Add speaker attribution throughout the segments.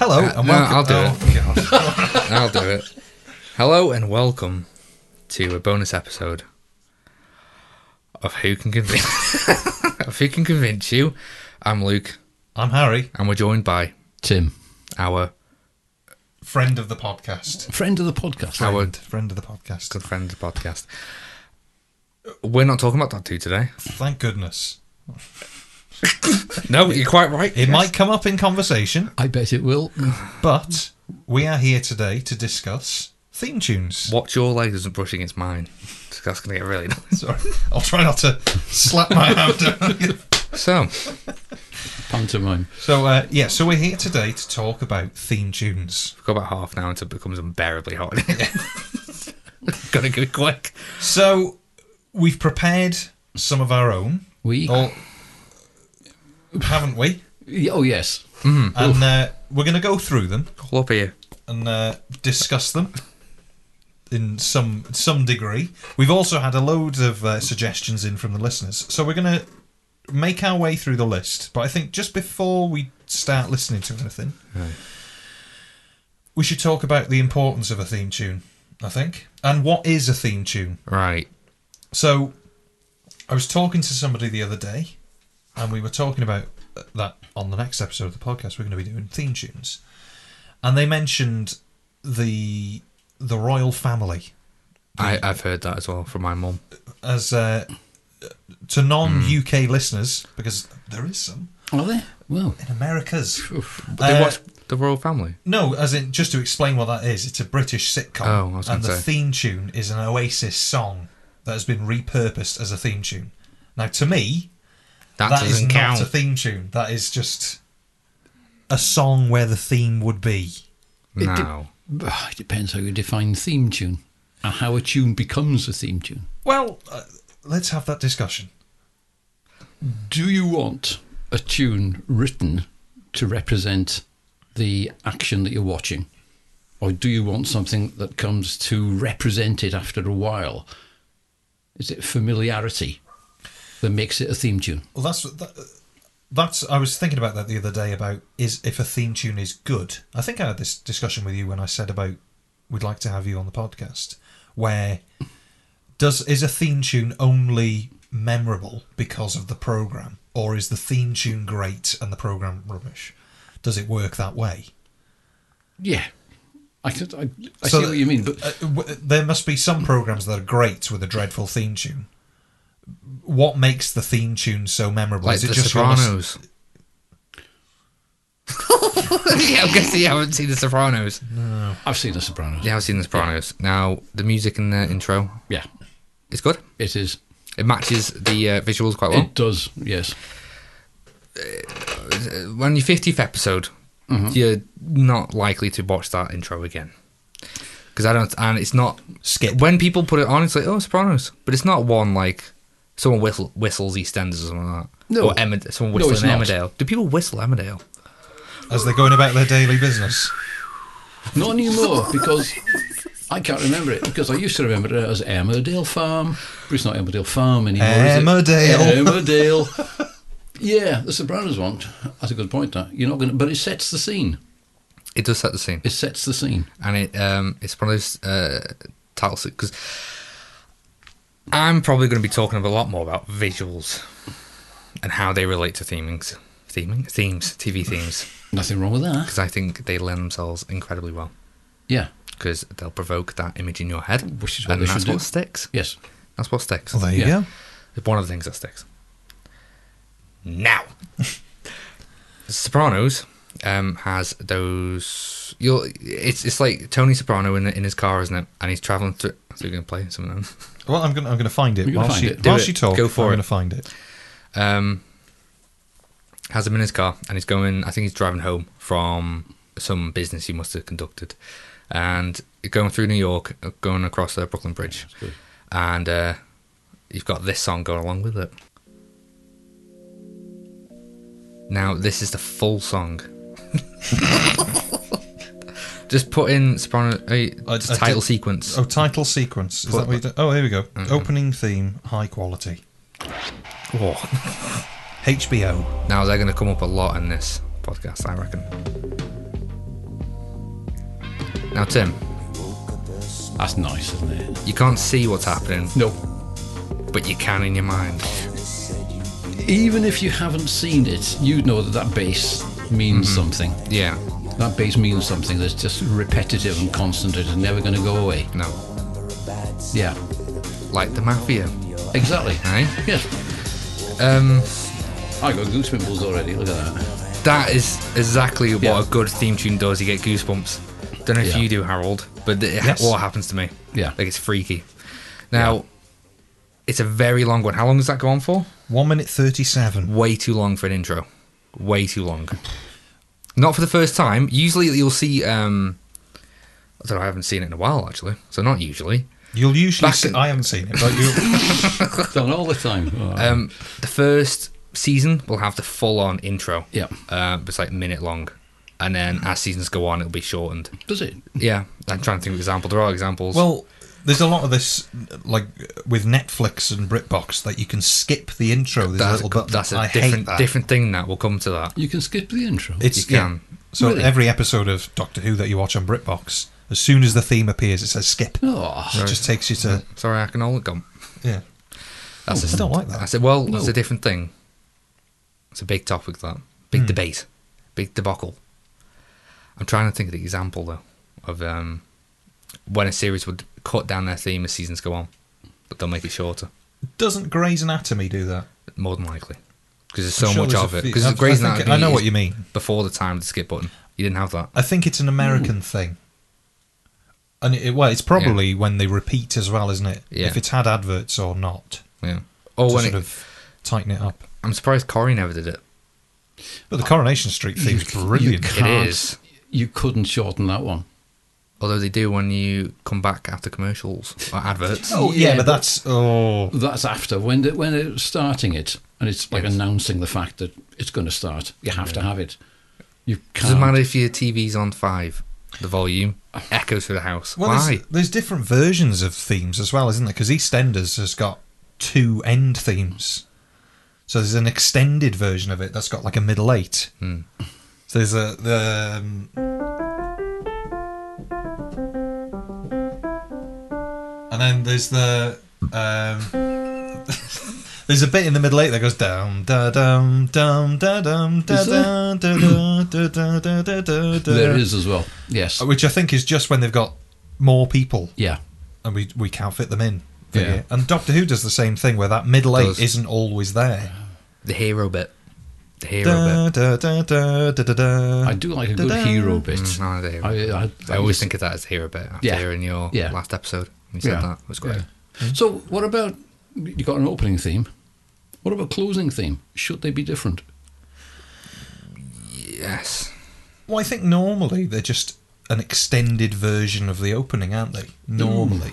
Speaker 1: And
Speaker 2: Uh, No,
Speaker 1: welcome-
Speaker 2: I'll do it.
Speaker 1: oh, God.
Speaker 2: I'll do it. Hello and welcome to a bonus episode of Who Can Convince of Who Can Convince You. I'm Luke,
Speaker 1: I'm Harry,
Speaker 2: and we're joined by
Speaker 3: Tim,
Speaker 2: our
Speaker 1: friend of the podcast.
Speaker 3: friend of the podcast.
Speaker 2: our
Speaker 1: Friend of the podcast.
Speaker 2: good friend of the podcast. We're not talking about tattoo today.
Speaker 1: Thank goodness.
Speaker 2: No, you're quite right.
Speaker 1: It might come up in conversation,
Speaker 3: I bet it will.
Speaker 1: but we are here today to discuss theme tunes.
Speaker 2: Watch your leg isn't brushing its mine. That's gonna get really nice.
Speaker 1: Sorry. I'll try not to slap my hand down.
Speaker 2: So,
Speaker 3: Pantomime.
Speaker 1: so, uh, yeah, so we're here today to talk about theme tunes.
Speaker 2: we've got about half now until it becomes unbearably hot. Gotta go quick.
Speaker 1: So, we've prepared some of our own,
Speaker 3: We.
Speaker 1: or haven't we?
Speaker 3: Oh, yes.
Speaker 2: Hmm.
Speaker 1: And uh, we're going to go through them.
Speaker 2: Call up here.
Speaker 1: and uh, discuss them in some some degree. We've also had a load of uh, suggestions in from the listeners, so we're gonna make our way through the list. But I think just before we start listening to anything, we should talk about the importance of a theme tune. I think, and what is a theme tune?
Speaker 2: Right.
Speaker 1: So, I was talking to somebody the other day, and we were talking about uh, that on the next episode of the podcast. We're going to be doing theme tunes, and they mentioned the the royal family
Speaker 2: I, I've heard that as well from my mum.
Speaker 1: as uh, to non UK
Speaker 2: Hmm.
Speaker 1: listeners because there is some
Speaker 3: Are they? Well,
Speaker 1: in America's.
Speaker 2: But they
Speaker 1: Uh,
Speaker 2: watch The Royal Family.
Speaker 1: No, as in just to explain what that is, it's a British sitcom,
Speaker 2: Oh, I was
Speaker 1: and
Speaker 2: gonna
Speaker 1: the
Speaker 2: say.
Speaker 1: theme tune is an Oasis song that has been repurposed as a theme tune. Now, to me,
Speaker 2: That,
Speaker 1: That is
Speaker 2: doesn't count.
Speaker 1: not a theme tune. That is just a song where the theme would be.
Speaker 3: It de-
Speaker 2: no.
Speaker 3: it depends how you define theme tune and how a tune becomes a theme tune.
Speaker 1: Well, uh, let's have that discussion.
Speaker 3: Do you want a tune written to represent the action that you're watching? Or do you want something that comes to represent it after a while? Is it familiarity that makes it a theme tune?
Speaker 1: Well, that's that, uh, that's. I was thinking about that the other day about is if a theme tune is good. I think I had this discussion with you when I said about we'd like to have you on the podcast. Where does is a theme tune only memorable because of the program, or is the theme tune great and the program rubbish? Does it work that way?
Speaker 3: Yeah. I, could, I, I
Speaker 1: So
Speaker 3: see what you mean, but
Speaker 1: uh, w- there must be some programs that are great with a dreadful theme tune. What makes the theme tune so memorable?
Speaker 2: Like
Speaker 1: Is it
Speaker 2: The
Speaker 1: just your list-
Speaker 2: Sopranos. yeah, I'm guessing you haven't seen The Sopranos.
Speaker 3: I've seen The Sopranos.
Speaker 2: Yeah, I've seen The Sopranos. Now, the music in the intro
Speaker 3: Yeah,
Speaker 2: is good.
Speaker 3: it is.
Speaker 2: It matches the uh, visuals quite well.
Speaker 3: It does, yes.
Speaker 2: On your 50th episode,
Speaker 3: Mm-hmm.
Speaker 2: you're not likely to watch that intro again. Because I don't, and it's not.
Speaker 1: Skip.
Speaker 2: When people put it on, it's like, oh, Sopranos. But it's not one like someone whistle, whistles EastEnders or something like that.
Speaker 3: No.
Speaker 2: Or Emmerd- someone
Speaker 3: No, it's
Speaker 2: whistling
Speaker 3: not.
Speaker 2: Emmerdale. Do people whistle Emmerdale?
Speaker 1: as they're going about their daily business?
Speaker 3: Not anymore because I can't remember it because I used to remember it as Emmerdale Farm, but it's not Emmerdale Farm anymore. Is it?
Speaker 1: Emmerdale.
Speaker 3: Emmerdale. yeah, the Sopranos one. That's a good point. That you're not going, to but it sets the scene.
Speaker 2: It does set the scene.
Speaker 3: It sets the scene.
Speaker 2: and it um, it's one of those uh, titles because I'm probably going to be talking a lot more about visuals and how they relate to themings, theming, themes, TV themes,
Speaker 3: Nothing wrong with that.
Speaker 2: because I think they lend themselves incredibly well
Speaker 3: Yeah.
Speaker 2: because they'll provoke that image in your head,
Speaker 3: Which is what
Speaker 2: and
Speaker 3: they
Speaker 2: that's
Speaker 3: should do.
Speaker 2: what sticks.
Speaker 3: Yes.
Speaker 2: That's what sticks.
Speaker 1: Well, there you
Speaker 3: Yeah.
Speaker 1: go.
Speaker 2: It's one of the things that sticks. Now, Sopranos um, has those. You'll. It's it's like Tony Soprano in in his car, isn't it? And he's traveling through. So you're gonna play some of them.
Speaker 1: Well, I'm gonna I'm gonna find it
Speaker 3: You're
Speaker 1: while
Speaker 3: gonna find
Speaker 1: she
Speaker 3: it.
Speaker 2: Do
Speaker 1: while
Speaker 2: it.
Speaker 1: she talks.
Speaker 2: Go for
Speaker 1: I'm
Speaker 2: it.
Speaker 1: gonna find it.
Speaker 2: Um, has him in his car, and he's going. I think he's driving home from some business he must have conducted, and going through New York, uh, going across the Brooklyn Bridge, and uh, you've got this song going along with it. Now this is the full song. Just put in Soprano, uh,
Speaker 1: I-
Speaker 2: just
Speaker 1: I
Speaker 2: title
Speaker 1: did-
Speaker 2: sequence.
Speaker 1: Oh, title sequence. Is that what you do? Oh, here we go.
Speaker 2: Mm-hmm.
Speaker 1: Opening theme, high quality.
Speaker 2: Oh.
Speaker 1: HBO.
Speaker 2: Now they're going to come up a lot in this podcast, I reckon. Now, Tim,
Speaker 3: That's nice, isn't it?
Speaker 2: you can't see what's happening,
Speaker 3: No.
Speaker 2: but you can in your mind.
Speaker 3: Even if you haven't seen it, you know that that bass means something.
Speaker 2: Yeah,
Speaker 3: That bass means something that's just repetitive and constant. It's never going to go away.
Speaker 2: no.
Speaker 3: Yeah,
Speaker 2: Like the mafia,
Speaker 3: exactly.
Speaker 2: right?
Speaker 3: Yes,
Speaker 2: Um,
Speaker 3: I got goosebumps already. Look at that.
Speaker 2: that is exactly what
Speaker 3: Yeah.
Speaker 2: a good theme tune does. You get goosebumps. Don't know if
Speaker 3: Yeah.
Speaker 2: you do, Harold, but it
Speaker 1: Yes.
Speaker 2: what happens to me?
Speaker 3: Yeah.
Speaker 2: like it's freaky. Now, it's a very long one. How long does that go on for?
Speaker 1: One minute thirty-seven.
Speaker 2: Way too long for an intro. Way too long. Not for the first time. Usually, you'll see. Um, I don't know. I haven't seen it in a while, actually. So not usually.
Speaker 1: You'll usually.
Speaker 2: Back
Speaker 1: See,
Speaker 2: in-
Speaker 1: I haven't seen it, but you.
Speaker 3: Done all the time. Oh,
Speaker 2: Um, the first season will have the full-on intro.
Speaker 3: Yeah.
Speaker 2: Uh, it's like a minute long, and then as seasons go on, it'll be shortened.
Speaker 3: does it?
Speaker 2: Yeah, I'm trying to think of example. There are examples.
Speaker 1: well, there's a lot of this, like with Netflix and BritBox, that you can skip the intro. There's a
Speaker 2: that's
Speaker 1: little button.
Speaker 2: that's a
Speaker 1: I hate
Speaker 2: different
Speaker 1: that.
Speaker 2: different thing. That we'll come to that.
Speaker 3: You can skip the intro.
Speaker 1: It's
Speaker 2: You
Speaker 1: yeah.
Speaker 2: can.
Speaker 1: So
Speaker 3: Really?
Speaker 1: every episode of Doctor Who that you watch on BritBox, as soon as the theme appears, it says skip. It
Speaker 3: oh,
Speaker 1: just takes you to
Speaker 2: Sorry, I can all gone.
Speaker 1: yeah.
Speaker 2: That's
Speaker 1: I
Speaker 2: a,
Speaker 1: don't like that.
Speaker 2: I said, well, it's
Speaker 3: No.
Speaker 2: a different thing. It's a big topic that
Speaker 1: Hmm.
Speaker 2: big debate, big debacle. I'm trying to think of the example though of um, when a series would cut down their theme as seasons go on, but they'll make it shorter.
Speaker 1: Doesn't Grey's Anatomy do that?
Speaker 2: More than likely, because there's so
Speaker 1: I'm sure
Speaker 2: much
Speaker 1: there's a
Speaker 2: of it.
Speaker 1: few-
Speaker 2: Because
Speaker 1: I've-
Speaker 2: Grey's
Speaker 1: I think-
Speaker 2: Anatomy.
Speaker 1: I know
Speaker 2: is
Speaker 1: what you mean.
Speaker 2: Before the time of the skip button, you didn't have that.
Speaker 1: I think it's an
Speaker 2: Hmm.
Speaker 1: American thing. And it, well, it's probably when they repeat as well, isn't it?
Speaker 2: Yeah.
Speaker 1: If it's had adverts or not,
Speaker 2: Yeah. Or
Speaker 1: to
Speaker 2: when
Speaker 1: sort
Speaker 2: it,
Speaker 1: of tighten it up.
Speaker 2: I'm surprised Corey never did it.
Speaker 1: But
Speaker 2: Oh.
Speaker 1: the Coronation Street theme's
Speaker 3: You- you
Speaker 1: brilliant.
Speaker 3: can't-
Speaker 2: It is.
Speaker 3: You couldn't shorten that one.
Speaker 2: Although they do when you come back after commercials or adverts.
Speaker 1: oh yeah, but that's oh
Speaker 3: That's after when the, when it's starting it, and it's like
Speaker 2: Yes.
Speaker 3: announcing the fact that it's going to start. You have to have it. You
Speaker 2: Doesn't
Speaker 3: can't.
Speaker 2: matter if your TV's on five, the volume echoes through the house.
Speaker 1: well.
Speaker 2: Why?
Speaker 1: There's, there's different versions of themes as well, isn't there? Because EastEnders has got two end themes, so there's an extended version of it that's got like a middle eight.
Speaker 3: Hmm.
Speaker 1: So there's a the. Um, and then there's the um, There's a bit in the middle eight that goes down, da dum, dum, da dum, da
Speaker 3: Is there?
Speaker 1: dum, da da da da da da da. da.
Speaker 3: There is as well. Yes.
Speaker 1: Uh, which I think is just when they've got more people
Speaker 3: Yeah.
Speaker 1: and we we can't fit them in. for
Speaker 3: Yeah.
Speaker 1: you. And Doctor Who does the same thing where that middle eight
Speaker 2: Does.
Speaker 1: isn't always there.
Speaker 2: The hero bit. The hero
Speaker 1: Da da da da da da da.
Speaker 3: I do like a good
Speaker 1: Da-da.
Speaker 3: hero bit.
Speaker 2: bit. Mm, no, the hero.
Speaker 3: I, uh, I,
Speaker 2: I, always think of that as the hero bit after
Speaker 3: Yeah.
Speaker 2: hearing your
Speaker 3: Yeah.
Speaker 2: last episode. When you said
Speaker 3: Yeah.
Speaker 2: that it was great.
Speaker 1: Mm.
Speaker 3: So, what about you got an opening theme? What about closing theme? Should they be different?
Speaker 2: Yes.
Speaker 1: Well, I think normally they're just an extended version of the opening, aren't they?
Speaker 3: Hmm.
Speaker 1: Normally.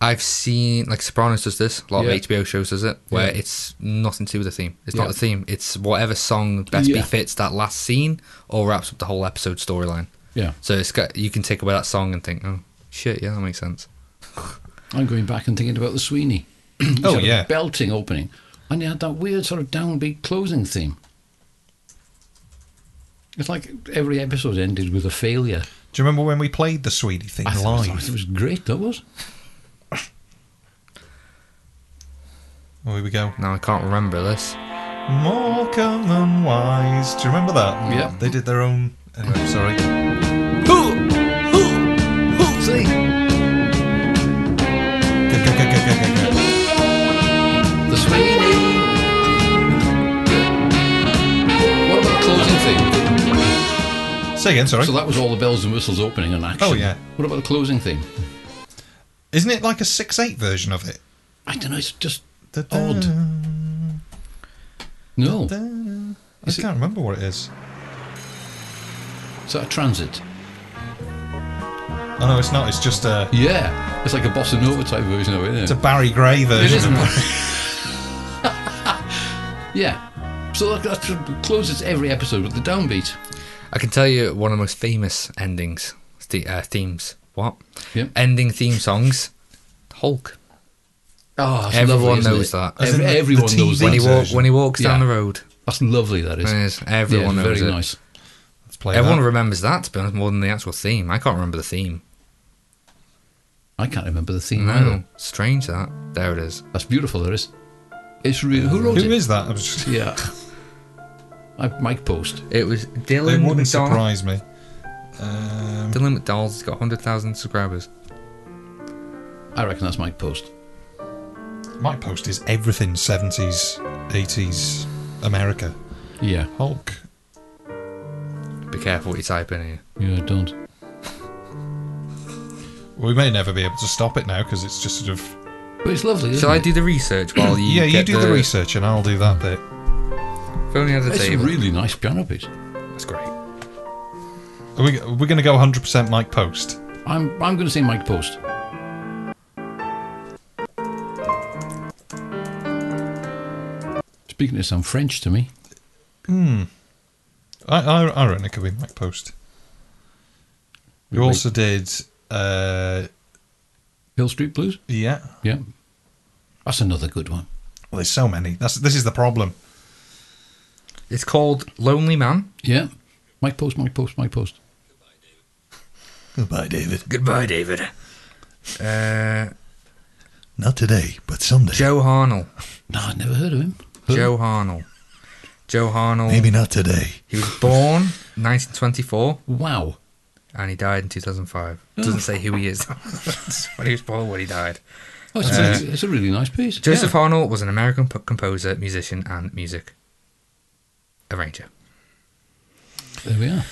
Speaker 2: I've seen like Sopranos does this. A lot
Speaker 3: Yeah.
Speaker 2: of HBO shows does it, where
Speaker 3: Yeah.
Speaker 2: it's nothing to do with the theme. It's
Speaker 3: Yeah.
Speaker 2: not the theme. It's whatever song best
Speaker 3: Yeah.
Speaker 2: befits that last scene or wraps up the whole episode storyline.
Speaker 3: Yeah,
Speaker 2: So it's got you can take away that song and think, oh shit, yeah, that makes sense.
Speaker 3: I'm going back and thinking about the Sweeney. Which
Speaker 1: Oh,
Speaker 3: had a
Speaker 1: yeah.
Speaker 3: belting opening, and you had that weird sort of downbeat closing theme. It's like every episode ended with a failure.
Speaker 1: Do you remember when we played the Sweeney thing
Speaker 3: I thought it was- it
Speaker 1: live?
Speaker 3: was great. That was.
Speaker 1: Oh, here we go.
Speaker 2: Now I can't remember this.
Speaker 1: Morecambe and Wise. Do you remember that?
Speaker 3: Yeah.
Speaker 1: They did their own. Anyway, sorry.
Speaker 3: See,
Speaker 1: Go, go, go, go, go, go, go.
Speaker 3: the Sweeney. What about closing theme?
Speaker 1: Say again, sorry.
Speaker 3: So that was all the bells and whistles opening and action.
Speaker 1: Oh, yeah.
Speaker 3: What about the closing theme?
Speaker 1: Isn't it like a 6 8 version of it?
Speaker 3: I don't know. It's just
Speaker 1: Da, da,
Speaker 3: odd. No,
Speaker 1: da. uh, I
Speaker 3: Is it-
Speaker 1: can't remember what it is.
Speaker 3: is that a transit?
Speaker 1: Oh, no, it's not. It's just a.
Speaker 3: Yeah, it's like a bossa nova type version of it.
Speaker 1: It's a
Speaker 3: Isn't it?
Speaker 1: Barry Gray
Speaker 3: It is
Speaker 1: version. of
Speaker 3: a- yeah. So that, that should- closes every episode with the downbeat.
Speaker 2: I can tell you one of the most famous endings, the, uh, themes. What?
Speaker 3: Yep.
Speaker 2: Ending theme songs. Hulk.
Speaker 3: Oh, that's
Speaker 2: Everyone
Speaker 3: lovely, isn't
Speaker 2: knows
Speaker 3: it?
Speaker 2: that.
Speaker 1: As in
Speaker 3: Every,
Speaker 1: the- the
Speaker 3: everyone knows
Speaker 1: TV
Speaker 2: When he,
Speaker 3: that.
Speaker 1: version.
Speaker 2: walk, when he walks down
Speaker 3: Yeah.
Speaker 2: the road,
Speaker 3: That's lovely. That is.
Speaker 2: It is. everyone
Speaker 3: yeah,
Speaker 2: knows
Speaker 3: very
Speaker 2: it.
Speaker 3: nice.
Speaker 1: Let's play
Speaker 2: Everyone
Speaker 1: that.
Speaker 2: remembers that to be honest, more than the actual theme. I can't remember the theme.
Speaker 3: I can't remember the theme
Speaker 2: No,
Speaker 3: either.
Speaker 2: strange that. There it is.
Speaker 3: That's beautiful, there is. It's real. Who wrote
Speaker 1: Who
Speaker 3: it?
Speaker 1: is that? I was just, it
Speaker 3: Yeah. I, Mike Post.
Speaker 2: It was Dylan
Speaker 1: wouldn't
Speaker 2: McDonald.
Speaker 1: surprise me. Um,
Speaker 2: Dylan McDonald's got 100,000 subscribers.
Speaker 3: I reckon that's Mike Post.
Speaker 1: Um, my post is everything 70s, 80s America.
Speaker 3: Yeah.
Speaker 1: Hulk.
Speaker 2: Be careful what you type in here.
Speaker 3: Yeah, I don't.
Speaker 1: We may never be able to stop it now because it's just sort of.
Speaker 3: But it's lovely. Isn't
Speaker 2: Shall I
Speaker 3: it?
Speaker 2: do the research while you
Speaker 1: yeah, you
Speaker 2: get
Speaker 1: do the, research and I'll do that bit.
Speaker 2: If only I had a
Speaker 3: It's a
Speaker 2: table.
Speaker 3: really nice piano piece.
Speaker 2: That's great.
Speaker 1: Are we, are we going to go 100% Mike Post?
Speaker 3: I'm I'm going to say Mike Post. Speaking to sound French to me.
Speaker 1: I, I, I reckon it could be Mike Post. Who
Speaker 3: Wait.
Speaker 1: also did. Uh,
Speaker 3: Hill Street Blues.
Speaker 1: yeah.
Speaker 3: Yeah, that's another good one.
Speaker 1: Well, there's so many. That's This is the problem.
Speaker 2: It's called Lonely Man.
Speaker 3: Yeah, Mike Post, Mike Post, Mike Post.
Speaker 1: Goodbye, David.
Speaker 2: Goodbye, David. Uh,
Speaker 1: Not today, but someday.
Speaker 2: Joe Harnell.
Speaker 3: No, I've never heard of him. Who?
Speaker 2: Joe Harnell. Joe Harnell.
Speaker 1: not today.
Speaker 2: He was born 1924
Speaker 3: Wow.
Speaker 2: and he died in 2005. Doesn't say who he is. when he was born, when he died.
Speaker 3: Oh, it's, a really, it's a really nice piece.
Speaker 2: Joseph
Speaker 3: Yeah.
Speaker 2: Harnell was an American p- composer, musician, and music arranger.
Speaker 3: There we are.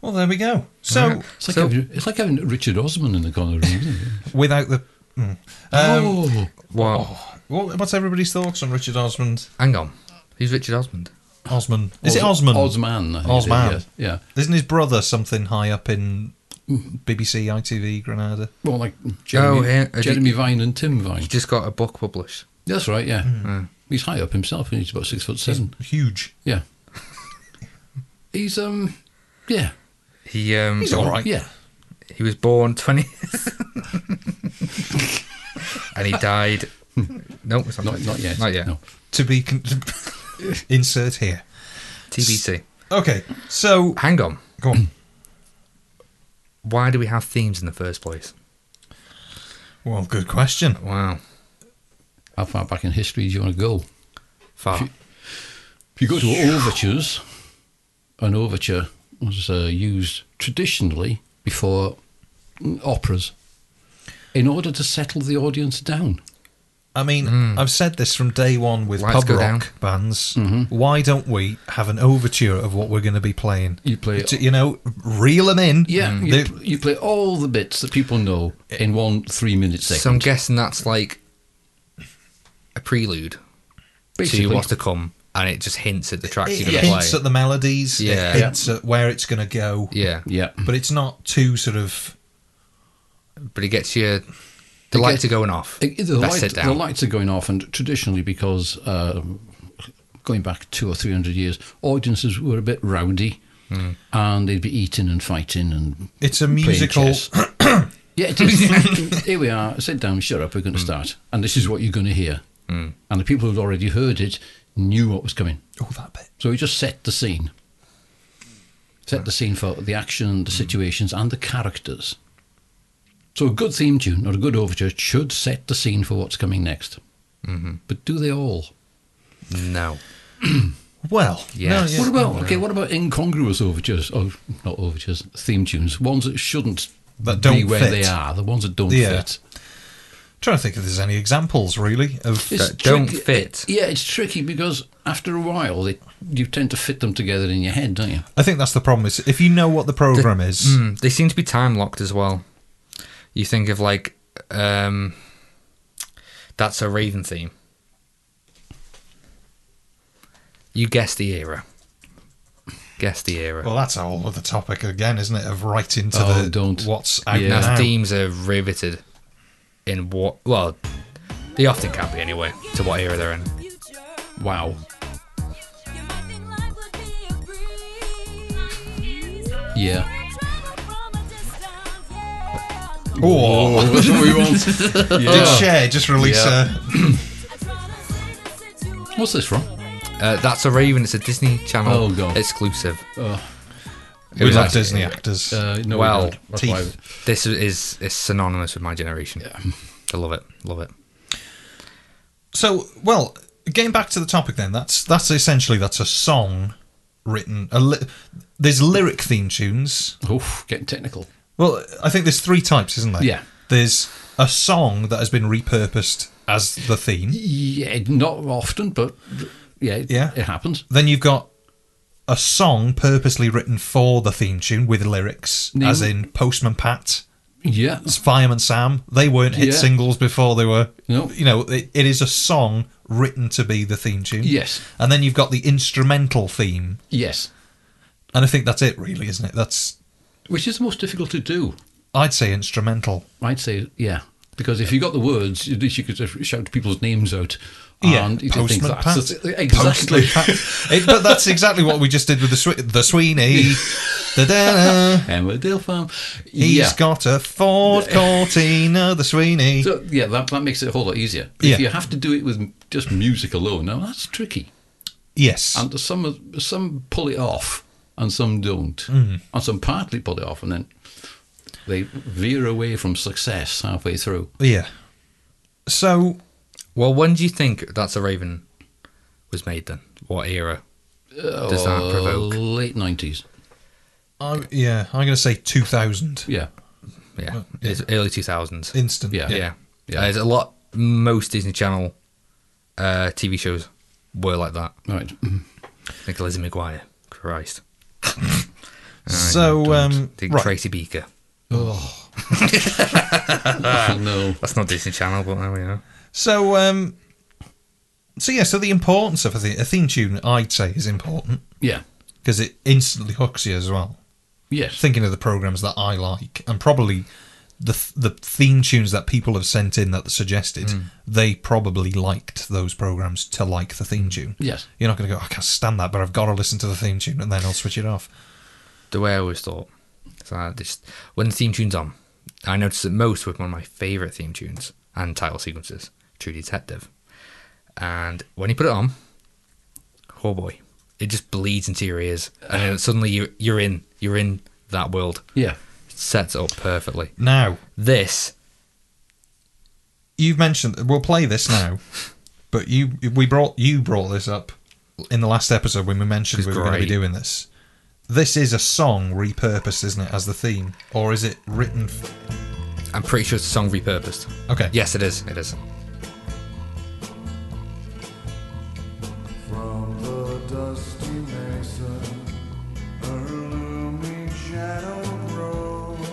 Speaker 1: Well, there we go. So,
Speaker 2: Right.
Speaker 3: It's like,
Speaker 2: So-
Speaker 3: having, it's like having Richard Osman in the corner room. Isn't it?
Speaker 1: without the. mm. Um,
Speaker 3: oh,
Speaker 2: What?
Speaker 1: what- What's everybody's thoughts on Richard Osmond?
Speaker 2: Hang on. Who's Richard Osmond?
Speaker 1: Osmond. Is it
Speaker 3: Os-
Speaker 1: Osmond?
Speaker 3: Osman. I think it is,
Speaker 1: Osman.
Speaker 3: Yeah. yeah.
Speaker 1: Isn't his brother something high up in
Speaker 3: Mm.
Speaker 1: BBC, ITV, Granada?
Speaker 3: Well, like Jeremy,
Speaker 2: yeah, uh,
Speaker 3: Jeremy
Speaker 2: you-
Speaker 3: Vine and Tim
Speaker 2: He
Speaker 3: Vine.
Speaker 2: just got a book published.
Speaker 3: That's right. Yeah. He's high up himself, and he's about six foot seven.
Speaker 1: Huge.
Speaker 3: Yeah. he's um yeah.
Speaker 2: He um
Speaker 1: He's all right.
Speaker 3: Yeah.
Speaker 2: he was born 20 and he died No, it's not,
Speaker 3: Not
Speaker 2: that.
Speaker 3: not yet.
Speaker 2: Not yet.
Speaker 3: No.
Speaker 1: To be con- insert here.
Speaker 2: TBC.
Speaker 1: Okay, so
Speaker 2: Hang on.
Speaker 1: go on.
Speaker 2: Why do we have themes in the first place?
Speaker 1: Well, good question.
Speaker 2: Wow.
Speaker 3: How far back in history do you want to go?
Speaker 2: Far.
Speaker 3: If you go to overtures, an overture was uh, used traditionally before operas in order to settle the audience down.
Speaker 1: I mean,
Speaker 3: Mm.
Speaker 1: I've said this from day one with
Speaker 2: Lights
Speaker 1: pub
Speaker 2: go
Speaker 1: rock
Speaker 2: down.
Speaker 1: bands.
Speaker 3: Mm-hmm.
Speaker 1: Why don't we have an overture of what we're going to be playing?
Speaker 3: You play-
Speaker 1: To- you know, reel them in. Mm.
Speaker 3: Yeah,
Speaker 1: They-
Speaker 3: you, you play all the bits that people know in one three-minute segment.
Speaker 2: So I'm guessing that's like a prelude
Speaker 3: Basically.
Speaker 2: to what's to come and it just hints at the tracks
Speaker 1: it
Speaker 2: you're going to play.
Speaker 1: hints at the melodies.
Speaker 2: Yeah.
Speaker 1: It hints at where it's going to go.
Speaker 2: yeah.
Speaker 3: yeah,
Speaker 1: But it's not too sort of.
Speaker 2: But it gets you the lights are going off.
Speaker 3: It- The,
Speaker 2: That's
Speaker 3: light-
Speaker 2: sit down.
Speaker 3: the lights are going off, and traditionally, because um going back two or three hundred years, audiences were a bit rowdy, and they'd be eating and fighting and
Speaker 1: It's a
Speaker 3: playing
Speaker 1: musical.
Speaker 3: chess. yeah, it is. Mm, here we are. Sit down. Shut up. We're going to start, and this is what you're going to hear. And the people who'd already heard it knew what was coming,
Speaker 1: Oh, that bit.
Speaker 3: so we just set the scene. Set the scene for the action, the situations, and the characters. So a good theme tune or a good overture should set the scene for what's coming next. Mm-hmm. But do they all?
Speaker 2: no.
Speaker 1: Well,
Speaker 2: Yes.
Speaker 1: no,
Speaker 3: What about okay? What about incongruous overtures? Oh, not overtures, theme tunes. Ones that shouldn't
Speaker 1: That don't
Speaker 3: be where
Speaker 1: fit.
Speaker 3: they are. The ones that don't
Speaker 1: Yeah.
Speaker 3: fit.
Speaker 1: trying to think if there's any examples really of
Speaker 3: It's
Speaker 2: That don't fit.
Speaker 3: Yeah, it's tricky because after a while, they, you tend to fit them together in your head, don't you?
Speaker 1: i think that's the problem is if you know what the program is
Speaker 2: Mm, they seem to be time locked as well. You think of like, um, that's a Raven theme. You guess the era. Guess the era.
Speaker 1: well that's a whole other topic again isn't it of right into
Speaker 3: Oh,
Speaker 1: the
Speaker 3: don't.
Speaker 1: what's out
Speaker 3: Yeah.
Speaker 2: Now
Speaker 1: now
Speaker 2: themes are riveted in what? Well, they often can be anyway. To what era they're in.
Speaker 3: Wow. Yeah.
Speaker 4: Yeah.
Speaker 1: oh
Speaker 3: that's what we
Speaker 2: Oh,
Speaker 3: want.
Speaker 1: did share just release uh,
Speaker 3: Yeah.
Speaker 1: a
Speaker 3: What's this from?
Speaker 2: Uh, that's a Raven. It's a Disney Channel
Speaker 3: Oh, God.
Speaker 2: exclusive.
Speaker 3: Oh.
Speaker 1: With
Speaker 2: was
Speaker 1: actors and
Speaker 2: actually-
Speaker 1: the actors.
Speaker 3: Uh, no,
Speaker 2: Well,
Speaker 3: we don't. That's
Speaker 1: teeth.
Speaker 3: why-
Speaker 2: This is is synonymous with my generation.
Speaker 3: Yeah.
Speaker 2: I love it. Love it.
Speaker 1: so, well, getting back to the topic, then that's that's essentially that's a song written. A li- there's lyric theme tunes.
Speaker 3: Oof, getting technical.
Speaker 1: Well, I think there's three types, isn't there?
Speaker 3: Yeah.
Speaker 1: There's a song that has been repurposed as the theme.
Speaker 3: Yeah, not often, but yeah, it-
Speaker 1: Yeah.
Speaker 3: it happens.
Speaker 1: Then you've got a song purposely written for the theme tune with lyrics,
Speaker 3: Name-
Speaker 1: as in Postman Pat,
Speaker 3: Yeah,
Speaker 1: Fireman Sam. They weren't hit
Speaker 3: Yeah.
Speaker 1: singles before they were.
Speaker 3: No.
Speaker 1: You know, it, it is a song written to be the theme tune.
Speaker 3: Yes.
Speaker 1: And then you've got the instrumental theme,
Speaker 3: yes.
Speaker 1: and I think that's it, really, isn't it? That's
Speaker 3: Which is the most difficult to do,
Speaker 1: I'd say instrumental.
Speaker 3: I'd say. Yeah, because if you got the words, at least you could just shout people's names out.
Speaker 1: Yeah,
Speaker 3: and you
Speaker 1: Postman
Speaker 3: think that's
Speaker 1: Pat.
Speaker 3: that's- exactly.
Speaker 1: Postman Pat. It- but that's exactly what we just did with the Swe- the Sweeney. Da-da-da.
Speaker 3: Emmerdale Farm.
Speaker 1: He's
Speaker 3: yeah.
Speaker 1: got a Ford Cortina, the Sweeney.
Speaker 3: So, yeah, that, that makes it a whole lot easier. If
Speaker 1: Yeah.
Speaker 3: you have to do it with just music alone, now that's tricky.
Speaker 1: yes.
Speaker 3: And some of- some pull it off, and some don't,
Speaker 1: Mm-hmm.
Speaker 3: and some partly pull it off, and then they veer away from success halfway through.
Speaker 1: yeah. So
Speaker 2: Well, when do you think That's a Raven was made then? What era? Does that
Speaker 3: Uh,
Speaker 2: provoke?
Speaker 3: Late nineties.
Speaker 1: I yeah, I'm going to say 2000
Speaker 3: Yeah,
Speaker 2: Yeah. It's early 2000s.
Speaker 1: instant.
Speaker 3: Yeah.
Speaker 2: yeah.
Speaker 3: Yeah.
Speaker 2: Uh, There's a lot, most Disney Channel uh, TV shows were like that.
Speaker 3: right.
Speaker 2: I think Lizzie McGuire. Christ.
Speaker 1: So um
Speaker 2: Think
Speaker 1: right.
Speaker 2: Tracy Beaker.
Speaker 3: Oh. no.
Speaker 2: That's not Disney Channel, but there we are.
Speaker 1: So um so yeah, so the importance of a theme, a theme tune I'd say is important
Speaker 3: Yeah.
Speaker 1: because it instantly hooks you as well.
Speaker 3: Yes.
Speaker 1: Thinking of the programs that I like and probably the th- the theme tunes that people have sent in that suggested,
Speaker 3: Mm.
Speaker 1: they probably liked those programs to like the
Speaker 3: Mm.
Speaker 1: theme tune.
Speaker 3: Yes.
Speaker 1: You're not going to go, "Oh, I can't stand that, but I've got to listen to the theme tune and then I'll switch it off.
Speaker 2: the way I always thought. So I just when the theme tune's on, I notice it most with one of my favourite theme tunes and title sequences, True Detective. And when you put it on, oh boy, it just bleeds into your ears, and then suddenly you you're in you're in that world.
Speaker 3: Yeah.
Speaker 2: It sets up perfectly.
Speaker 1: Now,
Speaker 2: This
Speaker 1: you've mentioned we'll play this now, but you we brought you brought this up in the last episode when we mentioned
Speaker 2: It's
Speaker 1: we were going to be
Speaker 2: great.
Speaker 1: doing this. This is a song repurposed, isn't it, as the theme, or is it written? F-
Speaker 2: I'm pretty sure it's a song repurposed.
Speaker 1: okay,
Speaker 2: Yes, it is. It is.
Speaker 4: From the dusty mesa, a looming shadow grows,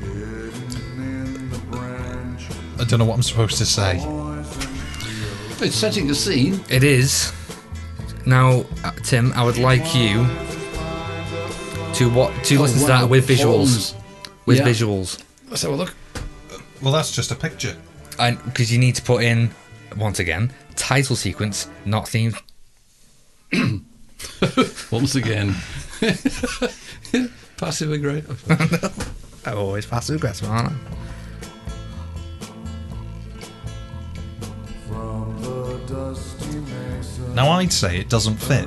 Speaker 4: hidden in the branch.
Speaker 1: I don't know what I'm supposed to say.
Speaker 3: It's setting the scene.
Speaker 2: It is. Now, uh, Tim, I would like you to what to
Speaker 3: Oh,
Speaker 2: listen to
Speaker 3: wow.
Speaker 2: that with visuals.
Speaker 3: Horns.
Speaker 2: With
Speaker 3: Yeah.
Speaker 2: visuals,
Speaker 3: Let's have a look.
Speaker 1: Well, that's just a picture.
Speaker 2: and because you need to put in once again title sequence, not theme.
Speaker 3: Once again. Passive aggressive.
Speaker 2: I always passive aggressive, aren't
Speaker 4: From the dusty mesa,
Speaker 1: Now I'd say it doesn't fit,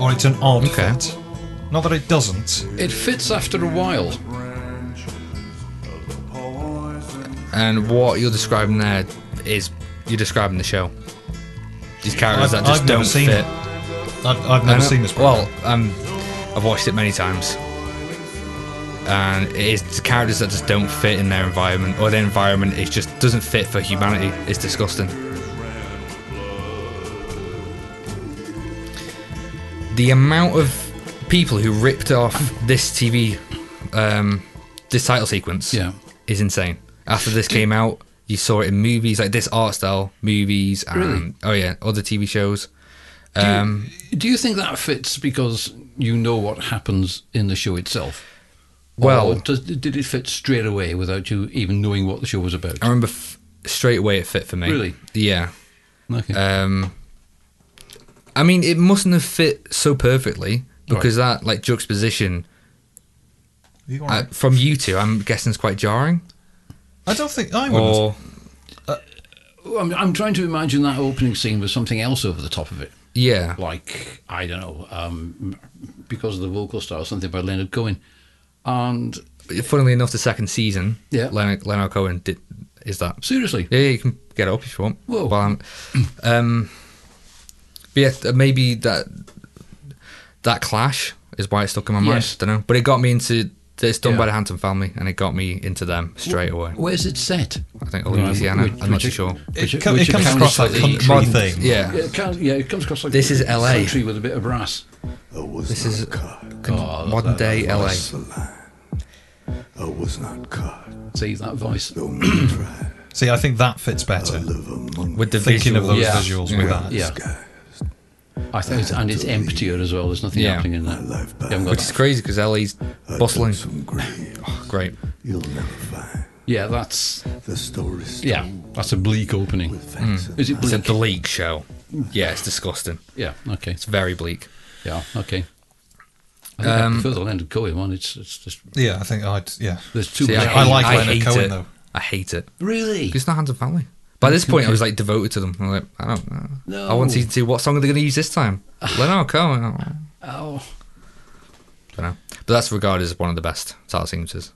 Speaker 1: or it's an odd
Speaker 2: Okay.
Speaker 1: fit. Not that it doesn't.
Speaker 3: It fits after a while.
Speaker 4: branch of the poison
Speaker 2: I? And what you're describing there is you're describing the show. These characters
Speaker 1: I've-
Speaker 2: that just
Speaker 1: I've never
Speaker 2: don't
Speaker 1: seen
Speaker 2: fit.
Speaker 1: it. I've, I've
Speaker 2: I
Speaker 1: never
Speaker 2: know-
Speaker 1: seen this.
Speaker 2: Well, um, I've watched it many times, and it is it's characters that just don't fit in their environment, or their environment it just doesn't fit for humanity. It's disgusting. The amount of people who ripped off this TV, um, this title sequence,
Speaker 3: Yeah.
Speaker 2: is insane. After this came out, you saw it in movies like this art style movies, and
Speaker 3: Really?
Speaker 2: oh yeah, other TV shows.
Speaker 3: Do you-
Speaker 2: Um,
Speaker 3: do you think that fits because you know what happens in the show itself?
Speaker 1: Oh,
Speaker 2: Well-
Speaker 3: or does, did it fit straight away without you even knowing what the show was about?
Speaker 2: I remember f- straight away it fit for me.
Speaker 3: Really?
Speaker 2: Yeah.
Speaker 3: Okay.
Speaker 2: Um, I mean, it mustn't have fit so perfectly because that like juxtaposition
Speaker 1: You all
Speaker 2: uh,
Speaker 1: right?
Speaker 2: from you two, I'm guessing, is quite jarring.
Speaker 1: I don't think I would.
Speaker 2: Or
Speaker 3: I'm, I'm trying to imagine that opening scene with something else over the top of it.
Speaker 2: Yeah.
Speaker 3: like I don't know, um, because of the vocal style, something by Leonard Cohen, and
Speaker 2: Funnily enough, the second season,
Speaker 3: Yeah.
Speaker 2: Leonard, Leonard Cohen did is that.
Speaker 3: seriously,
Speaker 2: Yeah, yeah, you can get it up if you want.
Speaker 3: Whoa.
Speaker 2: Well, um, um, but yeah, th- maybe that that clash is why it stuck in my mind.
Speaker 3: Yes.
Speaker 2: don't know, but it got me into. It's done
Speaker 3: Yeah.
Speaker 2: by the Hampton family, and it got me into them straight away.
Speaker 3: where's it set?
Speaker 2: I think Louisiana.
Speaker 3: Which-
Speaker 2: I'm not too
Speaker 3: which-
Speaker 2: sure.
Speaker 3: which-
Speaker 1: It, co-
Speaker 3: which
Speaker 1: it comes
Speaker 3: accounts
Speaker 1: across
Speaker 3: for
Speaker 1: like
Speaker 3: the-
Speaker 1: a country thing.
Speaker 2: Yeah,
Speaker 3: Yeah, it comes, yeah, it comes across like
Speaker 2: This is LA.
Speaker 3: country with a bit of brass.
Speaker 2: this is con-
Speaker 3: Oh, I love
Speaker 2: modern
Speaker 3: that
Speaker 2: day LA.
Speaker 3: voice.
Speaker 4: I was not caught,
Speaker 3: Save that voice.
Speaker 4: though many tried
Speaker 1: See, I think that fits
Speaker 4: to
Speaker 1: better.
Speaker 4: live among
Speaker 2: With the uh,
Speaker 1: Thinking of
Speaker 2: visuals.
Speaker 1: those
Speaker 3: Yeah.
Speaker 1: visuals with
Speaker 2: Yeah.
Speaker 1: that.
Speaker 3: Yeah,
Speaker 4: guys.
Speaker 3: I think, it's, and it's emptier as well. There's nothing
Speaker 2: Yeah.
Speaker 3: happening in that.
Speaker 4: My life
Speaker 3: You haven't got
Speaker 2: which
Speaker 3: that.
Speaker 2: is crazy because LA's
Speaker 4: I
Speaker 2: bustling.
Speaker 4: dug some graves
Speaker 2: Great.
Speaker 4: you'll never find.
Speaker 3: Yeah, that's
Speaker 4: The stories
Speaker 3: yeah, that's a bleak opening.
Speaker 2: Mm.
Speaker 4: with facts and
Speaker 3: Is it
Speaker 2: It's a
Speaker 3: bleak?
Speaker 2: bleak show. Yeah, it's disgusting.
Speaker 3: Yeah, okay,
Speaker 2: It's very bleak.
Speaker 3: yeah, okay. I think I
Speaker 2: Um,
Speaker 3: prefer the Leonard Cohen one. It's it's just
Speaker 1: Yeah, I think I'd. Yeah.
Speaker 3: there's too
Speaker 2: See,
Speaker 3: much.
Speaker 1: I like Leonard
Speaker 2: hate
Speaker 1: Cohen,
Speaker 2: it.
Speaker 1: though.
Speaker 2: I hate it.
Speaker 3: really.
Speaker 2: It's not Hands and Family. By this point, I was like devoted to them. I'm like, I don't know. I
Speaker 1: Oh.
Speaker 2: want
Speaker 3: No.
Speaker 2: season two. What song are they going to use this time? Leonard Cohen. I don't
Speaker 3: Oh,
Speaker 2: know. But that's regarded as one of the best Tyler Seamsters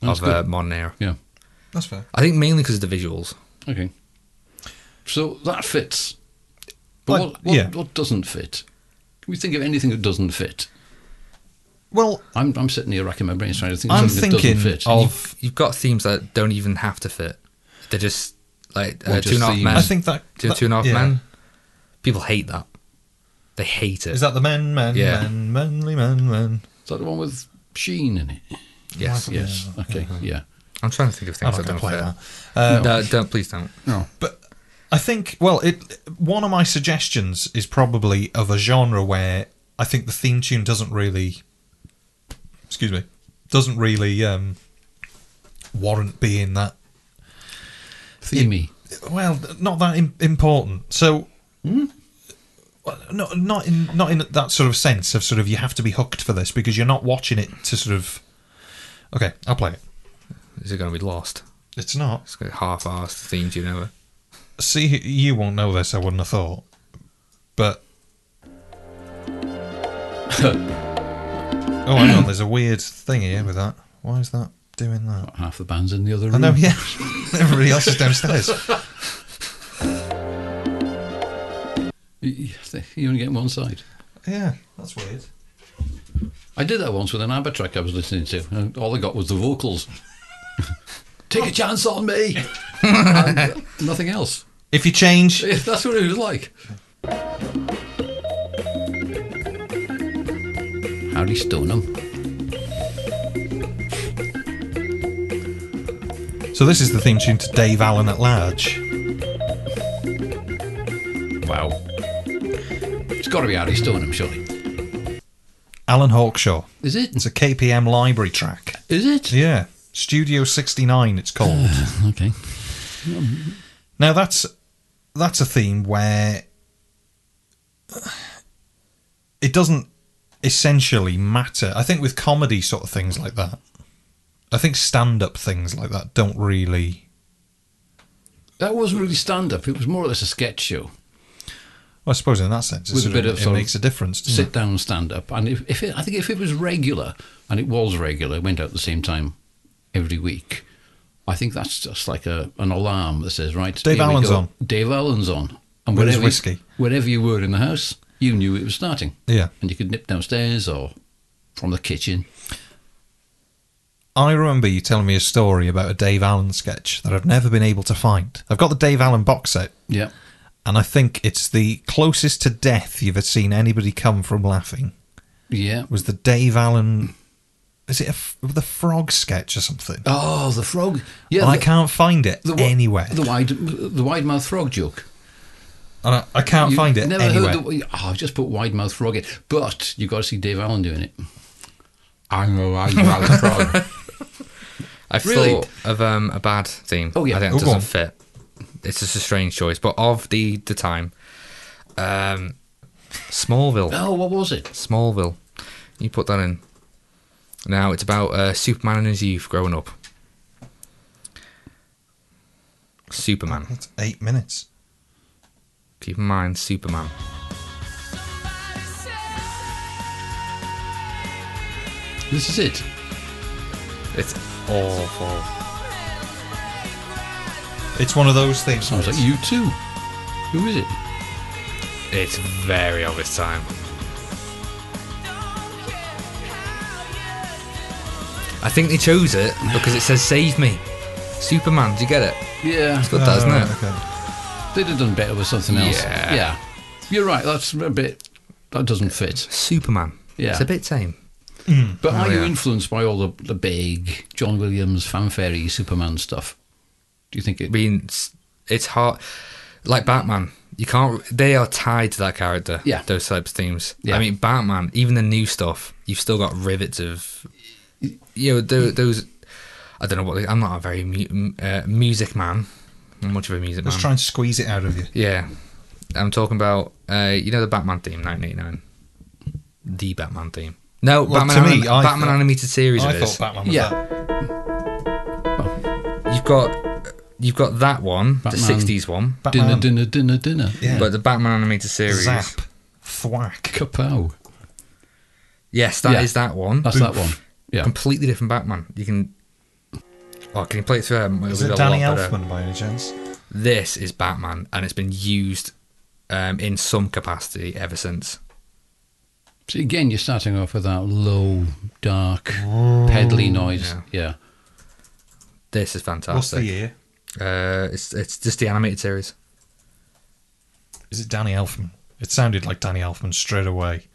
Speaker 3: That's
Speaker 2: of uh, modern era.
Speaker 3: yeah.
Speaker 1: That's fair.
Speaker 2: I think mainly because of the visuals.
Speaker 3: Okay. So that fits. But
Speaker 1: Like,
Speaker 3: what, what,
Speaker 1: yeah.
Speaker 3: what doesn't fit? Can we think of anything that doesn't fit?
Speaker 1: Well,
Speaker 3: I'm, I'm sitting here racking my brains trying to think of
Speaker 1: I'm
Speaker 3: something that
Speaker 1: thinking
Speaker 3: doesn't fit.
Speaker 1: of-
Speaker 2: You've, you've got themes that don't even have to fit. They're just like uh,
Speaker 3: Well, just
Speaker 2: two and a half
Speaker 3: themes.
Speaker 2: men.
Speaker 1: I think that.
Speaker 2: two,
Speaker 1: that-
Speaker 2: two and a half
Speaker 1: yeah.
Speaker 2: men. People hate that. They hate it.
Speaker 1: Is that the men, men,
Speaker 2: Yeah.
Speaker 1: men, manly men, men?
Speaker 3: Is that the one with Sheen in it?
Speaker 2: yes.
Speaker 1: Michael-
Speaker 3: Yes. Okay. Yeah.
Speaker 2: I'm trying to think of
Speaker 1: I'm not going
Speaker 2: things that don't
Speaker 1: to play
Speaker 2: fit.
Speaker 1: that. Uh,
Speaker 2: No, don't please don't.
Speaker 3: No.
Speaker 1: But I think, well, it one of my suggestions is probably of a genre where I think the theme tune doesn't really, excuse me, doesn't really um, warrant being that.
Speaker 3: Themey.
Speaker 1: Well, not that Im- important. So,
Speaker 2: Hmm?
Speaker 1: Well, no, not in not in that sort of sense of sort of you have to be hooked for this because you're not watching it to sort of. Okay, I'll play it.
Speaker 2: Is it going to be lost?
Speaker 1: It's not.
Speaker 2: It's going to half-assed themes, you know.
Speaker 1: See, you won't know this. I wouldn't have thought, but oh, hang on. There's a weird thing here with that. Why is that doing that?
Speaker 3: Half the band's in the other room.
Speaker 1: I know. Yeah, everybody else is downstairs.
Speaker 3: You you only get one side.
Speaker 1: Yeah, that's weird.
Speaker 3: I did that once with an ABBA track I was listening to, and all I got was the vocals. Take a chance on me. and uh, nothing else.
Speaker 1: If you change,
Speaker 3: Yeah, That's what it was like. Howdy Stoneham.
Speaker 1: so this is the theme tune to Dave Allen at Large.
Speaker 3: Wow. It's got to be Howdy Stoneham, surely.
Speaker 1: Alan Hawkshaw.
Speaker 3: Is it?
Speaker 1: It's a KPM library track.
Speaker 3: Is it?
Speaker 1: Yeah, Studio 69. It's called.
Speaker 3: Okay.
Speaker 1: Now that's that's a theme where it doesn't essentially matter. I think with comedy sort of things like that, I think stand-up things like that don't really.
Speaker 3: That wasn't really stand up. It was more or less a sketch show.
Speaker 1: Well, I suppose in that sense, it,
Speaker 3: With a
Speaker 1: sort
Speaker 3: bit
Speaker 1: of,
Speaker 3: of
Speaker 1: it
Speaker 3: sort of
Speaker 1: makes a difference. doesn't
Speaker 3: Sit down, stand up. And if, if it, I think if it was regular, and it was regular, it went out at the same time every week. I think that's just like a, an alarm that says, right,
Speaker 1: Dave
Speaker 3: here we
Speaker 1: Allen's
Speaker 3: go.
Speaker 1: on.
Speaker 3: Dave Allen's on. And
Speaker 1: With his
Speaker 3: wherever,
Speaker 1: whiskey.
Speaker 3: You, wherever you were in the house, you knew it was starting.
Speaker 1: it? Yeah,
Speaker 3: and you could nip downstairs or from the kitchen.
Speaker 1: I remember you telling me a story about a Dave Allen sketch that I've never been able to find. I've got the Dave Allen box set,
Speaker 3: Yeah.
Speaker 1: and I think it's the closest to death you've ever seen anybody come from laughing.
Speaker 3: Yeah.
Speaker 1: was the Dave Allen. Is it a f the frog sketch or something?
Speaker 3: Oh, the frog. Yeah.
Speaker 1: and I
Speaker 3: the-
Speaker 1: can't find it
Speaker 3: the, wi-
Speaker 1: anywhere.
Speaker 3: The wide, the wide mouth frog joke.
Speaker 1: and I, I can't
Speaker 3: You
Speaker 1: find it
Speaker 3: never
Speaker 1: anywhere.
Speaker 3: Heard the, oh, I've just put wide mouth frog in. But you've got to see Dave Allen doing it. I'm a wide mouth frog.
Speaker 2: I've
Speaker 3: Really?
Speaker 2: thought of um, a bad theme.
Speaker 3: Oh, yeah.
Speaker 2: I think
Speaker 1: Oh,
Speaker 2: it
Speaker 1: go
Speaker 2: doesn't
Speaker 1: on.
Speaker 2: fit. It's just a strange choice, but of the the time, um, Smallville,
Speaker 3: Oh, what was it?
Speaker 2: Smallville. You put that in. Now it's about uh, Superman and his youth growing up. Superman.
Speaker 1: That's eight minutes.
Speaker 2: Keep in mind, Superman.
Speaker 3: This is it.
Speaker 2: It's awful.
Speaker 1: It's one of those things.
Speaker 3: Sounds like you too. Who is it?
Speaker 2: It's very of its time. I think they chose it because it says "Save Me." Superman, do you get it?
Speaker 3: Yeah.
Speaker 2: It's good, that, isn't it?
Speaker 1: Oh, Okay.
Speaker 3: They'd have done better with something else.
Speaker 2: Yeah.
Speaker 3: yeah. You're right. That's a bit. That doesn't fit.
Speaker 2: Superman.
Speaker 3: Yeah.
Speaker 2: It's a bit tame.
Speaker 1: Oh,
Speaker 3: But are you
Speaker 2: yeah.
Speaker 3: influenced by all the, the big John Williams fanfare Superman stuff? Do you think
Speaker 2: I
Speaker 3: it?
Speaker 2: mean, it's, it's hard. Like Batman, you can't. They are tied to that character.
Speaker 3: Yeah.
Speaker 2: Those types of themes.
Speaker 3: Yeah.
Speaker 2: I mean, Batman. Even the new stuff, you've still got rivets of. You know tho- those. I don't know what. They, I'm not a very mu- m- uh, music man. I'm much of a music
Speaker 1: Let's
Speaker 2: man.
Speaker 1: try and squeeze it out of you.
Speaker 2: yeah. I'm talking about. Uh, you know the Batman theme, 1989. The Batman theme. No,
Speaker 1: Well,
Speaker 2: Batman.
Speaker 1: to me,
Speaker 2: anim-
Speaker 1: I
Speaker 2: Batman
Speaker 1: thought-
Speaker 2: animated series.
Speaker 1: I
Speaker 2: it is.
Speaker 1: thought Batman was
Speaker 3: Yeah.
Speaker 1: that.
Speaker 2: You've got. You've got that one, the
Speaker 3: Batman.
Speaker 2: '60s one,
Speaker 3: Dinner,
Speaker 1: Batman.
Speaker 3: dinner, dinner, dinner.
Speaker 1: Yeah.
Speaker 2: but the Batman animated series.
Speaker 1: Zap. Thwack.
Speaker 3: Kapow.
Speaker 2: Yes, that is
Speaker 3: Yeah.
Speaker 2: that one.
Speaker 3: That's that one. Yeah.
Speaker 2: Completely different Batman. You can. Oh, can you play it through? Um,
Speaker 1: Is
Speaker 2: it'll
Speaker 1: it
Speaker 2: be a lot
Speaker 1: Danny
Speaker 2: better.
Speaker 1: Elfman by any chance?
Speaker 2: This is Batman, and it's been used um, in some capacity ever since.
Speaker 3: See, again, you're starting off with that low, dark,
Speaker 1: Oh,
Speaker 3: peddly noise.
Speaker 2: Yeah.
Speaker 3: Yeah.
Speaker 2: This is fantastic.
Speaker 1: What's the year?
Speaker 2: Uh, it's it's just the animated series.
Speaker 1: Is it Danny Elfman? It sounded like Danny Elfman straight away.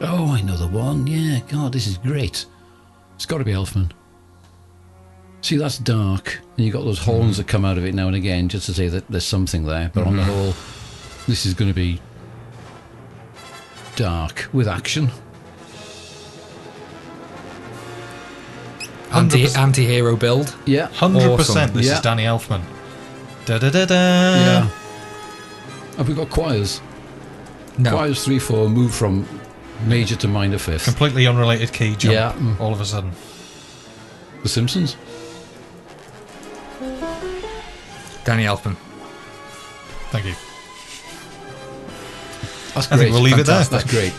Speaker 3: Oh, I know the one. Yeah. God, this is great. It's got to be Elfman. See, that's dark, and you got
Speaker 1: Hmm.
Speaker 3: those horns that come out of it now and again, just to say that there's something there. But
Speaker 1: Hmm.
Speaker 3: on the whole, this is going to be dark with action.
Speaker 2: Anti
Speaker 1: 100%.
Speaker 2: anti hero build.
Speaker 3: Yeah.
Speaker 1: 100% this
Speaker 3: Yeah.
Speaker 1: is Danny Elfman. Da da da da.
Speaker 3: Yeah. Have we got choirs?
Speaker 2: No,
Speaker 3: Choirs 3 4 move from major to minor fifth.
Speaker 1: Completely unrelated key jump
Speaker 3: Yeah. Mm.
Speaker 1: all of a sudden.
Speaker 3: The Simpsons?
Speaker 2: Danny Elfman.
Speaker 1: Thank you.
Speaker 3: That's
Speaker 1: I
Speaker 3: great.
Speaker 1: think we'll leave it there.
Speaker 3: That's great.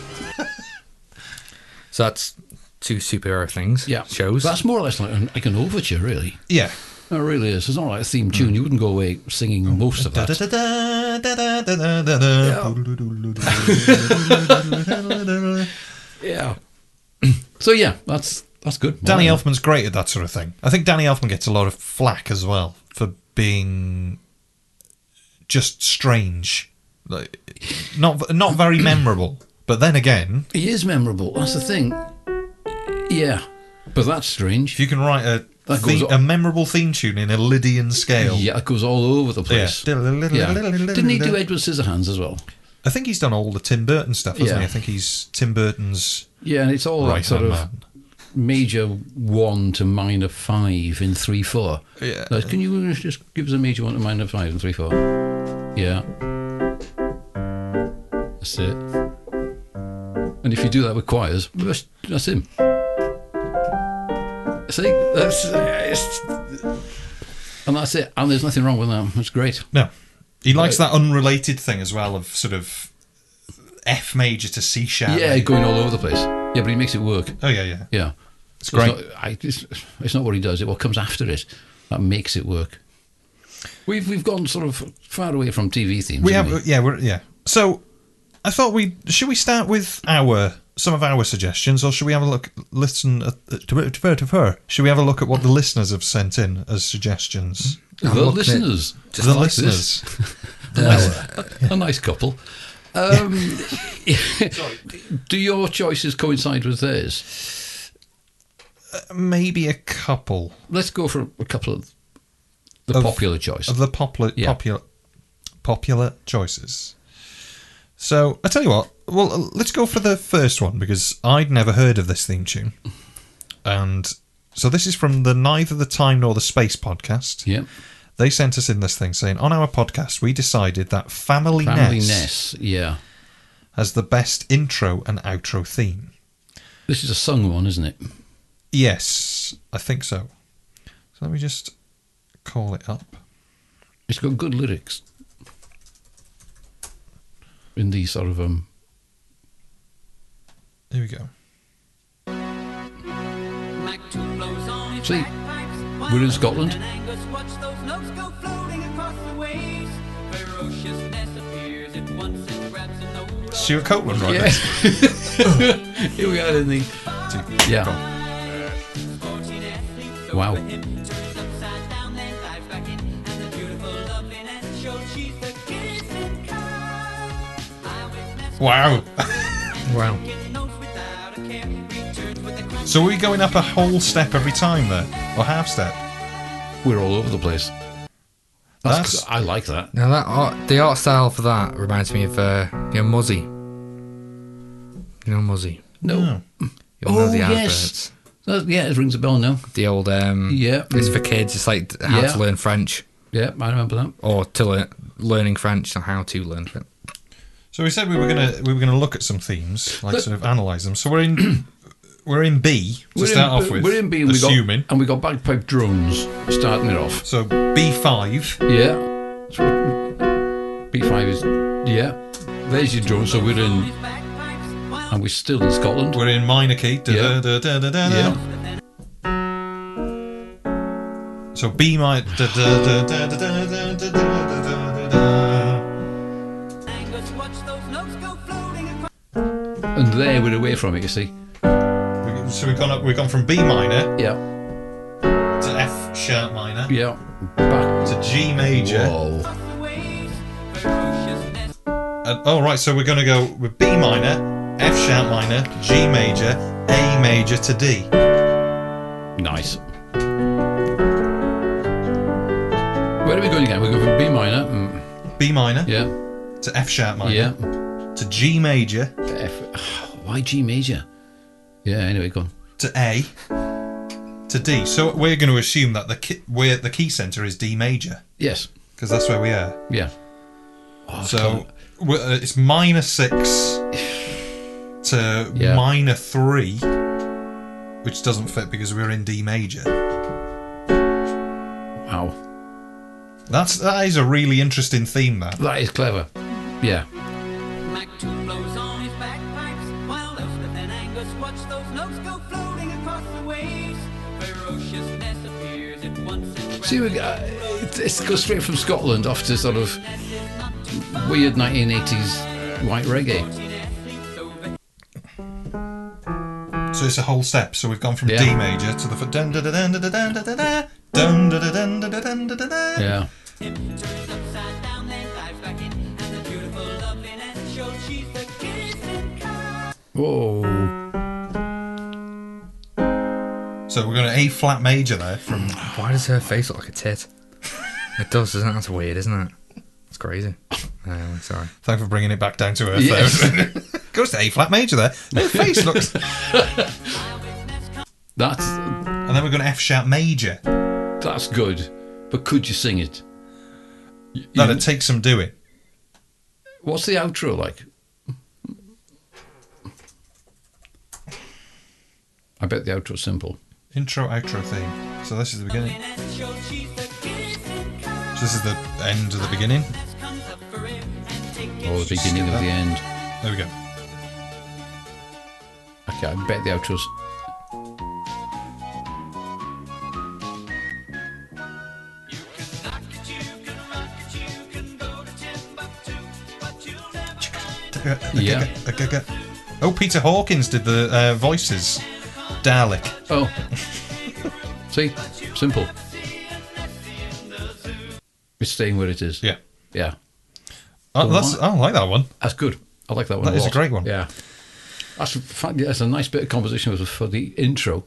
Speaker 2: So that's two superhero things.
Speaker 3: Yeah.
Speaker 2: shows.
Speaker 3: That's more or less like an, like an overture, really.
Speaker 1: Yeah.
Speaker 3: It really is. It's not like a theme
Speaker 1: Hmm.
Speaker 3: tune. You wouldn't go away singing
Speaker 1: Oh.
Speaker 3: most of
Speaker 1: Da
Speaker 3: that.
Speaker 1: da da da da da da da da.
Speaker 3: Yeah. so, yeah, that's that's good.
Speaker 1: Danny
Speaker 3: Well,
Speaker 1: Elfman's great at that sort of thing. I think Danny Elfman gets a lot of flack as well for being just strange, like not not very memorable. But then again,
Speaker 3: He is memorable. That's the thing. Yeah. But that's
Speaker 1: if
Speaker 3: strange.
Speaker 1: you can write a
Speaker 3: That
Speaker 1: the-
Speaker 3: goes
Speaker 1: a
Speaker 3: on-
Speaker 1: memorable theme tune in a Lydian scale,
Speaker 3: Yeah, it goes all over the place.
Speaker 1: Yeah.
Speaker 3: Yeah. Didn't he do Edward Scissorhands as well?
Speaker 1: I think he's done all the Tim Burton stuff, hasn't
Speaker 3: Yeah.
Speaker 1: he? I think he's Tim Burton's
Speaker 3: Yeah, and it's all
Speaker 1: right
Speaker 3: that sort
Speaker 1: hand
Speaker 3: of
Speaker 1: man.
Speaker 3: major one to minor five in three four.
Speaker 1: Yeah.
Speaker 3: Now, can you just give us a major one to minor five in three four? Yeah. That's it. And if you do that with choirs, that's, that's him. See, that's it's, and that's it. And there's nothing wrong with that. That's great.
Speaker 1: No. He likes that unrelated thing as well of sort of F major to C sharp.
Speaker 3: yeah, going all over the place. Yeah, but he makes it work.
Speaker 1: Oh yeah, yeah.
Speaker 3: Yeah,
Speaker 1: It's
Speaker 3: So
Speaker 1: great.
Speaker 3: It's not, I, it's, it's not what he does. It what comes after it that makes it work. We've we've gone sort of far away from TV themes.
Speaker 1: we
Speaker 3: haven't
Speaker 1: have yeah, we're yeah. So I thought we should we start with our some of our suggestions or should we have a look listen at, to, to, to her? Should we have a look at what the listeners have sent in as suggestions?
Speaker 3: we?
Speaker 2: I'm
Speaker 3: the
Speaker 2: looking at-
Speaker 3: listeners,
Speaker 1: the
Speaker 3: Mm-hmm. like
Speaker 1: listeners.
Speaker 3: this. a, nice, a nice couple. Um, do your choices coincide with theirs?
Speaker 1: Maybe a couple
Speaker 3: Let's go for a couple of the
Speaker 1: Of-
Speaker 3: popular choice.
Speaker 1: of the popular
Speaker 3: Yeah.
Speaker 1: popular popular choices. So I tell you what, well uh, let's go for the first one because I'd never heard of this theme tune, and so this is from the Neither the Time Nor the Space podcast.
Speaker 3: yeah,
Speaker 1: They sent us in this thing saying on our podcast we decided that Family,
Speaker 3: Family
Speaker 1: Nest,
Speaker 3: Ness. Yeah,
Speaker 1: has the best intro and outro theme.
Speaker 3: this is a sung one, isn't it?
Speaker 1: Yes, I think so. So let me just call it up.
Speaker 3: It's got good lyrics. in the sort of um
Speaker 1: Here we go.
Speaker 3: See, we're in Scotland.
Speaker 1: Stuart Copeland, right?
Speaker 3: yeah. Here we are in the yeah. Wow.
Speaker 1: Wow.
Speaker 2: Wow.
Speaker 1: So are we going up a whole step every time there, or half step?
Speaker 3: We're all over the place. That's,
Speaker 1: That's-
Speaker 3: I like that.
Speaker 2: Now that art, the art style for that reminds me of uh, you know Muzzy. You know Muzzy.
Speaker 3: No.
Speaker 1: No.
Speaker 2: You'll know
Speaker 3: Oh,
Speaker 2: the
Speaker 3: yes.
Speaker 2: adverts.
Speaker 3: That- yeah, it rings a bell now.
Speaker 2: The old um.
Speaker 3: Yeah.
Speaker 2: It's for kids. It's like how
Speaker 3: Yeah.
Speaker 2: to learn French
Speaker 3: Yeah, I remember that.
Speaker 2: or to learn learning French and how to learn French.
Speaker 1: So we said we were gonna we were gonna look at some themes, like sort of analyze them. So we're in we're in B to
Speaker 3: we're
Speaker 1: start
Speaker 3: in,
Speaker 1: off with.
Speaker 3: We're in B and we got,
Speaker 1: assuming.
Speaker 3: and we got bagpipe drones starting it off.
Speaker 1: So B five.
Speaker 3: Yeah. So B5 is. Yeah. There's your drone. So we're in. And we're still in Scotland.
Speaker 1: We're in minor key. Da,
Speaker 3: Yeah.
Speaker 1: da, da, da, da, da.
Speaker 3: Yeah.
Speaker 1: So B minor. Da, da, da, da, da, da, da, da, da, da, da, da.
Speaker 3: And there we're away from it, you see.
Speaker 1: We- So we've gone up. We've gone from B minor
Speaker 3: Yeah.
Speaker 1: to F sharp minor
Speaker 3: Yeah. Back.
Speaker 1: to G major.
Speaker 3: Whoa.
Speaker 1: Uh, oh right, so we're going to go with B minor, F sharp minor, G major, A major to D.
Speaker 3: Nice. Where are we going again? We're going from B minor. Mm.
Speaker 1: B minor
Speaker 3: Yeah.
Speaker 1: to F sharp minor
Speaker 3: Yeah.
Speaker 1: to G major
Speaker 3: F. Why G major? Yeah, anyway, go on.
Speaker 1: to A to D. So we're going to assume that the ki- where the key center is D major
Speaker 3: Yes.
Speaker 1: because that's where we are.
Speaker 3: Yeah. Oh,
Speaker 1: So we're, uh, it's minor six to
Speaker 3: Yeah.
Speaker 1: minor three, which doesn't fit because we're in D major.
Speaker 3: Wow.
Speaker 1: That's that is a really interesting theme. That
Speaker 3: That is clever. Yeah.
Speaker 5: Mac two blows on his bagpipes, while Elspeth and Angus watch those notes go floating across the waves. Ferociousness appears at once and
Speaker 3: See, we, uh, it, it goes straight from Scotland off to sort of weird 1980s white reggae.
Speaker 1: So it's a whole step. So we've gone from
Speaker 3: Yeah.
Speaker 1: D major to the foot. Dun da da dun da da dun da da da. Dun da da dun da da dun da da da.
Speaker 3: Yeah.
Speaker 5: turns upside down, then dives back in, and the beautiful loveliness shows she's the kissing kind.
Speaker 3: Whoa.
Speaker 1: So we're going to A flat major there from
Speaker 2: Why does her face look like a tit? it does, doesn't it? That's weird, isn't it? It's crazy. Um, sorry.
Speaker 1: Thanks for bringing it back down to earth.
Speaker 3: Yes.
Speaker 1: There. Goes to A flat major there. Her face looks.
Speaker 3: That's
Speaker 1: And then we're going to F sharp major.
Speaker 3: that's good, but could you sing it? Y-
Speaker 1: That
Speaker 3: you-
Speaker 1: it takes some doing.
Speaker 3: what's the outro like? I bet the outro's simple.
Speaker 1: Intro outro theme. So this is the beginning.
Speaker 5: Loveliness shows she's the kissing kind.
Speaker 1: So this is the end of the beginning.
Speaker 5: Loveliness comes up for him and taking
Speaker 3: Or the beginning of the end.
Speaker 1: There we go.
Speaker 3: Okay, I bet the outro's. Yeah.
Speaker 1: Oh, Peter Hawkins did the uh, voices. Dalek.
Speaker 3: Oh. See? Simple. It's staying where it is.
Speaker 1: Yeah.
Speaker 3: Yeah.
Speaker 1: Oh, that's, I like that one.
Speaker 3: That's good. I like that one.
Speaker 1: That
Speaker 3: a
Speaker 1: is a
Speaker 3: lot.
Speaker 1: great one.
Speaker 3: Yeah, that's a, fact- that's a nice bit of composition was for the intro,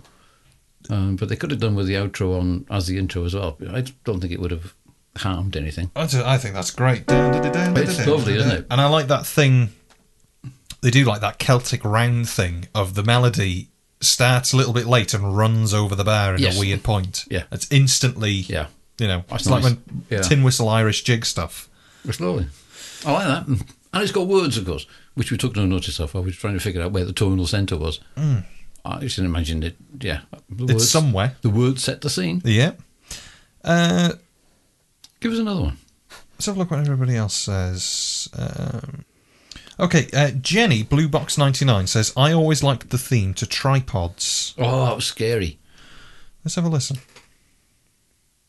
Speaker 3: um, but they could have done with the outro on as the intro as well. I don't think it would have harmed anything.
Speaker 1: I, ju- I think that's great. Dun, dun, dun, dun,
Speaker 3: It's
Speaker 1: dun, dun,
Speaker 3: lovely,
Speaker 1: dun,
Speaker 3: isn't
Speaker 1: dun.
Speaker 3: it?
Speaker 1: And I like that thing. They do like that Celtic round thing of the melody starts a little bit late and runs over the bar in
Speaker 3: Yes.
Speaker 1: a weird point.
Speaker 3: Yeah.
Speaker 1: it's instantly.
Speaker 3: Yeah,
Speaker 1: you know,
Speaker 3: That's
Speaker 1: it's like
Speaker 3: nice.
Speaker 1: when
Speaker 3: Yeah.
Speaker 1: tin whistle Irish jig stuff.
Speaker 3: it's lovely. I like that, and it's got words, of course, which we took no notice of. I was trying to figure out where the tonal centre was. I just didn't imagine it. Yeah, the
Speaker 1: Mm. It's somewhere.
Speaker 3: The words set the scene.
Speaker 1: Yeah. Uh,
Speaker 3: Give us another one.
Speaker 1: let's have a look what everybody else says. Um, Okay, uh, Jenny, Blue Box 99, says, I always liked the theme to tripods.
Speaker 3: Oh, that was scary.
Speaker 1: Let's have a listen.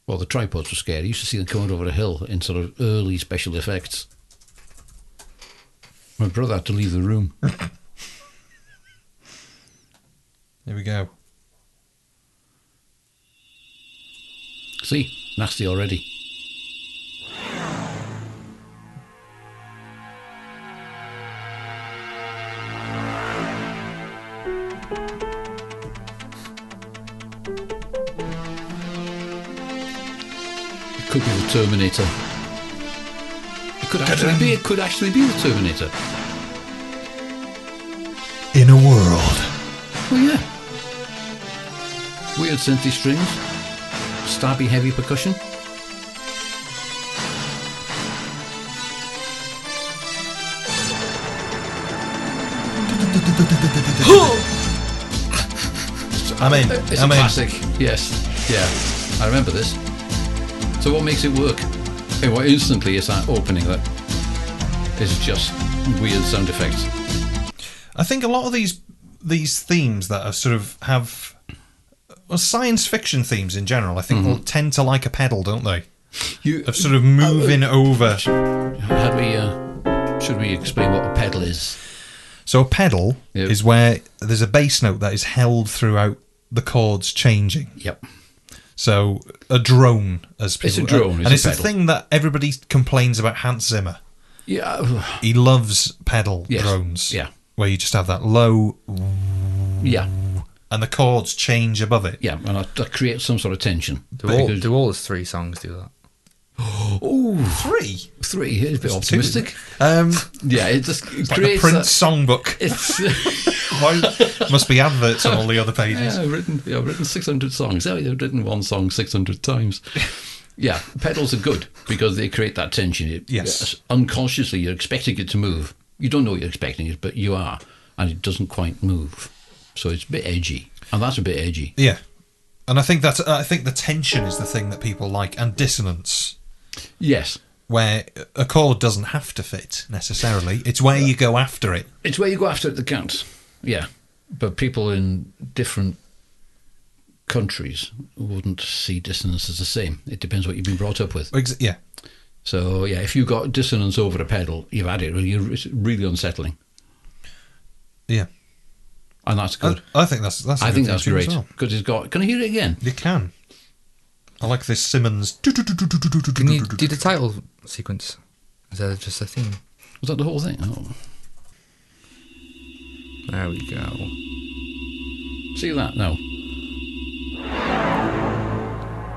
Speaker 3: Well, the tripods were scary. You used to see them coming over a hill in sort of early special effects. My brother had to leave the room.
Speaker 1: Here we go.
Speaker 3: See, nasty already. It could be the Terminator. It could actually be. It could actually be the Terminator.
Speaker 1: In a world.
Speaker 3: Oh yeah. Weird synthy strings, stabby heavy percussion.
Speaker 1: I'm in.
Speaker 3: It's
Speaker 1: I'm
Speaker 3: a
Speaker 1: in.
Speaker 3: classic. Yes. Yeah. I remember this. So what makes it work? Hey, well, instantly it's that opening that is just weird sound effects.
Speaker 1: I think a lot of these these themes that are sort of have well, science fiction themes in general, I
Speaker 3: Mm-hmm.
Speaker 1: think will tend to like a pedal, don't they?
Speaker 3: You
Speaker 1: Of sort of moving over.
Speaker 3: had we uh, should we explain what a pedal is?
Speaker 1: So a pedal
Speaker 3: Yep.
Speaker 1: is where there's a bass note that is held throughout the chords changing.
Speaker 3: Yep.
Speaker 1: So a drone, as people,
Speaker 3: It's a drone, it's
Speaker 1: and
Speaker 3: a
Speaker 1: it's the
Speaker 3: pedal.
Speaker 1: thing that everybody complains about Hans Zimmer.
Speaker 3: Yeah. uh,
Speaker 1: He loves pedal
Speaker 3: Yes.
Speaker 1: drones.
Speaker 3: Yeah.
Speaker 1: Where you just have that low
Speaker 3: Yeah.
Speaker 1: and the chords change above it.
Speaker 3: Yeah. And that, that creates some sort of tension.
Speaker 2: Do
Speaker 3: Very
Speaker 2: all,
Speaker 3: good.
Speaker 2: do all his three songs do that?
Speaker 3: Ooh,
Speaker 1: Three.
Speaker 3: three. It's a bit
Speaker 1: Two.
Speaker 3: optimistic.
Speaker 1: Um,
Speaker 3: Yeah, it just it
Speaker 1: like the
Speaker 3: creates
Speaker 1: Prince
Speaker 3: that-
Speaker 1: songbook.
Speaker 3: It's
Speaker 1: Why must be adverts on all the other pages?
Speaker 3: yeah, I've written. Yeah, I've written six hundred songs. Oh, yeah, I've written one song six hundred times. Yeah, pedals are good because they create that tension. It,
Speaker 1: Yes.
Speaker 3: unconsciously you're expecting it to move. You don't know you're expecting it, but you are, and it doesn't quite move. So it's a bit edgy, and that's a bit edgy.
Speaker 1: Yeah, and I think that I think the tension is the thing that people like, and dissonance,
Speaker 3: Yes,
Speaker 1: where a chord doesn't have to fit necessarily. It's where you go after it.
Speaker 3: it's where you go after it that counts. Yeah, but people in different countries wouldn't see dissonance as the same. It depends what you've been brought up with.
Speaker 1: Ex- Yeah,
Speaker 3: So yeah, if you've got dissonance over a pedal, you've had it. Really, it's really unsettling,
Speaker 1: yeah.
Speaker 3: and that's
Speaker 1: I,
Speaker 2: Oh,
Speaker 3: good.
Speaker 1: I think that's that's. a
Speaker 3: I
Speaker 1: good
Speaker 3: think that's
Speaker 1: tune as
Speaker 3: great
Speaker 1: well.
Speaker 3: because it's got. Can I hear it again?
Speaker 1: You can. I like this Simmons.
Speaker 2: Can you do the title sequence? Is that just a theme?
Speaker 3: Was that the whole thing? Oh,
Speaker 2: There we go.
Speaker 3: see that now.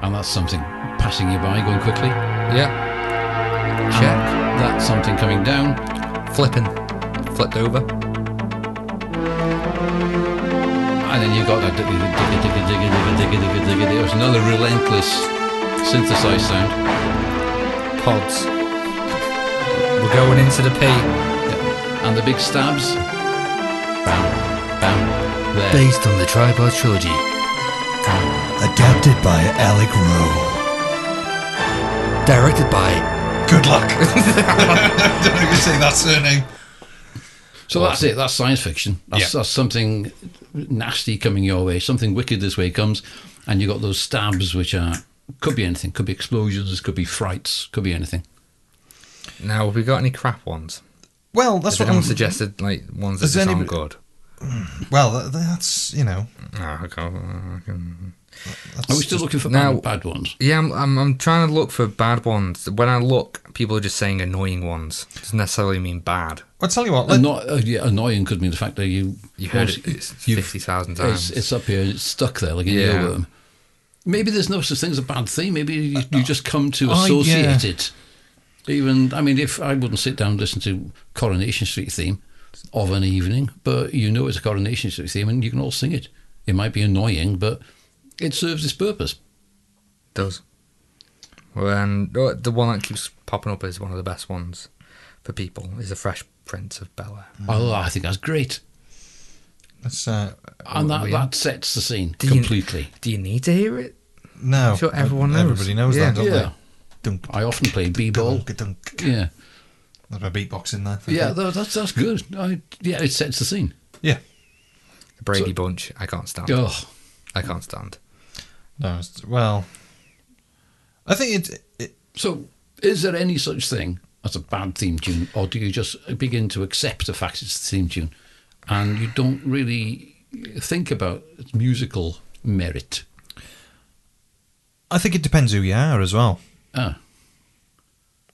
Speaker 3: And that's something passing you by, going quickly.
Speaker 2: Yeah.
Speaker 3: And
Speaker 2: Check.
Speaker 3: that's something coming down.
Speaker 2: Flipping. Flipped over.
Speaker 3: And then you've got that. digga, digga, digga, digga, digga, digga, digga, digga, digga. It's another relentless synthesized sound.
Speaker 2: Pods. We're going into the P.
Speaker 3: Yeah. And the big stabs. Bam, bam. There.
Speaker 2: Based on the Tripod Trilogy.
Speaker 4: Adapted by Alec Rowe.
Speaker 2: Directed by.
Speaker 1: Good luck. I don't even say that surname.
Speaker 3: So that's it. That's science fiction. That's,
Speaker 1: Yeah.
Speaker 3: that's something nasty coming your way. Something wicked this way comes, and you got those stabs, which are could be anything. Could be explosions. Could be frights. Could be anything.
Speaker 2: Now, have we got any crap ones?
Speaker 1: Well, that's
Speaker 2: Has
Speaker 1: what I'm.
Speaker 2: anyone suggested, like, ones that
Speaker 1: Has
Speaker 2: just aren't
Speaker 1: anybody-
Speaker 2: good?
Speaker 1: Well, that- that's you know.
Speaker 2: Ah, okay. I can-
Speaker 3: Are we
Speaker 1: That's
Speaker 3: still looking for
Speaker 2: now-
Speaker 3: bad, bad ones?
Speaker 2: Yeah, I'm, I'm, I'm trying to look for bad ones. When I look, people are just saying annoying ones. Doesn't necessarily mean bad.
Speaker 1: I'll tell you what.
Speaker 3: And
Speaker 1: Let,
Speaker 3: not uh, yeah, annoying could mean the fact that you
Speaker 2: You heard
Speaker 3: once-
Speaker 2: it it's
Speaker 3: you've-
Speaker 2: 50,000
Speaker 3: It's,
Speaker 2: times.
Speaker 3: it's up here. It's stuck there like an
Speaker 2: Yeah.
Speaker 3: earworm. Maybe there's no such thing as a bad thing. Maybe you,
Speaker 2: Uh,
Speaker 3: you just come to
Speaker 2: oh,
Speaker 1: I-
Speaker 3: associate
Speaker 1: yeah.
Speaker 3: it. Even I mean, if I wouldn't sit down and listen to Coronation Street theme of an evening, but you know it's a Coronation Street theme, and you can all sing it. It might be annoying, but it serves its purpose.
Speaker 2: does. When oh, the one that keeps popping up as one of the best ones for people is the Fresh Prince of Bel Air.
Speaker 3: Oh, I think that's great,
Speaker 1: let's, uh,
Speaker 3: and that,
Speaker 2: we-
Speaker 3: that sets the scene
Speaker 2: Oh, Do you-
Speaker 3: completely.
Speaker 2: Do you need to hear it?
Speaker 1: no.
Speaker 2: I'm sure everyone knows.
Speaker 1: Everybody knows
Speaker 2: Yeah.
Speaker 1: that, don't
Speaker 3: Yeah.
Speaker 1: they? Dunk,
Speaker 3: I often play b-ball.
Speaker 1: dunk, dunk.
Speaker 3: Yeah,
Speaker 1: There's a beatbox in there.
Speaker 3: Yeah, tha- that's that's good. I, yeah, it sets the scene.
Speaker 1: Yeah.
Speaker 2: The Brady Bunch, I can't stand.
Speaker 3: Oh,
Speaker 2: I can't stand.
Speaker 1: No, it's, well, I think it, it.
Speaker 3: so is there any such thing as a bad theme tune, or do you just begin to accept the fact it's a theme tune, and you don't really think about its musical merit?
Speaker 1: I think it depends who you are as well.
Speaker 3: Ah,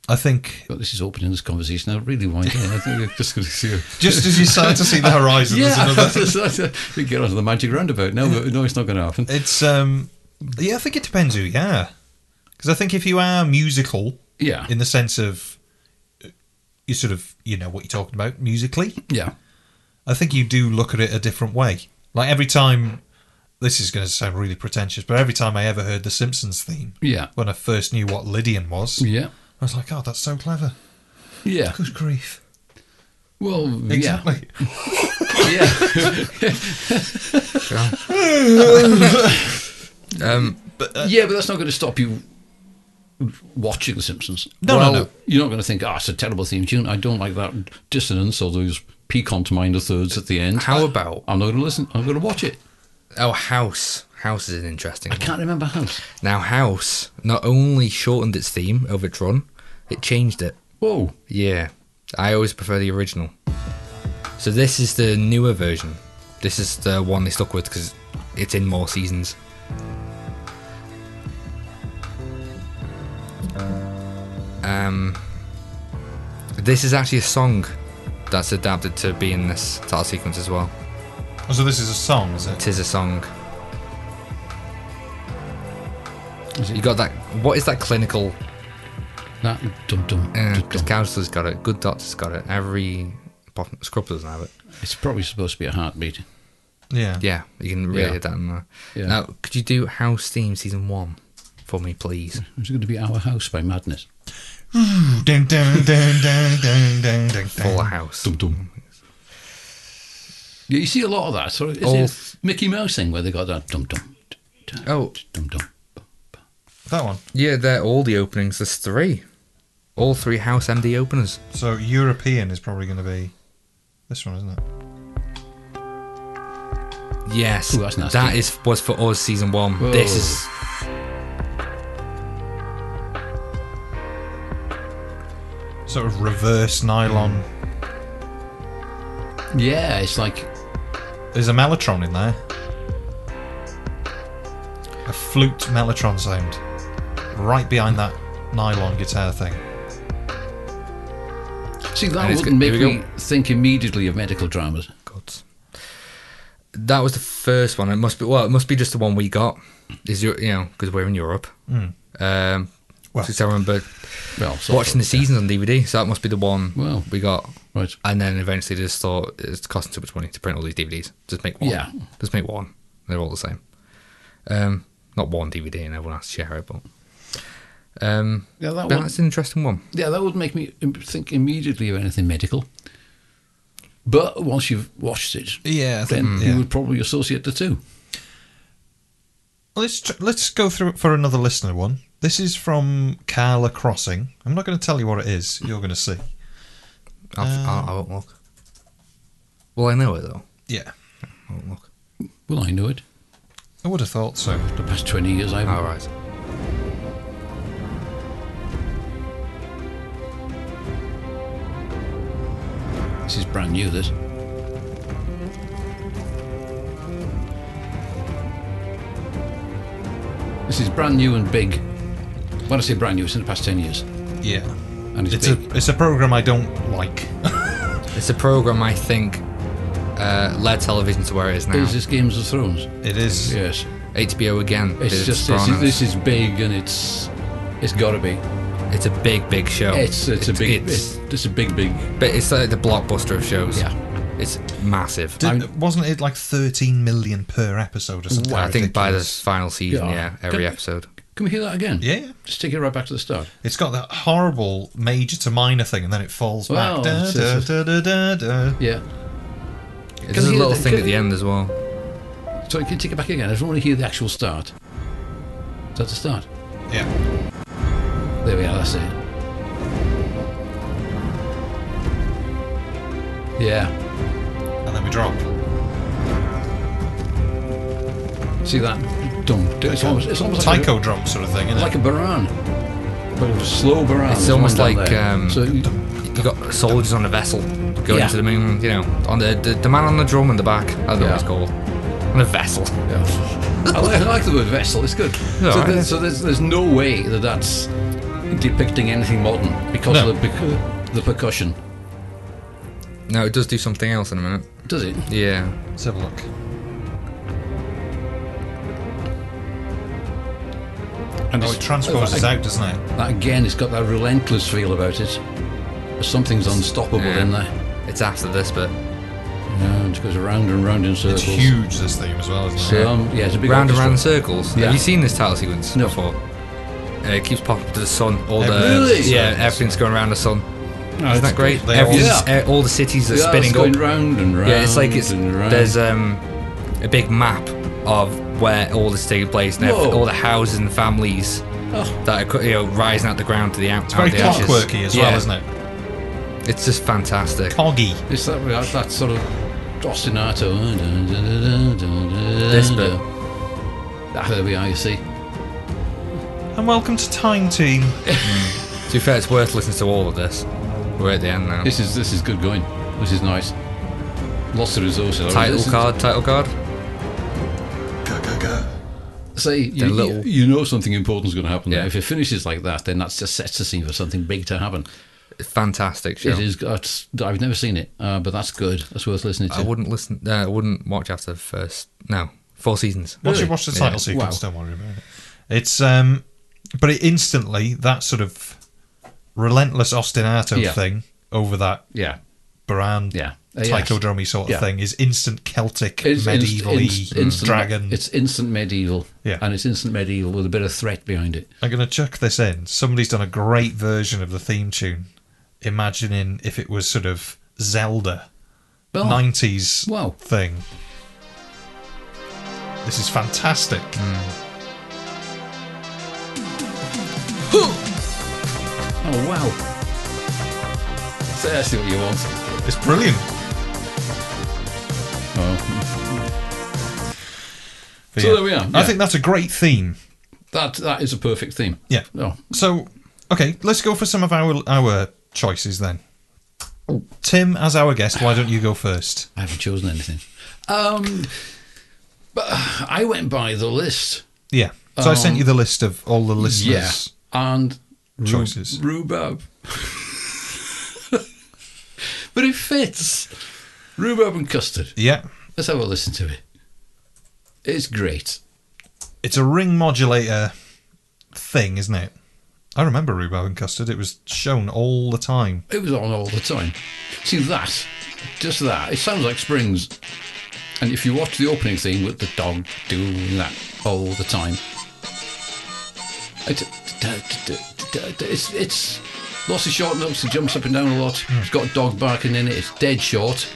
Speaker 1: I think
Speaker 3: but this is opening this conversation. I really wind down. I think we're just going to see. a-
Speaker 1: just as you start to see the horizon, there's
Speaker 3: Yeah,
Speaker 1: another.
Speaker 3: we get onto the magic roundabout. No, but no, it's not going to happen.
Speaker 1: It's um, yeah. I think it depends who you are, because I think if you are musical,
Speaker 3: Yeah,
Speaker 1: in the sense of uh, you sort of you know what you're talking about musically,
Speaker 3: yeah.
Speaker 1: I think you do look at it a different way. Like every time, this is going to sound really pretentious, but every time I ever heard the Simpsons theme,
Speaker 3: Yeah.
Speaker 1: when I first knew what Lydian was,
Speaker 3: Yeah.
Speaker 1: I was like, oh, that's so clever.
Speaker 3: Yeah.
Speaker 1: Good grief.
Speaker 3: Well, yeah.
Speaker 1: Exactly.
Speaker 3: Yeah.
Speaker 2: Um,
Speaker 3: yeah, but that's not going to stop you watching The Simpsons.
Speaker 1: No, no,
Speaker 3: well,
Speaker 1: no.
Speaker 3: You're not going to think, ah, it's a terrible theme tune. I don't like that dissonance or those piquant minor thirds at the end.
Speaker 2: how about
Speaker 3: I'm not going to listen. I'm going to watch it.
Speaker 2: oh House? House is an interesting.
Speaker 3: I
Speaker 2: one.
Speaker 3: can't remember how.
Speaker 2: Now House not only shortened its theme over its run, it changed it.
Speaker 3: Whoa.
Speaker 2: Yeah, I always prefer the original. So this is the newer version. This is the one they stuck with because it's in more seasons. Um, this is actually a song that's adapted to be in this title sequence as well.
Speaker 1: Oh, so this is a song, is it?
Speaker 2: Tis a song. You got that? What is that clinical?
Speaker 3: That dum dum.
Speaker 2: Uh,
Speaker 3: dum, dum.
Speaker 2: counselor's got it. Good doctor's got it. Every pop- scrub doesn't have it.
Speaker 3: It's probably supposed to be a heartbeat.
Speaker 1: Yeah.
Speaker 2: Yeah, you can really
Speaker 3: Yeah.
Speaker 2: hit that in there.
Speaker 3: Yeah.
Speaker 2: Now, could you do House Theme Season 1 for me, please?
Speaker 3: It's going to be Our House by Madness.
Speaker 1: Dun, dun, dun, dun, dun, dun, dun,
Speaker 2: Full
Speaker 1: dun.
Speaker 2: House.
Speaker 3: Dum dum. Yeah, you see a lot of that. So it's
Speaker 2: All-
Speaker 3: it's Mickey Mouse thing where they got that dum dum.
Speaker 2: Oh.
Speaker 3: dum dum.
Speaker 1: That one.
Speaker 2: Yeah, they're all the openings. There's three. All three House MD openers.
Speaker 1: So European is probably going to be this one, isn't it?
Speaker 2: Yes.
Speaker 3: Ooh, that's nasty.
Speaker 2: That is was for us Season 1.
Speaker 3: Whoa.
Speaker 2: This is...
Speaker 1: Sort of reverse nylon.
Speaker 3: Yeah, it's like
Speaker 1: There's a mellotron in there. A flute mellotron sound. Right behind that nylon guitar thing.
Speaker 3: See,
Speaker 2: And
Speaker 3: that
Speaker 2: it's
Speaker 3: wouldn't
Speaker 2: good-
Speaker 3: make
Speaker 2: here we
Speaker 3: me
Speaker 2: go.
Speaker 3: think immediately of medical dramas.
Speaker 2: God. That was the first one. It must be... Well, it must be just the one we got. Is your, You know, because we're in Europe. Um,
Speaker 1: Well-
Speaker 2: because I remember
Speaker 3: Well, sort
Speaker 2: watching the
Speaker 3: of, yeah.
Speaker 2: seasons on DVD, so that must be the one
Speaker 3: Well.
Speaker 2: we got.
Speaker 3: Right.
Speaker 2: And then eventually they just thought it's costing too much money to print all these DVDs. Just make one.
Speaker 3: Yeah.
Speaker 2: Just make one. They're all the same. Um, not one DVD and everyone has to share it, but. Um,
Speaker 3: Yeah, that
Speaker 2: but
Speaker 3: one-
Speaker 2: that's an interesting one.
Speaker 3: Yeah, that would make me im- think immediately of anything medical. But once you've watched it,
Speaker 1: Yeah, I
Speaker 3: then
Speaker 2: Mm,
Speaker 1: think.
Speaker 3: you
Speaker 1: yeah.
Speaker 3: would probably associate the two.
Speaker 1: Let's tr- let's go through it for another listener one. This is from Carla Crossing. I'm not going to tell you what it is. You're going to see.
Speaker 2: I'll, I'll, I won't look. Well, I know it though.
Speaker 1: Yeah,
Speaker 2: I won't look.
Speaker 3: Well, I know it.
Speaker 1: I would have thought so.
Speaker 3: The past 20 years, I've.
Speaker 2: All right.
Speaker 3: This is brand new, this. This is brand new and big. When I say brand new, it's in the past 10 years.
Speaker 1: Yeah,
Speaker 3: And it's,
Speaker 1: it's
Speaker 3: big.
Speaker 1: a it's a program I don't like.
Speaker 2: It's a program I think uh, led television to where it is now.
Speaker 3: Is this Games of Thrones?
Speaker 1: It is.
Speaker 3: Yes.
Speaker 2: HBO again.
Speaker 3: It's
Speaker 2: did
Speaker 3: just
Speaker 2: Sopranos.
Speaker 3: this is, this is big and it's it's got to be.
Speaker 2: It's a big, big show.
Speaker 3: It's Oh, it's a big
Speaker 2: It's,
Speaker 3: it's, it's a big big.
Speaker 2: but it's like the blockbuster of shows.
Speaker 3: Yeah.
Speaker 2: It's massive.
Speaker 1: Did,
Speaker 3: I'm-
Speaker 1: wasn't it like 13 million per episode or something?
Speaker 2: I think by the
Speaker 1: ridiculous?
Speaker 2: final season,
Speaker 3: Yeah.
Speaker 2: yeah, every
Speaker 3: Can-
Speaker 2: episode.
Speaker 3: Can we hear that again?
Speaker 1: Yeah, yeah.
Speaker 3: Just take it right back to the start.
Speaker 1: It's got that horrible major to minor thing, and then it falls
Speaker 3: Wow,
Speaker 1: back. Da,
Speaker 3: it's- it's-
Speaker 1: da, da, da, da.
Speaker 3: Yeah.
Speaker 2: There's a
Speaker 3: hear
Speaker 2: little
Speaker 3: the-
Speaker 2: thing
Speaker 3: can-
Speaker 2: at the end as well.
Speaker 3: So you can take it back again. I just want to hear the actual start. Is that the start?
Speaker 1: Yeah,
Speaker 3: There we are. That's it. Yeah.
Speaker 1: and then we drop.
Speaker 3: See that? Dum. It's almost, it's almost like
Speaker 1: Tycho drop sort of thing,
Speaker 3: a,
Speaker 1: isn't
Speaker 3: like
Speaker 1: it?
Speaker 3: a baran. But a slow baran.
Speaker 2: It's almost
Speaker 3: coming down
Speaker 2: like,
Speaker 3: there.
Speaker 2: um,
Speaker 3: so you-
Speaker 2: You got soldiers on a vessel going
Speaker 3: Yeah.
Speaker 2: to the moon. You know, on the the, the man on the drum in the back. I don't know what it's
Speaker 3: Yeah.
Speaker 2: called. On a vessel.
Speaker 3: Yeah. I, like, I like the word vessel. It's good.
Speaker 2: Yeah,
Speaker 3: so
Speaker 2: alright.
Speaker 3: there's, so there's, there's no way that that's depicting anything modern because
Speaker 1: No.
Speaker 3: of the, percu- the percussion.
Speaker 2: No, it does do something else in a minute.
Speaker 3: Does it?
Speaker 2: Yeah.
Speaker 1: Let's have a look.
Speaker 3: And
Speaker 1: Oh,
Speaker 3: it's-
Speaker 1: it transposes
Speaker 3: uh,
Speaker 1: out, doesn't it?
Speaker 3: That again, it's got that relentless feel about it. Something's unstoppable
Speaker 2: Yeah.
Speaker 3: in there.
Speaker 2: It's after this, but
Speaker 3: Yeah, Uh, it goes round and round in circles.
Speaker 1: It's huge, this theme as well, isn't it?
Speaker 3: So, um, yeah, it's a big
Speaker 2: round and
Speaker 3: orchestra.
Speaker 2: round circles.
Speaker 3: Yeah.
Speaker 2: Have you seen this title sequence
Speaker 3: No.
Speaker 2: before? Uh, it keeps popping up to the sun. All the
Speaker 1: Really?
Speaker 2: yeah,
Speaker 1: Circles,
Speaker 2: everything's going around the sun.
Speaker 3: No,
Speaker 2: Isn't
Speaker 3: it's
Speaker 2: that great?
Speaker 1: good. They
Speaker 2: Everything's-
Speaker 3: all-
Speaker 2: uh, all the cities are
Speaker 3: Yeah,
Speaker 2: spinning
Speaker 3: it's
Speaker 2: up.
Speaker 3: going round and round.
Speaker 2: yeah, it's like it's
Speaker 3: and round.
Speaker 2: there's um a big map of where all this taking place and every,
Speaker 3: Whoa.
Speaker 2: all the houses and families
Speaker 3: Oh.
Speaker 2: that are co- you know rising out the ground to the out. It's
Speaker 1: Very
Speaker 2: the ashes.
Speaker 1: clockworky as well,
Speaker 2: Yeah,
Speaker 1: isn't it?
Speaker 2: It's just fantastic.
Speaker 1: Coggy.
Speaker 3: It's that, that sort of ostinato. This
Speaker 2: bit.
Speaker 3: Ah, there we are, you see.
Speaker 1: And welcome to Time Team.
Speaker 2: To be fair, it's worth listening to all of this. We're at the end now.
Speaker 3: This is this is good going. This is nice. Lots of resources. I mean,
Speaker 2: Title
Speaker 3: this is-
Speaker 2: card, title card.
Speaker 3: Say you,
Speaker 2: They're little.
Speaker 3: you you know something important's going to happen. there.
Speaker 2: Yeah.
Speaker 3: If it finishes like that, then that just sets the scene for something big to happen.
Speaker 2: Fantastic show.
Speaker 3: It is. That's, I've never seen it, uh, but that's good. That's worth listening to.
Speaker 2: I wouldn't listen. Uh, I wouldn't watch after the first. No, four seasons.
Speaker 1: Once
Speaker 3: Really?
Speaker 1: you watch the title
Speaker 2: Yeah.
Speaker 1: sequence,
Speaker 3: Wow.
Speaker 1: don't worry about it. It's um, but it instantly that sort of relentless ostinato
Speaker 3: Yeah.
Speaker 1: thing over that
Speaker 3: yeah,
Speaker 1: Baran,
Speaker 3: yeah. Uh, yes.
Speaker 1: taiko drummy sort of
Speaker 3: Yeah.
Speaker 1: thing is instant Celtic
Speaker 3: It's inst-
Speaker 1: medieval
Speaker 3: inst- instant-
Speaker 1: Mm. dragon.
Speaker 3: It's instant medieval.
Speaker 1: Yeah.
Speaker 3: and it's instant medieval with a bit of threat behind it.
Speaker 1: I'm going to chuck this in. Somebody's done a great version of the theme tune, imagining if it was sort of Zelda
Speaker 3: Well,
Speaker 1: 90s
Speaker 3: Wow.
Speaker 1: thing. This is fantastic.
Speaker 3: Oh wow. So I see what you want.
Speaker 1: It's brilliant.
Speaker 3: Oh,
Speaker 1: But
Speaker 3: So there we are,
Speaker 1: I
Speaker 3: yeah.
Speaker 1: think that's a great theme.
Speaker 3: that that is a perfect theme.
Speaker 1: Yeah.
Speaker 3: Oh,
Speaker 1: So, okay, let's go for some of our our choices then. Tim, as our guest, why don't you go first?
Speaker 3: I haven't chosen anything. Um, but I went by the list.
Speaker 1: Yeah. So I sent you the list of all the listeners.
Speaker 3: Yeah, and ru-
Speaker 1: Choices.
Speaker 3: rhubarb. but it fits. Rhubarb and custard.
Speaker 1: Yeah.
Speaker 3: Let's have a listen to it. It's great.
Speaker 1: It's a ring modulator thing, isn't it? I remember rhubarb and custard. It was shown all the time.
Speaker 3: It was on all the time. See that, just that. It sounds like Springs. And if you watch the opening thing with the dog doing that all the time, it- it's it's lots of short notes. It jumps up and down a lot. It's got a dog barking in it. It's dead short,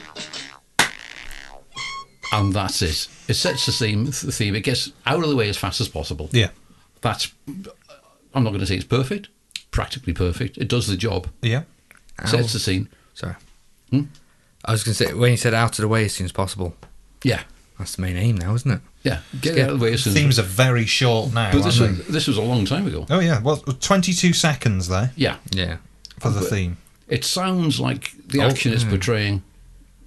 Speaker 3: and that's it. It sets the theme. The theme. It gets out of the way as fast as possible
Speaker 1: Yeah.
Speaker 3: that's I'm not going to say it's perfect, practically perfect. It does the job,
Speaker 1: Yeah.
Speaker 3: sets the scene.
Speaker 2: Sorry.
Speaker 3: Hmm?
Speaker 2: I was going to say when you said out of the way as soon as possible.
Speaker 3: Yeah,
Speaker 2: That's the main aim now, isn't it?
Speaker 3: yeah. Get it
Speaker 2: Yeah.
Speaker 3: out of the way as soon as.
Speaker 1: Themes are very short now.
Speaker 3: But this
Speaker 1: aren't
Speaker 3: was, this was a long time ago.
Speaker 1: they? Oh yeah, well, 22 seconds there
Speaker 3: Yeah,
Speaker 2: Yeah.
Speaker 1: for the theme.
Speaker 3: it sounds like the
Speaker 2: Oh,
Speaker 3: action it's
Speaker 2: mm.
Speaker 3: portraying.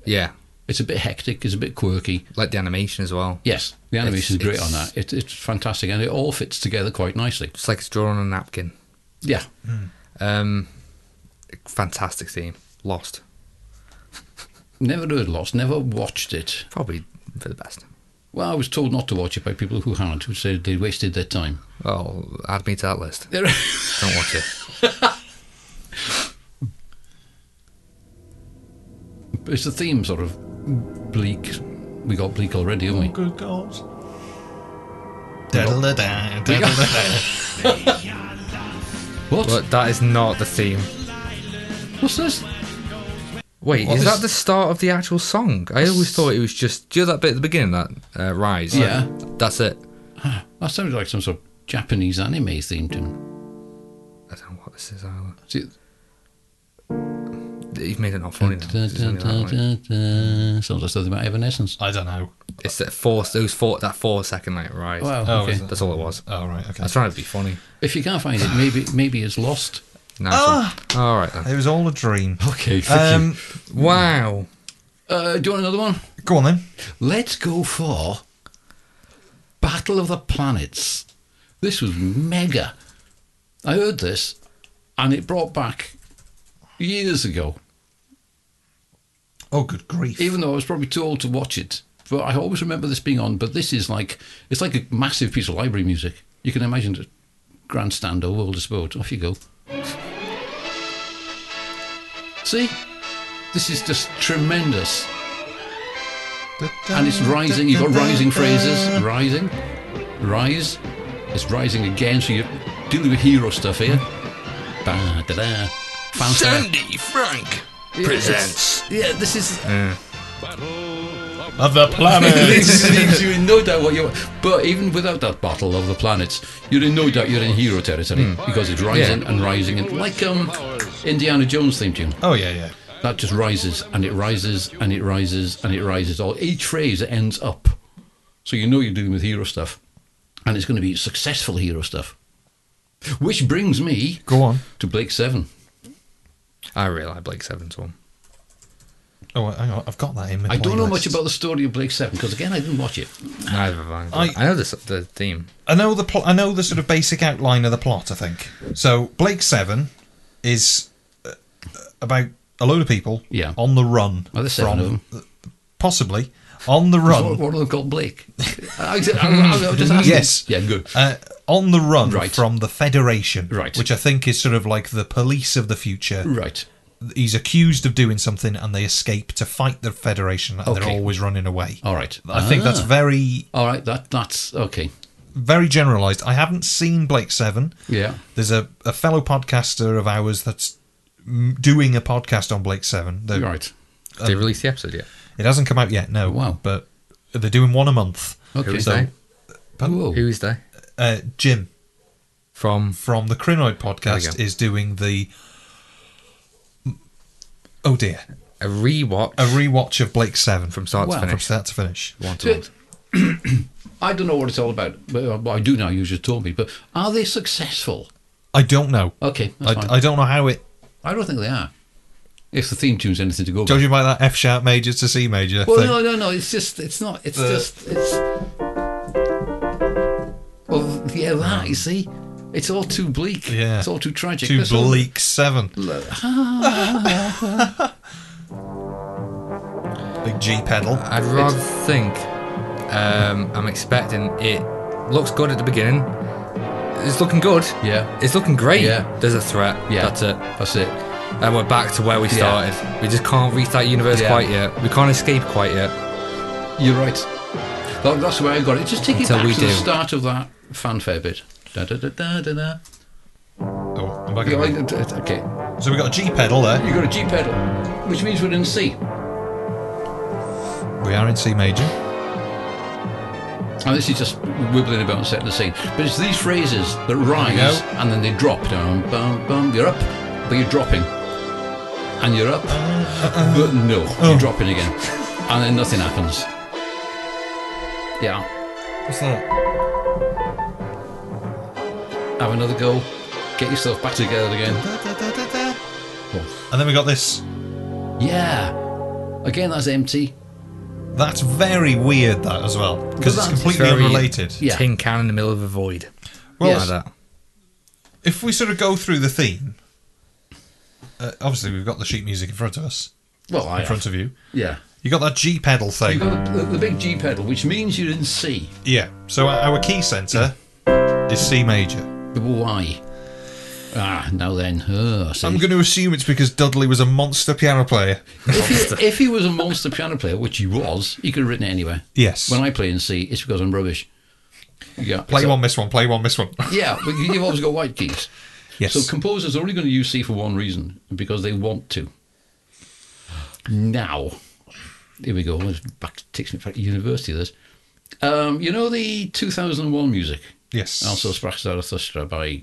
Speaker 2: Yeah.
Speaker 3: It's a bit hectic. It's a bit quirky.
Speaker 2: Like the animation as well.
Speaker 3: Yes, the animation is
Speaker 2: It's-
Speaker 3: great on
Speaker 2: it's-
Speaker 3: that. It, it's fantastic, and it all fits together quite nicely.
Speaker 2: Just like it's drawn on a napkin.
Speaker 3: Yeah,
Speaker 2: Um, fantastic theme. Lost.
Speaker 3: never heard Lost. Never watched it.
Speaker 2: Probably for the best.
Speaker 3: Well, I was told not to watch it by people who had, who said they wasted their time.
Speaker 2: Oh, add me to that list. Don't watch it.
Speaker 3: It's the theme sort of bleak. We got bleak already, haven't we?
Speaker 1: Good goals. Da-da-da-da, da-da-da-da.
Speaker 3: What?
Speaker 2: But that is not the theme.
Speaker 3: What's this?
Speaker 2: Wait,
Speaker 1: What
Speaker 2: is
Speaker 1: is-
Speaker 2: that the start of the actual song? I always thought it was just. Do you know that bit at the beginning, that uh, rise?
Speaker 3: Yeah.
Speaker 2: That's it.
Speaker 3: That sounded like some sort of Japanese anime theme tune.
Speaker 2: I don't know what this is either.
Speaker 3: See,
Speaker 2: You've made it not funny. now. It's only that way.
Speaker 3: Sounds like something about Evanescence.
Speaker 1: I don't know.
Speaker 2: It's that four, those four, that four second like rise.
Speaker 3: Wow.
Speaker 1: Oh,
Speaker 3: Okay.
Speaker 1: is it?
Speaker 2: That's all it was.
Speaker 1: Oh, right, okay.
Speaker 2: I was trying to be funny.
Speaker 3: If you can't find it, maybe maybe it's lost.
Speaker 2: Now
Speaker 3: Ah!
Speaker 2: it's all- all right then.
Speaker 1: It was all a dream.
Speaker 3: Okay.
Speaker 1: Um,
Speaker 2: Wow.
Speaker 3: uh, do you want another one?
Speaker 1: go on then.
Speaker 3: Let's go for Battle of the Planets. This was mega. I heard this and it brought back years ago,
Speaker 1: Oh, good grief.
Speaker 3: even though I was probably too old to watch it. But I always remember this being on. But this is like, it's like a massive piece of library music. You can imagine a grandstand or world of sport. Off you go. See? This is just tremendous. and it's rising. You've got rising phrases, rising, rise. It's rising again. So you're dealing with hero stuff here. Ba da da. Fanfare.
Speaker 2: Frank
Speaker 3: Yeah, it's- Yeah, this is.
Speaker 1: Of the planet.
Speaker 3: this leaves you in no doubt what you want. But even without that battle of the planets, you're in no doubt you're in hero territory
Speaker 1: Hmm.
Speaker 3: because it's rising and rising and like um, Indiana Jones theme tune.
Speaker 1: oh, yeah, yeah.
Speaker 3: That just rises and it rises and it rises and it rises. All each phrase ends up, so you know you're dealing with hero stuff, and it's going to be successful hero stuff. Which brings me
Speaker 1: Go on.
Speaker 3: to Blake Seven.
Speaker 2: I really like Blake Seven's one.
Speaker 1: Oh, hang on. I've got that in my
Speaker 3: I don't know
Speaker 1: playlist.
Speaker 3: much about the story of Blake Seven because again I didn't watch it.
Speaker 2: Neither of I.
Speaker 1: I-
Speaker 2: I know this, the theme.
Speaker 1: I know the pl- I know the sort of basic outline of the plot. I think so. Blake Seven is uh, about a load of people
Speaker 3: Yeah.
Speaker 1: on the run.
Speaker 3: Are there seven
Speaker 1: from-
Speaker 3: of
Speaker 1: Possibly on the
Speaker 3: What,
Speaker 1: run.
Speaker 3: what are they called, Blake? I, I, I, I just asking.
Speaker 1: Yes.
Speaker 3: Yeah, good.
Speaker 1: Uh, on the run
Speaker 3: Right.
Speaker 1: from the Federation,
Speaker 3: Right.
Speaker 1: which I think is sort of like the police of the future.
Speaker 3: Right.
Speaker 1: He's accused of doing something, and they escape to fight the Federation, and they're
Speaker 3: Okay.
Speaker 1: always running away.
Speaker 3: All right.
Speaker 1: I think that's
Speaker 3: Ah.
Speaker 1: very,
Speaker 3: All right. That that's okay.
Speaker 1: very generalised. I haven't seen Blake Seven.
Speaker 3: Yeah.
Speaker 1: there's a, a fellow podcaster of ours that's mm, doing a podcast on Blake Seven. They're-
Speaker 3: Right.
Speaker 2: They
Speaker 1: Um,
Speaker 2: released the episode yet?
Speaker 1: It hasn't come out yet, no.
Speaker 3: Wow.
Speaker 1: But they're doing one a month.
Speaker 3: Okay.
Speaker 2: Who is
Speaker 1: So- Oh.
Speaker 2: they?
Speaker 3: Whoa.
Speaker 2: Who is they?
Speaker 1: Uh, Jim
Speaker 2: From
Speaker 1: from the Crinoid
Speaker 2: There
Speaker 1: podcast
Speaker 2: we go.
Speaker 1: is doing the. Oh dear,
Speaker 2: a rewatch
Speaker 1: a rewatch of Blake Seven
Speaker 2: from start
Speaker 3: Wow.
Speaker 2: to
Speaker 1: from
Speaker 2: finish.
Speaker 1: start to finish.
Speaker 2: One to one.
Speaker 3: I don't know what it's all about, but uh, well, I do now. You just told me. But are they successful?
Speaker 1: I don't know.
Speaker 3: Okay. That's fine.
Speaker 1: I, I don't know how it
Speaker 3: I don't think they are. If the theme tune's anything to go by.
Speaker 1: told you about that F sharp major to C major.
Speaker 3: Well,
Speaker 1: thing.
Speaker 3: no, no, no. It's just. It's not. It's
Speaker 1: The-
Speaker 3: just. It's. Well, yeah, that you see, it's all too bleak.
Speaker 1: Yeah.
Speaker 3: It's all too tragic.
Speaker 1: Too
Speaker 3: That's all-
Speaker 1: bleak seven. Big G pedal.
Speaker 2: I'd rather think. Um, I'm expecting it looks good at the beginning. It's looking good.
Speaker 3: Yeah.
Speaker 2: It's looking great.
Speaker 3: Yeah.
Speaker 2: There's a threat.
Speaker 3: Yeah.
Speaker 2: That's it.
Speaker 3: That's it.
Speaker 2: And we're back to where we started. We just can't reach that universe
Speaker 3: Yeah.
Speaker 2: quite yet. We can't escape quite yet.
Speaker 3: You're right. That, that's where I got it. Just take it
Speaker 2: Until
Speaker 3: back
Speaker 2: we
Speaker 3: to the
Speaker 2: do.
Speaker 3: start of that fanfare bit. Da, da, da, da, da, da.
Speaker 1: Oh, I'm back
Speaker 3: Yeah,
Speaker 1: in a
Speaker 3: I-
Speaker 1: minute.
Speaker 3: d- d- okay.
Speaker 1: So we got a G pedal there.
Speaker 3: You got a G pedal, which means we're in C.
Speaker 1: We are in C major.
Speaker 3: And this is just wibbling about and setting the scene. But it's these phrases that rise
Speaker 1: go.
Speaker 3: and then they drop down. Bum, bum, you're up, but you're dropping. And you're up, but no,
Speaker 2: Oh.
Speaker 3: you're dropping again. And then nothing happens. Yeah.
Speaker 1: What's that?
Speaker 3: Have another go. Get yourself back together again. Oh.
Speaker 1: And then we got this.
Speaker 3: Yeah. Again, that's empty.
Speaker 1: That's very weird, that as well, because it's
Speaker 3: that's-
Speaker 1: completely
Speaker 2: It's very-
Speaker 1: unrelated.
Speaker 3: Yeah.
Speaker 2: Tin can in the middle of a void.
Speaker 1: Well,
Speaker 2: Like that.
Speaker 1: if we sort of go through the theme, uh, obviously we've got the sheet music in front of us,
Speaker 3: Well, I
Speaker 1: in front of you.
Speaker 3: yeah.
Speaker 1: You got that G pedal
Speaker 3: You've
Speaker 1: thing.
Speaker 3: got the, the big G pedal, which means you're in C.
Speaker 1: Yeah. So our our key center is C major.
Speaker 3: Why? Ah, now then. Oh, see.
Speaker 1: I'm going to assume it's because Dudley was a monster piano player.
Speaker 3: if, he, if he was a monster piano player, which he was, he could have written it anywhere.
Speaker 1: Yes.
Speaker 3: When I play in C, it's because I'm rubbish. Yeah.
Speaker 1: play
Speaker 3: so-
Speaker 1: one, miss one. Play one, miss one.
Speaker 3: Yeah, but you- you've always got white keys.
Speaker 1: yes.
Speaker 3: So composers are only going to use C for one reason, because they want to. Now, here we go. It's Back takes me back to university. This, um, you know, the 2001 music,
Speaker 1: yes.
Speaker 3: also Sprachstar Thustra by,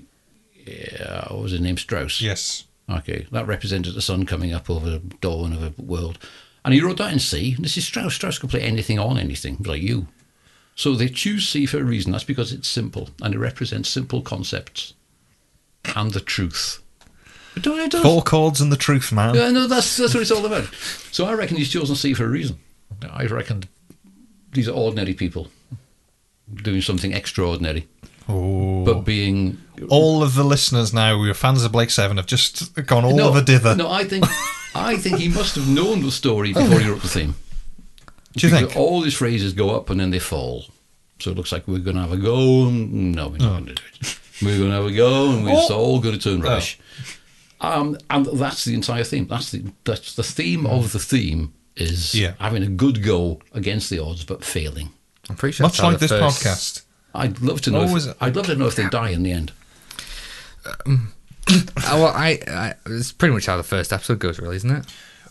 Speaker 3: yeah, what was his name, Strauss.
Speaker 1: Yes.
Speaker 3: Okay, that represented the sun coming up over the dawn of a world. And he wrote that in C. This is Strauss. Strauss can play anything on anything, like you. So they choose C for a reason. That's because it's simple and it represents simple concepts and the truth. But don't it does.
Speaker 1: Four chords and the truth, man.
Speaker 3: Yeah, no, that's that's what it's all about. So I reckon he's chosen C for a reason. I reckon these are ordinary people doing something extraordinary,
Speaker 1: Oh.
Speaker 3: but being
Speaker 1: all of the listeners now who are fans of Blake Seven have just gone all
Speaker 3: no,
Speaker 1: over dither.
Speaker 3: No, I think I think he must have known the story before he wrote the theme.
Speaker 1: Do you
Speaker 3: Because
Speaker 1: think?
Speaker 3: all these phrases go up and then they fall? So it looks like we're going to have a go. and- No, we're not
Speaker 1: Oh.
Speaker 3: going to do it. We're going to have a go, and we're just all going to turn rubbish.
Speaker 1: Oh.
Speaker 3: Um, and that's the entire theme. That's the that's the theme of the theme is
Speaker 1: Yeah.
Speaker 3: having a good go against the odds, but failing.
Speaker 2: I'm pretty sure
Speaker 1: Much
Speaker 2: that's how
Speaker 1: like
Speaker 2: the
Speaker 1: this
Speaker 2: first-
Speaker 1: podcast.
Speaker 3: I'd love to know.
Speaker 1: Always-
Speaker 3: If, I'd love to know if they die in the end.
Speaker 2: Oh, well, I, I it's pretty much how the first episode goes, really, isn't it?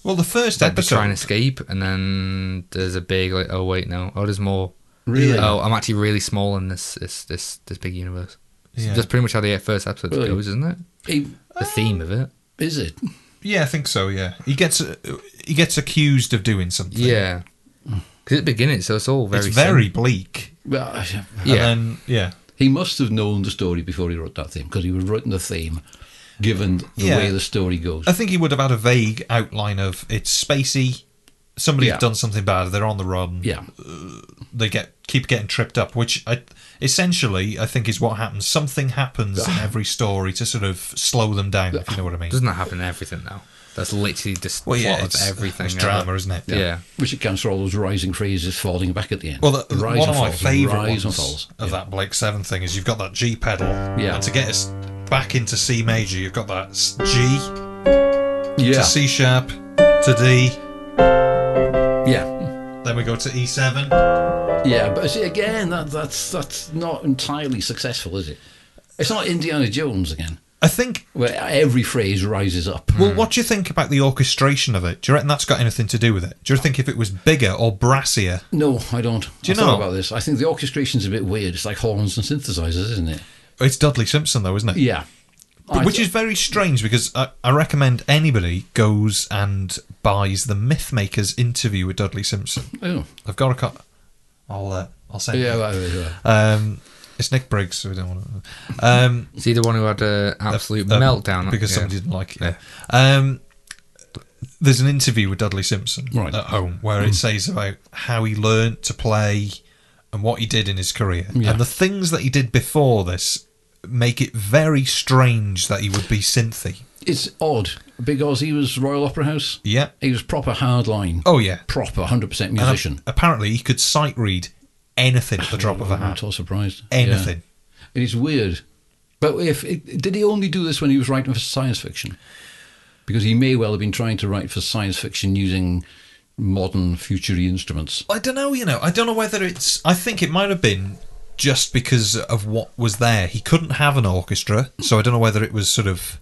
Speaker 1: Well, the first
Speaker 2: They
Speaker 1: episode.
Speaker 2: try and escape, and then there's a big like, oh wait, no, oh there's more.
Speaker 3: Really?
Speaker 2: Oh, I'm actually really small in this this this this big universe. So
Speaker 1: Yeah.
Speaker 2: That's pretty much how the first episode
Speaker 3: Really?
Speaker 2: goes, isn't it?
Speaker 3: Hey,
Speaker 2: The theme of it.
Speaker 3: Is it?
Speaker 1: yeah, I think so. Yeah, he gets uh, he gets accused of doing something.
Speaker 2: Yeah. Because it's beginning, so it's all very
Speaker 1: Mm. it's very
Speaker 2: sim-
Speaker 1: bleak.
Speaker 3: Well,
Speaker 2: Yeah.
Speaker 1: And then, yeah.
Speaker 3: He must have known the story before he wrote that theme because he was writing the theme, given the
Speaker 1: Yeah.
Speaker 3: way the story goes.
Speaker 1: I think he would have had a vague outline of it's spacey. Somebody's
Speaker 3: Yeah.
Speaker 1: done something bad. They're on the run.
Speaker 3: Yeah,
Speaker 1: They get keep getting tripped up, which I, essentially I think is what happens. Something happens in every story to sort of slow them down. If you know what I mean.
Speaker 2: Doesn't that happen in everything though? That's literally just
Speaker 1: Well, yeah,
Speaker 2: plot
Speaker 1: it's uh,
Speaker 2: of everything.
Speaker 1: It's
Speaker 2: ever.
Speaker 1: drama, isn't it?
Speaker 2: Yeah.
Speaker 3: which accounts for all those rising phrases falling back at the end.
Speaker 1: Well, the, the-
Speaker 3: rise
Speaker 1: one of
Speaker 3: and
Speaker 1: my
Speaker 3: falls,
Speaker 1: favourite
Speaker 3: rise
Speaker 1: ones
Speaker 3: and falls.
Speaker 1: of that Blake Seven thing is you've got that G pedal,
Speaker 3: Yeah.
Speaker 1: and to get us back into C major, you've got that s- G
Speaker 3: Yeah,
Speaker 1: to C sharp to D.
Speaker 3: yeah,
Speaker 1: Then we go to E seven.
Speaker 3: yeah. But see, again, that, that's that's not entirely successful, is it? It's not Indiana Jones again,
Speaker 1: I think.
Speaker 3: where every phrase rises up.
Speaker 1: Well, what do you think about the orchestration of it? Do you reckon that's got anything to do with it? Do you think if it was bigger or brassier?
Speaker 3: No, I don't.
Speaker 1: Do you
Speaker 3: I thought
Speaker 1: know-
Speaker 3: about this? I think the orchestration's a bit weird. It's like horns and synthesizers, isn't it?
Speaker 1: It's Dudley Simpson, though, isn't it?
Speaker 3: Yeah. I
Speaker 1: Which
Speaker 3: th-
Speaker 1: is very strange because I, I recommend anybody goes and buys the Mythmakers interview with Dudley Simpson.
Speaker 3: oh,
Speaker 1: I've got a cop. I'll uh, I'll send
Speaker 3: yeah,
Speaker 1: you.
Speaker 3: right, right, right.
Speaker 1: Um, it's Nick Briggs, so we don't want to. Um,
Speaker 2: Is he the one who had an absolute
Speaker 1: um,
Speaker 2: meltdown?
Speaker 1: because
Speaker 2: Yeah.
Speaker 1: somebody didn't like it. yeah. Um, there's an interview with Dudley Simpson
Speaker 3: Right. Mm.
Speaker 1: at home where it says about how he learnt to play and what he did in his career,
Speaker 3: Yeah.
Speaker 1: and the things that he did before this make it very strange that he would be synthy.
Speaker 3: It's odd because he was Royal Opera House.
Speaker 1: Yeah.
Speaker 3: He was proper hard line.
Speaker 1: Oh yeah.
Speaker 3: Proper 100%
Speaker 1: And
Speaker 3: musician.
Speaker 1: ap- apparently, he could sight read anything at the drop of a
Speaker 3: I'm
Speaker 1: hat.
Speaker 3: not all surprised.
Speaker 1: Anything.
Speaker 3: Yeah. It is weird. But if it, did he only do this when he was writing for science fiction? Because he may well have been trying to write for science fiction using modern futury instruments.
Speaker 1: I don't know, you know. I don't know whether it's. I think it might have been just because of what was there. He couldn't have an orchestra, so I don't know whether it was sort of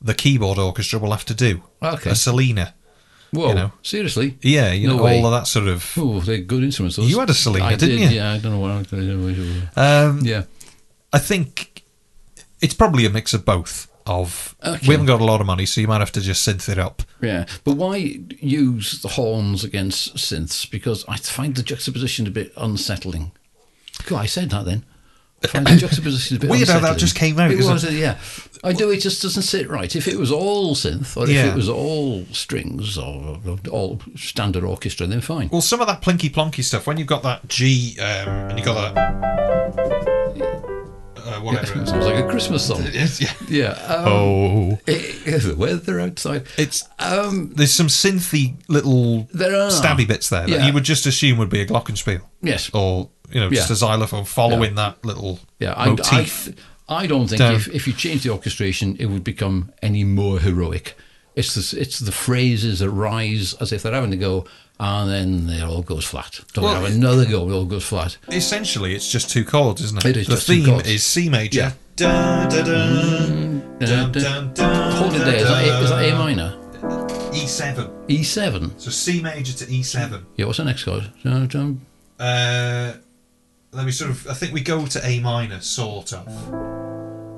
Speaker 1: the keyboard orchestra will have to do.
Speaker 3: Okay.
Speaker 1: A Selena.
Speaker 3: Whoa,
Speaker 1: You know.
Speaker 3: seriously?
Speaker 1: Yeah, you
Speaker 3: No
Speaker 1: know,
Speaker 3: way.
Speaker 1: all of that sort of.
Speaker 3: Oh, they're good instruments. Those.
Speaker 1: You had a Selena,
Speaker 3: I
Speaker 1: didn't
Speaker 3: did,
Speaker 1: you?
Speaker 3: Yeah, I don't know what. I don't know what it was.
Speaker 1: Um,
Speaker 3: Yeah,
Speaker 1: I think it's probably a mix of both. Of
Speaker 3: Okay.
Speaker 1: we haven't got a lot of money, so you might have to just synth it up.
Speaker 3: yeah. But why use the horns against synths? Because I find the juxtaposition a bit unsettling. God, I said that then. I find the juxtaposition a bit
Speaker 1: Weird how that
Speaker 3: unsettling.
Speaker 1: just came out,
Speaker 3: It
Speaker 1: isn't
Speaker 3: was, yeah. I do. It just doesn't sit right. If it was all synth, or if
Speaker 1: Yeah.
Speaker 3: it was all strings, or, or all standard orchestra, then fine.
Speaker 1: Well, some of that plinky plonky stuff. When you've got that G um, and you got that uh, whatever.
Speaker 3: Sounds like a Christmas song.
Speaker 1: it is. Yeah.
Speaker 3: Yeah. Um,
Speaker 1: Oh.
Speaker 3: oh. The weather outside.
Speaker 1: It's
Speaker 3: Um,
Speaker 1: there's some synthy little
Speaker 3: There are.
Speaker 1: stabby bits there that
Speaker 3: Yeah.
Speaker 1: you would just assume would be a glockenspiel.
Speaker 3: Yes.
Speaker 1: Or you know, just
Speaker 3: Yeah.
Speaker 1: a xylophone following that little
Speaker 3: Yeah, I,
Speaker 1: motif.
Speaker 3: I, th- I don't think
Speaker 1: Down.
Speaker 3: if, if you change the orchestration, it would become any more heroic. It's the, s- it's the phrases that rise as if they're having to go, and then it all goes flat. Don't
Speaker 1: Well,
Speaker 3: have another go, it all goes flat.
Speaker 1: Essentially, it's just two chords, isn't it?
Speaker 3: It is
Speaker 1: the
Speaker 3: just two
Speaker 1: theme
Speaker 3: chords.
Speaker 1: is C major.
Speaker 3: Yeah.
Speaker 1: Da, da, da,
Speaker 3: Dun,
Speaker 1: dun,
Speaker 3: dun.
Speaker 1: dun, dun,
Speaker 3: Hold it
Speaker 1: dun,
Speaker 3: there. Is that A, is that
Speaker 1: dun.
Speaker 3: a minor?
Speaker 1: E7.
Speaker 3: E7.
Speaker 1: E So C major to E E7.
Speaker 3: Yeah, what's the next chord? Dun, dun.
Speaker 1: Uh, then we sort of, I think we go to A minor, sort of,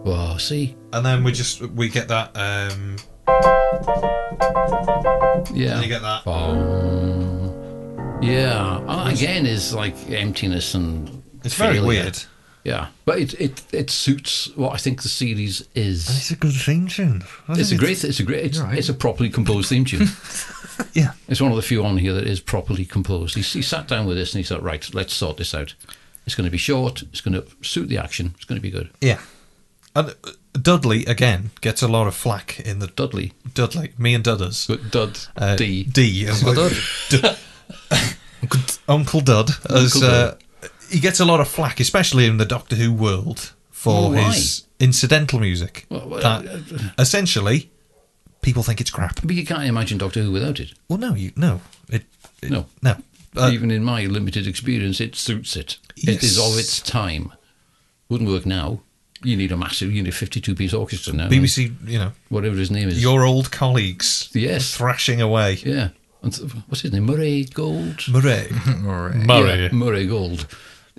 Speaker 3: Wow, see?
Speaker 1: and then we just we get that um,
Speaker 3: Yeah.
Speaker 1: You get that.
Speaker 3: Bum. Yeah. And again, is like emptiness and.
Speaker 1: It's very
Speaker 3: failure.
Speaker 1: weird.
Speaker 3: Yeah, but it, it it suits what I think the series is.
Speaker 1: a good theme tune.
Speaker 3: It's a great. It's a great. It's,
Speaker 2: right.
Speaker 3: it's a properly composed theme tune.
Speaker 1: Yeah.
Speaker 3: It's one of the few on here that is properly composed. He, he sat down with this and he thought, right, let's sort this out. It's going to be short. It's going to suit the action. It's going to be good.
Speaker 1: Yeah. And uh, Dudley again gets a lot of flack in the
Speaker 3: Dudley,
Speaker 1: Dudley. Me and Dudders.
Speaker 3: but Dud
Speaker 1: Uh,
Speaker 3: D.
Speaker 1: D. as
Speaker 2: Uncle
Speaker 1: well. D- Uncle Dud. As
Speaker 3: Uncle
Speaker 1: uh, he gets a lot of flack, especially in the Doctor Who world, for
Speaker 3: Oh, why?
Speaker 1: his incidental music.
Speaker 3: Well, well, uh,
Speaker 1: That- essentially, people think it's crap.
Speaker 3: But you can't imagine Doctor Who without it.
Speaker 1: Well, no, you no, it, it-
Speaker 3: No.
Speaker 1: no. Uh,
Speaker 3: Even in my limited experience, it suits it. It is
Speaker 1: Yes.
Speaker 3: of its time. Wouldn't work now. You need a massive, you need a 52 piece orchestra now.
Speaker 1: BBC, you know,
Speaker 3: Whatever his name is.
Speaker 1: your old colleagues,
Speaker 3: Yes.
Speaker 1: thrashing away.
Speaker 3: Yeah. And so- What's his name? Murray Gold?
Speaker 1: Murray,
Speaker 2: Alright.
Speaker 1: Murray.
Speaker 3: Yeah, Murray Gold.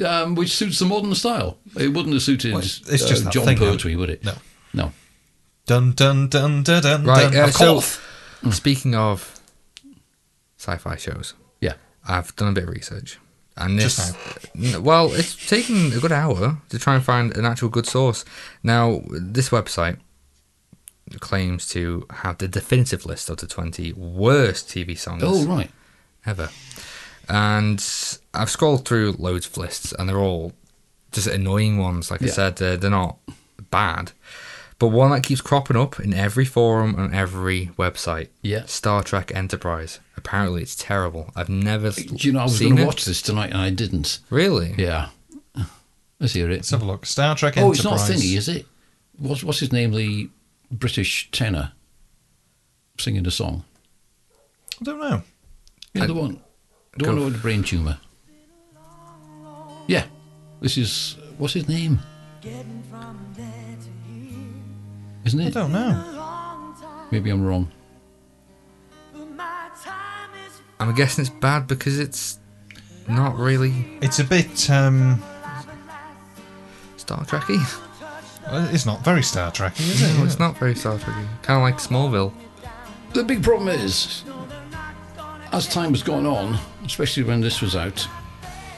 Speaker 3: Um, which suits the modern style. It wouldn't have suited
Speaker 1: Well, it's- it's
Speaker 3: uh,
Speaker 1: just that
Speaker 3: John
Speaker 1: thing,
Speaker 3: Pertwee,
Speaker 1: though.
Speaker 3: would it?
Speaker 1: No.
Speaker 3: No.
Speaker 1: Dun dun dun dun dun.
Speaker 2: Right.
Speaker 1: dun.
Speaker 2: uh,
Speaker 1: of
Speaker 2: so,
Speaker 1: course. Mm.
Speaker 2: speaking of sci-fi shows,
Speaker 3: Yeah.
Speaker 2: I've done a bit of research, and
Speaker 1: Just
Speaker 2: this, N- well, it's taken a good hour to try and find an actual good source. Now, this website claims to have the definitive list of the 20 worst TV songs
Speaker 3: Oh, right.
Speaker 2: ever, and I've scrolled through loads of lists, and they're all just annoying ones. Like I
Speaker 3: Yeah.
Speaker 2: said, they're, they're not bad. But one that keeps cropping up in every forum and every website.
Speaker 3: Yeah.
Speaker 2: Star Trek Enterprise. Apparently, it's terrible. I've never. s-
Speaker 3: Do you know, I was
Speaker 2: seen
Speaker 3: going to
Speaker 2: it.
Speaker 3: watch this tonight and I didn't.
Speaker 2: Really?
Speaker 3: Yeah. Let's hear it.
Speaker 1: Let's have a look. Star Trek
Speaker 3: oh, it's
Speaker 1: Enterprise.
Speaker 3: not Thingy, is it? What's, what's his name, the British tenor singing a song?
Speaker 1: I don't know.
Speaker 3: Yeah, the one. The
Speaker 2: go
Speaker 3: one
Speaker 2: f-
Speaker 3: with the brain tumour. Yeah. This is. What's his name? Isn't
Speaker 1: I
Speaker 3: it?
Speaker 1: don't know.
Speaker 3: Maybe I'm wrong.
Speaker 2: I'm guessing it's bad because it's not really
Speaker 1: It's a bit. um
Speaker 2: Star Trekky.
Speaker 1: well, It's not very Star Trek, is it?
Speaker 2: No, it's not very Star Trekky. Kind of like Smallville.
Speaker 3: The big problem is, as time has gone on, especially when this was out,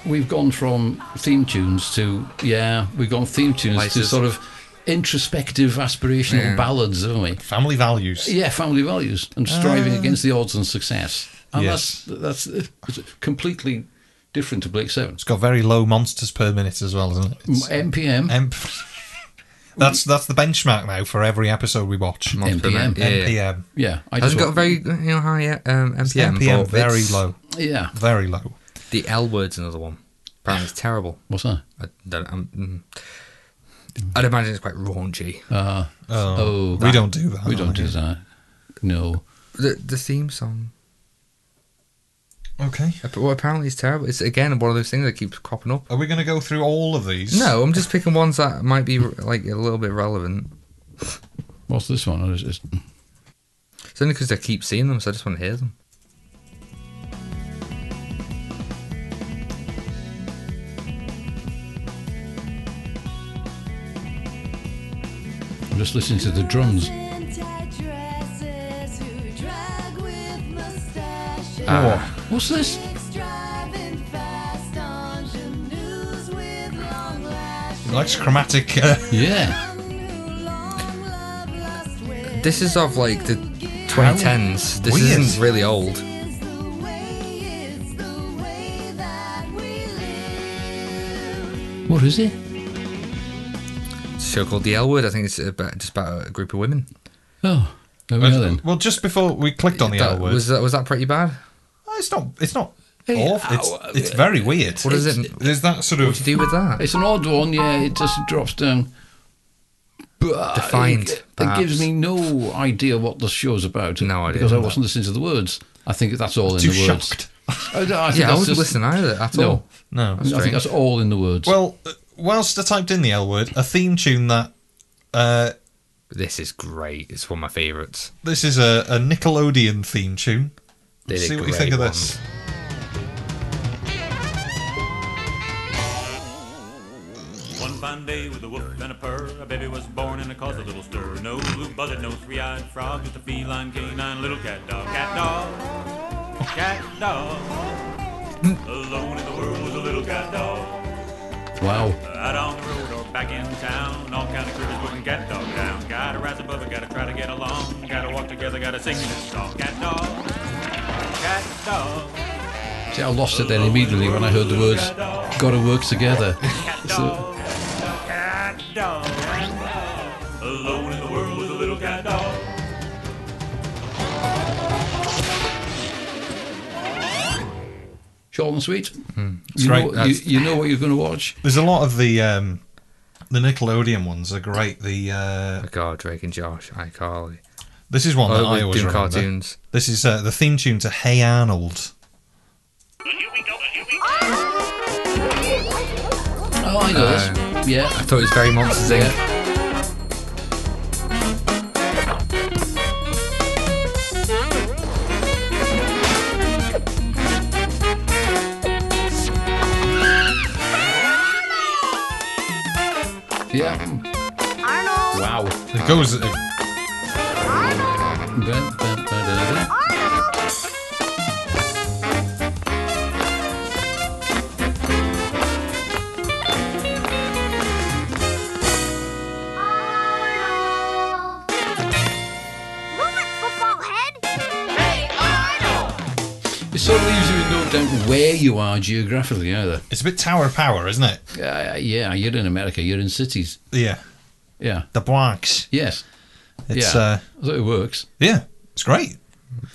Speaker 3: we've gone from theme tunes to yeah, we've gone theme tunes to
Speaker 2: Places.
Speaker 3: sort of introspective, aspirational
Speaker 2: Yeah.
Speaker 3: ballads, haven't we?
Speaker 1: Family values.
Speaker 3: Yeah, family values and striving against the odds and success. And
Speaker 1: Yes.
Speaker 3: that's that's it's completely different to Blake Seven.
Speaker 1: It's got very low monsters per minute as well, isn't it? It's-
Speaker 3: MPM,
Speaker 1: M- that's that's the benchmark now for every episode we watch.
Speaker 2: Monster
Speaker 3: MPM.
Speaker 2: Man. Yeah, yeah.
Speaker 1: MPM.
Speaker 3: yeah, I
Speaker 2: Hasn't got
Speaker 3: just
Speaker 2: a very you know, high uh, um, MPM.
Speaker 1: MPM
Speaker 2: but
Speaker 1: very
Speaker 2: it's-
Speaker 1: low,
Speaker 3: yeah.
Speaker 1: very low.
Speaker 2: The L word's another one. Apparently, it's terrible.
Speaker 3: What's that?
Speaker 2: I don't, I'm, mm. I'd imagine it's quite raunchy.
Speaker 3: Uh, oh,
Speaker 1: we don't do that.
Speaker 3: we don't do that. No.
Speaker 2: The, the theme song.
Speaker 1: Okay.
Speaker 2: app- Well, apparently, it's terrible. It's again one of those things that keeps cropping up.
Speaker 1: Are we going to go through all of these?
Speaker 2: No, I'm just picking ones that might be like a little bit relevant.
Speaker 3: What's this one? It's just-
Speaker 2: It's only because I keep seeing them, so I just want to hear them.
Speaker 3: I'm just listening to the drums. Ah. What's this?
Speaker 1: He likes chromatic. Uh,
Speaker 3: Yeah.
Speaker 2: This is of like the 2010s. This
Speaker 1: Weird.
Speaker 2: isn't really old.
Speaker 3: What is it?
Speaker 2: It's a show called The L Word. I think it's about, just about a group of women.
Speaker 3: Oh, there we are then.
Speaker 1: well, just before we clicked on the
Speaker 2: that,
Speaker 1: L word,
Speaker 2: Was that was that pretty bad?
Speaker 1: Oh, it's not. It's not.
Speaker 3: Hey,
Speaker 1: awful. It's,
Speaker 3: ow,
Speaker 1: it's very weird.
Speaker 2: uh, What is
Speaker 1: It's-
Speaker 2: it?
Speaker 1: There's that sort
Speaker 2: What
Speaker 1: of.
Speaker 2: do you do with that?
Speaker 3: It's an odd one. Yeah, it just drops down. But
Speaker 2: Defined,
Speaker 3: It, it
Speaker 2: perhaps.
Speaker 3: gives me no idea what the show's about.
Speaker 2: No idea.
Speaker 3: Because I wasn't listening to the words. I think that's all in
Speaker 1: Too
Speaker 3: the words.
Speaker 1: shocked.
Speaker 3: I, don't- I think
Speaker 2: Yeah, I
Speaker 3: that's
Speaker 2: wasn't
Speaker 3: just-
Speaker 2: listening either at
Speaker 3: No.
Speaker 2: all.
Speaker 1: No.
Speaker 3: I think that's all in the words.
Speaker 1: Well, uh, whilst I typed in the L word, a theme tune that. Uh,
Speaker 2: This is great. It's one of my favourites.
Speaker 1: this is a, a Nickelodeon theme tune.
Speaker 2: They're
Speaker 1: See what you
Speaker 2: great
Speaker 1: think of
Speaker 2: ones.
Speaker 1: this.
Speaker 6: One fine day with a whoop and a purr, a baby was born and it caused a little stir. No blue buzzard nose, three eyed frog with a feline canine little cat dog. Cat dog. Cat dog. Alone in the world was a little cat dog.
Speaker 3: Wow.
Speaker 6: Out on the road or back in town, all kind of critters putting cat dog down. Gotta rise above it, gotta try to get along. Gotta walk together, gotta sing this song. Cat dog. Cat dog.
Speaker 3: See, I lost it then immediately when I heard the words, gotta work together.
Speaker 6: Cat
Speaker 3: So,
Speaker 6: dog. Cat dog. Alone in the world was a little cat dog.
Speaker 3: short and sweet.
Speaker 1: It's great,
Speaker 3: you, Know, you,
Speaker 2: Hmm. that's-
Speaker 3: you know what you're going to watch?
Speaker 1: There's a lot of the um, the Nickelodeon ones are great. The uh,
Speaker 2: Oh God, Drake and Josh, iCarly.
Speaker 1: this is one that
Speaker 2: Oh,
Speaker 1: I
Speaker 2: with
Speaker 1: always
Speaker 2: Doom
Speaker 1: remember.
Speaker 2: cartoons.
Speaker 1: This is uh, the theme tune to Hey Arnold.
Speaker 3: Oh, I know this.
Speaker 2: Uh, I
Speaker 3: Yeah.
Speaker 2: thought it was very Monsters Inc.
Speaker 3: Yeah. Yeah. Wow.
Speaker 2: Ah.
Speaker 1: It goes. Uh,
Speaker 3: Ba- ba- ba- da- da.
Speaker 7: Move it, football head! Hey, Arnold!
Speaker 3: It sort of leaves you with no doubt where you are geographically either.
Speaker 1: it's a bit Tower of Power, isn't it?
Speaker 3: Uh, yeah, you're in America, you're in cities.
Speaker 1: Yeah,
Speaker 3: Yeah.
Speaker 1: the Bronx.
Speaker 3: Yes.
Speaker 1: It's
Speaker 3: yeah.
Speaker 1: uh,
Speaker 3: so it works.
Speaker 1: yeah, it's great.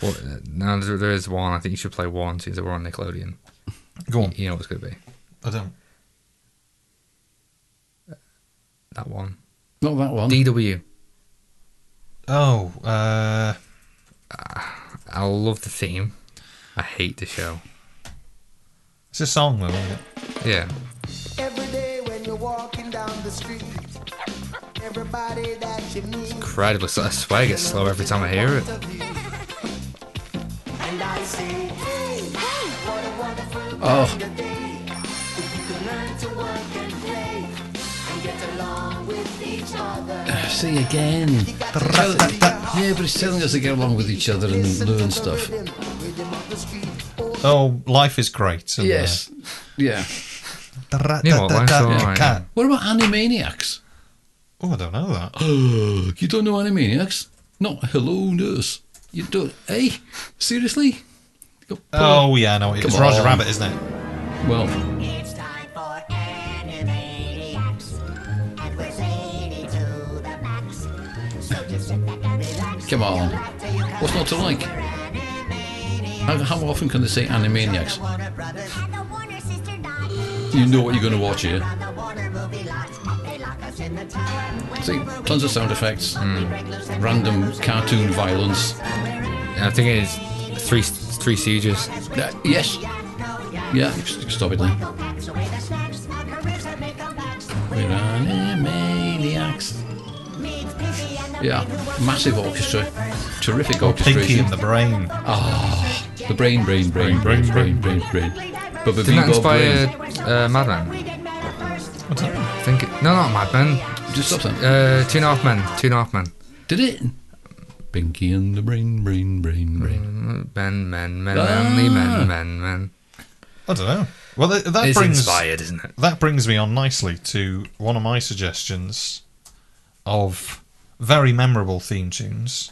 Speaker 2: But uh, no, there, there is one. I think you should play one since we're on Nickelodeon.
Speaker 1: Go on.
Speaker 2: You know what's going to be
Speaker 1: I don't.
Speaker 2: that one.
Speaker 3: Not that one.
Speaker 2: DW.
Speaker 1: Oh, uh,
Speaker 2: I love the theme. I hate the show.
Speaker 1: it's a song though. Isn't it?
Speaker 2: Yeah.
Speaker 8: Every day when you're walking down the street, everybody that you meet.
Speaker 2: Incredibly slow. I swear I get slow every time I hear it.
Speaker 8: And I say, hey, what a wonderful
Speaker 3: Oh.
Speaker 8: kind of day. If you can learn to work and play and get along with each other.
Speaker 3: See again. Tell- yeah, but it's telling us to get along with each other and
Speaker 8: Listen to
Speaker 3: learn
Speaker 8: the
Speaker 3: stuff.
Speaker 8: rhythm, rhythm of the street. Oh,
Speaker 1: Oh, life is great. and, uh,
Speaker 3: Yes. Yeah.
Speaker 2: You know what, life's alright.
Speaker 1: Cat.
Speaker 3: What about Animaniacs?
Speaker 1: Oh, I don't know that.
Speaker 3: Oh, you don't know Animaniacs? Not Hello Nurse. You don't. Eh? Seriously?
Speaker 1: Oh, yeah, I know. It's
Speaker 3: Come
Speaker 1: Roger
Speaker 3: on.
Speaker 1: Rabbit, isn't it?
Speaker 3: Well,
Speaker 9: It's time for Animaniacs. And we're zany to the max. So just sit back and relax.
Speaker 3: come on. What's not to like? How, how often can they say Animaniacs?
Speaker 9: Warner Brothers. And the Warner Sister Dot.
Speaker 3: You know what you're going to watch here.
Speaker 9: From the Warner movie lot. They lock us in the tower.
Speaker 3: See, tons of sound effects,
Speaker 9: Mm.
Speaker 3: random cartoon violence.
Speaker 2: I think it's three Three Stooges.
Speaker 3: Uh, yes. Yeah, s- stop it then. We're Animaniacs. Yeah, massive orchestra, terrific
Speaker 1: Pinky
Speaker 3: orchestration.
Speaker 1: and the Brain.
Speaker 3: The brain, brain, brain, brain, brain, brain, brain. But the
Speaker 2: Didn't that
Speaker 3: Vigo
Speaker 2: inspire
Speaker 3: brain.
Speaker 2: uh, Mad Men? I think it, no, not Mad Men.
Speaker 3: Just stop that.
Speaker 2: Uh, two and a half men. Two and a half men.
Speaker 3: Did it? Pinky and the brain, brain, brain, brain.
Speaker 2: Men, men, men,
Speaker 3: Ah.
Speaker 2: only men, men, men.
Speaker 1: I don't know. Well, that, that
Speaker 2: It's
Speaker 1: brings
Speaker 2: inspired, isn't it?
Speaker 1: that brings me on nicely to one of my suggestions of very memorable theme tunes.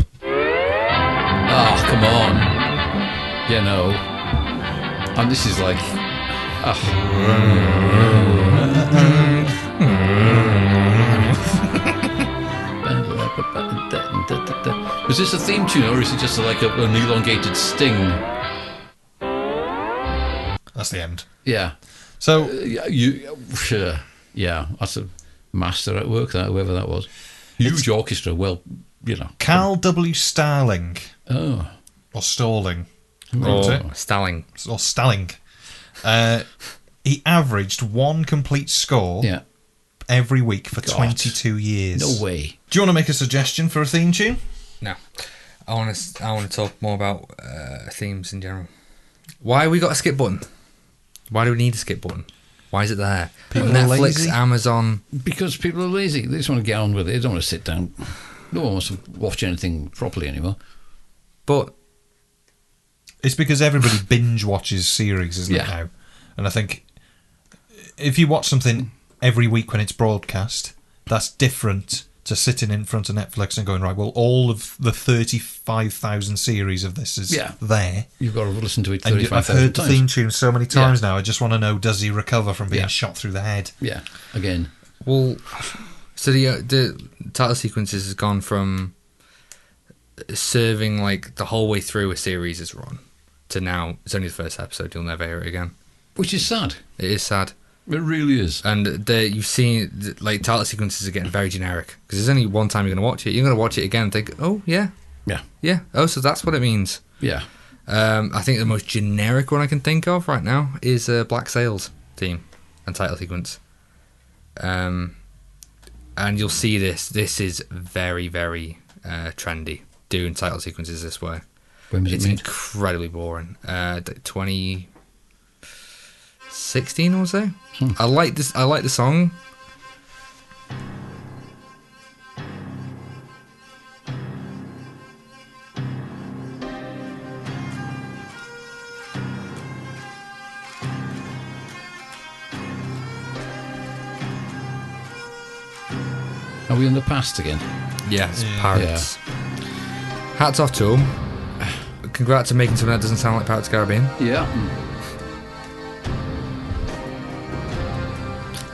Speaker 3: Ah, come on. You know. And this is like. Ah, was this a theme tune or is it just like a, an elongated sting?
Speaker 1: That's the end.
Speaker 3: Yeah.
Speaker 1: So
Speaker 3: Yeah, you, yeah, yeah, that's a master at work, that whoever that was. Huge orchestra, well, you know.
Speaker 1: Cal W. Starling
Speaker 3: Oh,
Speaker 1: or Stalling
Speaker 2: Or
Speaker 1: it.
Speaker 2: Stalling.
Speaker 1: or Stalling, uh, he averaged one complete score
Speaker 3: yeah,
Speaker 1: every week for
Speaker 3: God.
Speaker 1: 22 years.
Speaker 3: no way.
Speaker 1: Do you want to make a suggestion for a theme tune?
Speaker 2: No, I want to. I want to talk more about uh, themes in general. Why we got a skip button? Why do we need a skip button? Why is it there?
Speaker 1: People are
Speaker 2: Netflix,
Speaker 1: lazy.
Speaker 2: Amazon.
Speaker 3: Because people are lazy. They just want to get on with it. They don't want to sit down. No one wants to watch anything properly anymore.
Speaker 2: But
Speaker 1: It's because everybody binge watches series, isn't
Speaker 3: Yeah.
Speaker 1: it now? And I think if you watch something every week when it's broadcast, that's different to sitting in front of Netflix and going right. Well, all of the thirty-five thousand series of this is
Speaker 3: Yeah.
Speaker 1: there,
Speaker 3: You've got to listen to it
Speaker 1: and you, I've
Speaker 3: 35,000
Speaker 1: heard the
Speaker 3: times.
Speaker 1: theme tune so many times now. I just want to know: does he recover from being
Speaker 3: Yeah.
Speaker 1: shot through the head?
Speaker 3: Yeah, again.
Speaker 2: well, so the uh, the title sequences has gone from serving like the whole way through a series is run to now it's only the first episode. You'll never hear it again.
Speaker 3: Which is sad.
Speaker 2: It is sad.
Speaker 3: It really is.
Speaker 2: and the, you've seen th- like title sequences are getting very generic because there's only one time you're going to watch it. You're going to watch it again and think, oh yeah,
Speaker 3: Yeah.
Speaker 2: yeah, oh so that's what it means.
Speaker 3: Yeah.
Speaker 2: Um, I think the most generic one I can think of right now is uh, Black Sails theme and title sequence. Um, and you'll see this. This is very very uh, trendy doing title sequences this way.
Speaker 3: When was
Speaker 2: It's
Speaker 3: it made?
Speaker 2: incredibly boring. Uh, d- 2016 or so. I like this. I like the song.
Speaker 3: Are we in the past again?
Speaker 2: Yeah, it's Pirates. Hats off to him. Congrats on making something that doesn't sound like Pirates of the Caribbean.
Speaker 3: Yeah. Mm.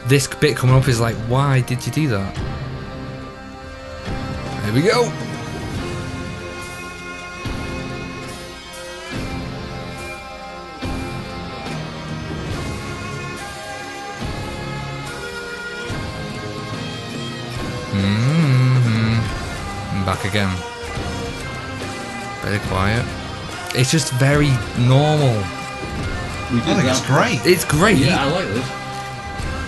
Speaker 2: This bit coming up is like, why did you do that? Here we go. hmm Back again. Very quiet. It's just very normal.
Speaker 3: We
Speaker 1: I think it's great.
Speaker 2: It's great.
Speaker 3: Yeah, I like this.